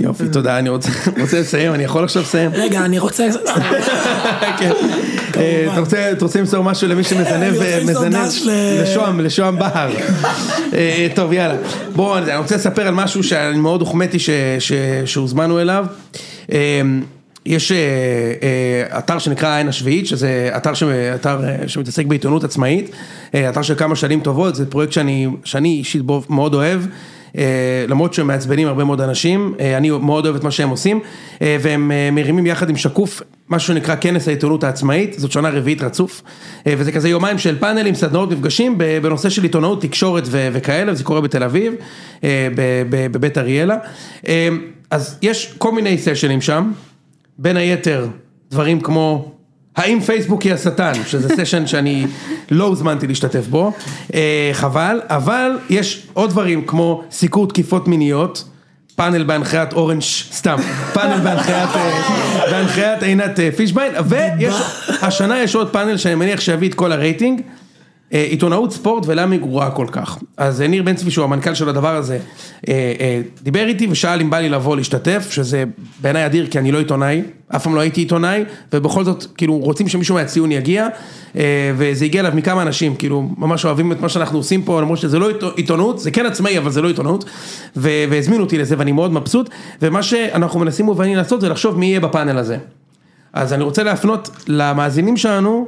S1: יופי, תודה, אני רוצה רוצה לסיים, אני יכול עכשיו לסיים?
S7: רגע, אני רוצה...
S1: כן. אה, אתה רוצה- אתה רוצה למסור משהו למי שמזנב,
S7: אני רוצה
S1: אה,
S7: למסור
S1: מזנב?
S7: דש ל-
S1: לשוהם, לשוהם בהר. אה, טוב, יאללה. בואו, אני אני רוצה לספר על משהו שאני מאוד הוחמאתי ש- ש- שהוזמנו אליו. אה, יש אה, אה, אתר שנקרא העין השביעית, שזה אתר, ש... אתר אה, שמתעסק בעיתונות עצמאית, אה, אתר של כמה שנים טובות, זה פרויקט שאני, שאני אישית בו מאוד אוהב, אה, למרות שהם מעצבנים הרבה מאוד אנשים, אה, אני מאוד אוהב את מה שהם עושים, אה, והם אה, מרימים יחד עם שקוף, משהו שנקרא כנס העיתונות העצמאית, זאת שנה רביעית רצוף, אה, וזה כזה יומיים של פאנלים, סדנאות, מפגשים, ב- בנושא של עיתונאות, תקשורת ו- וכאלה, וזה קורה בתל אביב, אה, ב- ב- בבית אריאלה. אה, אז יש כל מיני סשנים שם, בין היתר דברים כמו האם פייסבוק היא השטן, שזה סשן שאני לא הוזמנתי להשתתף בו, אה, חבל, אבל יש עוד דברים כמו סיקור תקיפות מיניות. פאנל בהנחיית אורנג' סתם, פאנל בהנחיית, אה, בהנחיית עינת אה, פישביין, ויש, השנה יש עוד פאנל שאני מניח שיביא את כל הרייטינג, אה, עיתונאות ספורט ולמה היא גרועה כל כך. אז אה, ניר בן צבי, שהוא המנכ"ל של הדבר הזה, אה, אה, דיבר איתי ושאל אם בא לי לבוא להשתתף, שזה בעיניי אדיר, כי אני לא עיתונאי, אף פעם לא הייתי עיתונאי, ובכל זאת, כאילו, רוצים שמישהו מהציון יגיע, אה, וזה הגיע אליו מכמה אנשים, כאילו, ממש אוהבים את מה שאנחנו עושים פה, למרות שזה לא עיתו- עיתונות, זה כן עצמאי, אבל זה לא עיתונות, ו- והזמינו אותי לזה ואני מאוד מבסוט, ומה שאנחנו מנסים הוא ואני לעשות זה לחשוב מי יהיה בפאנל הזה. אז אני רוצה להפנות למאזינים שלנו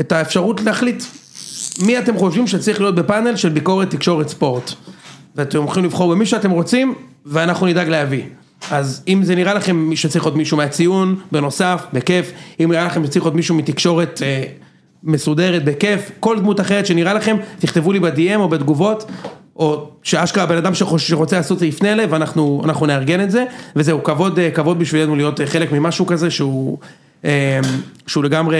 S1: את האפשרות להחליט מי אתם חושבים שצריך להיות בפאנל של ביקורת תקשורת ספורט. ואתם יכולים לבחור במי שאתם רוצים, ואנחנו נדאג להביא. אז אם זה נראה לכם שצריך עוד מישהו מהציון, בנוסף, בכיף, אם נראה לכם שצריך עוד מישהו מתקשורת אה, מסודרת, בכיף, כל דמות אחרת שנראה לכם, תכתבו לי ב-DM או בתגובות, או שאשכרה הבן אדם שחוש, שרוצה לעשות זה יפנה אליי, ואנחנו אנחנו נארגן את זה, וזהו, כבוד, אה, כבוד בשבילנו להיות אה, חלק ממשהו כזה שהוא, אה, שהוא לגמרי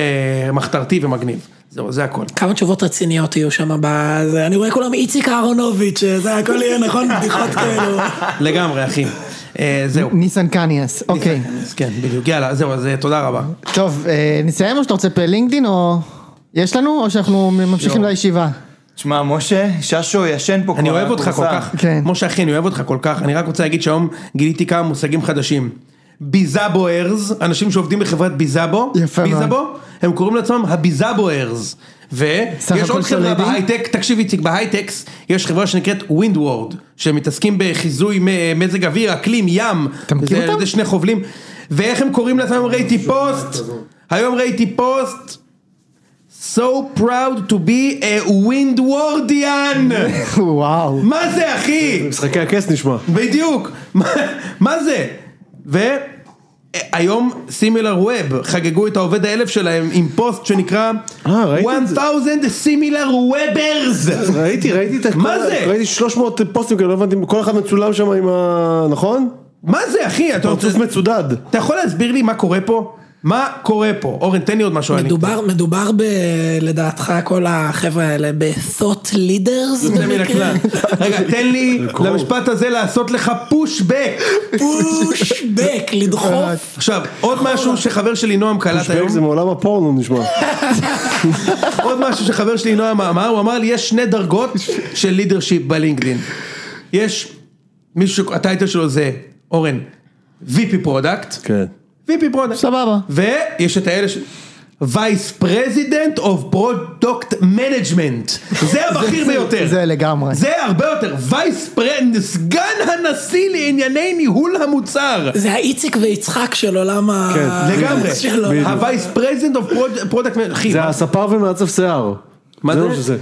S1: מחתרתי ומגניב. זהו, זה הכל.
S7: כמה תשובות רציניות יהיו שם בזה, אני רואה כולם איציק אהרונוביץ', זה הכל יהיה נכון, בדיחות כאלו.
S1: לגמרי, אחי. אה, זהו.
S6: ניסן קניאס, אוקיי.
S1: אז כן, בדיוק. יאללה, זהו, אז אה, תודה רבה.
S6: טוב, אה, נסיים או שאתה רוצה לינקדין או... יש לנו או שאנחנו ממשיכים לישיבה?
S8: תשמע, משה, ששו ישן פה
S1: אני
S8: כבר,
S1: אוהב אותך כל
S8: הקבוצה.
S1: כך.
S6: כן.
S1: משה, אחי, אני אוהב אותך כל כך. אני רק רוצה להגיד שהיום גיליתי כמה מושגים חדשים. ביזאבוירס, אנשים שעובדים בחברת ביזאבו,
S6: יפה מאוד.
S1: ביזאבו, הם קוראים לעצמם הביזאבוירס.
S6: סך
S1: ויש
S6: הכל
S1: עוד חברה
S6: סולידי?
S1: בהייטק, תקשיב איציק, בהייטקס יש חברה שנקראת ווינדוורד, שמתעסקים בחיזוי מ- מזג אוויר, אקלים, ים.
S6: אתה מכיר
S1: זה-
S6: אותם?
S1: זה שני חובלים. ואיך הם קוראים לעצמם? ראיתי פוסט, היום ראיתי פוסט. So proud to be a windwardian!
S6: וואו.
S1: מה זה אחי?
S4: משחקי הכס נשמע.
S1: בדיוק. מה- מה זה? והיום סימילר ווב חגגו את העובד האלף שלהם עם פוסט שנקרא
S4: אה, ראיתי את זה.
S1: 1000 סימילר ווברס.
S4: ראיתי, ראיתי את הכל,
S1: מה זה?
S4: ראיתי 300 פוסטים כאלה, לא הבנתי, כל אחד מצולם שם עם ה... נכון?
S1: מה זה אחי? אתה
S4: פרצוף
S1: רוצה-
S4: מצודד.
S1: אתה יכול להסביר לי מה קורה פה? מה קורה פה? אורן תן לי עוד משהו. אני-
S7: מדובר, מדובר ב... לדעתך כל החבר'ה האלה ב-thought leaders?
S1: יוצא מן הכלל. רגע תן לי למשפט הזה לעשות לך פושבק.
S7: פושבק, לדחוף.
S1: עכשיו עוד משהו שחבר שלי נועם קלט היום.
S4: פרק זה מעולם הפורנו נשמע.
S1: עוד משהו שחבר שלי נועם אמר, הוא אמר לי יש שני דרגות של לידרשיפ בלינקדין. יש מישהו, שהטייטל שלו זה אורן, VP פרודקט,
S4: כן.
S1: VP פרודקט,
S6: סבבה.
S1: ויש את האלה ש... וייס פרזידנט אוף פרודוקט מנג'מנט, זה הבכיר ביותר.
S6: זה לגמרי.
S1: זה הרבה יותר, וייס פרנד, סגן הנשיא לענייני ניהול המוצר.
S7: זה האיציק ויצחק של עולם ה...
S1: כן,
S7: אה,
S1: לגמרי,
S7: של עולם-
S1: הווייס פרזידנט אוף פרודקט מנג'מנט,
S4: זה הספר ומעצב שיער.
S1: מה
S4: זה
S1: זה?
S4: מה שזה.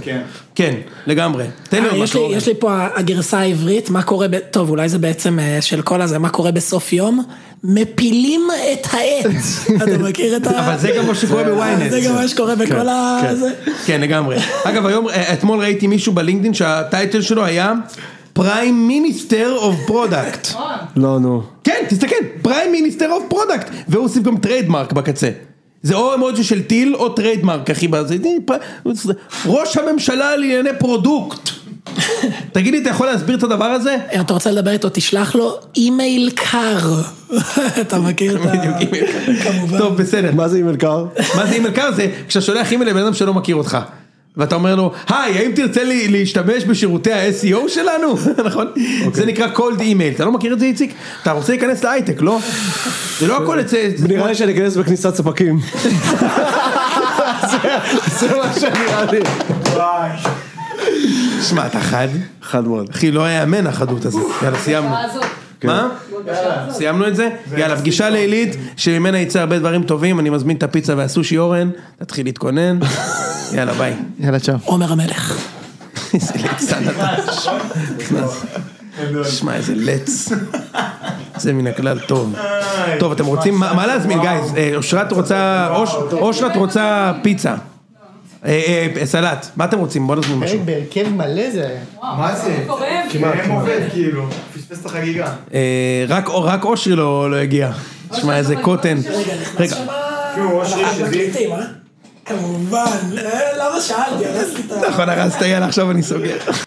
S1: כן, לגמרי, תן לי עוד
S7: אה, יש לי-
S1: משהו. אורן.
S7: יש לי פה הגרסה העברית, מה קורה, ב- טוב אולי זה בעצם אה, של כל הזה, מה קורה בסוף יום, מפילים את העץ, אתה מכיר את ה... אה,
S1: אבל זה גם מה שקורה בוויינט.
S7: זה גם מה שקורה בכל ה... זה.
S1: כן, לגמרי. אגב, היום, אה, אתמול ראיתי מישהו בלינקדאין שהטייטל שלו היה פריים מיניסטר אוף פרודקט.
S4: לא, נו.
S1: כן, תסתכל, פריים מיניסטר אוף פרודקט. והוא הוסיף גם טריידמרק בקצה. זה או אמוג'י של טיל או טריידמרק, אחי, בזה. הנה, פ- ראש הממשלה לענייני פרודוקט. תגיד לי, אתה יכול להסביר את הדבר הזה?
S7: אתה רוצה לדבר איתו, תשלח לו אימייל קר. אתה מכיר את ה...
S1: בדיוק, אימייל קר.
S7: כמובן.
S1: טוב, בסדר.
S4: מה זה אימייל קר?
S1: מה זה אימייל קר? זה כשאתה שולח אימייל לבן אדם שלא מכיר אותך. ואתה אומר לו, היי, האם תרצה לי להשתמש בשירותי ה-SEO שלנו? נכון? זה נקרא cold email. אתה לא מכיר את זה, איציק? אתה רוצה להיכנס להייטק, לא? זה לא הכל אצל... זה
S4: נראה לי שאני אכנס בכניסת ספקים. זה- זה מה שנראה לי.
S1: כמו- שמע, אתה חד.
S4: חד מאוד.
S1: אחי, לא יאמן החדות הזאת. יאללה, סיימנו. מה? סיימנו את כן. זה? יאללה, פגישה לילית, שממנה יצא הרבה דברים טובים, אני מזמין את הפיצה והסושי אורן, תתחיל להתכונן. יאללה, ביי.
S6: יאללה, צ'או.
S7: עומר המלך.
S1: איזה ליצן אתה. שמע, איזה לץ. זה מן הכלל טוב. טוב, אתם רוצים, מה מה להזמין, גייז? אה, אושרת רוצה, אוש- אושרת רוצה פיצה. אה, אה, סלט, מה אתם רוצים? בואו נזמין משהו.
S6: בהרכב מלא זה...
S8: מה זה? הם עובד כאילו, פספס את החגיגה.
S1: אה, רק- רק אושרי לא לא הגיע. שמע, איזה קוטן. רגע,
S7: מקליטים, אה? כמובן. אה, למה שאלתי? הרסתי את ה...
S1: נכון, הרסת יאללה, עכשיו אני סוגר.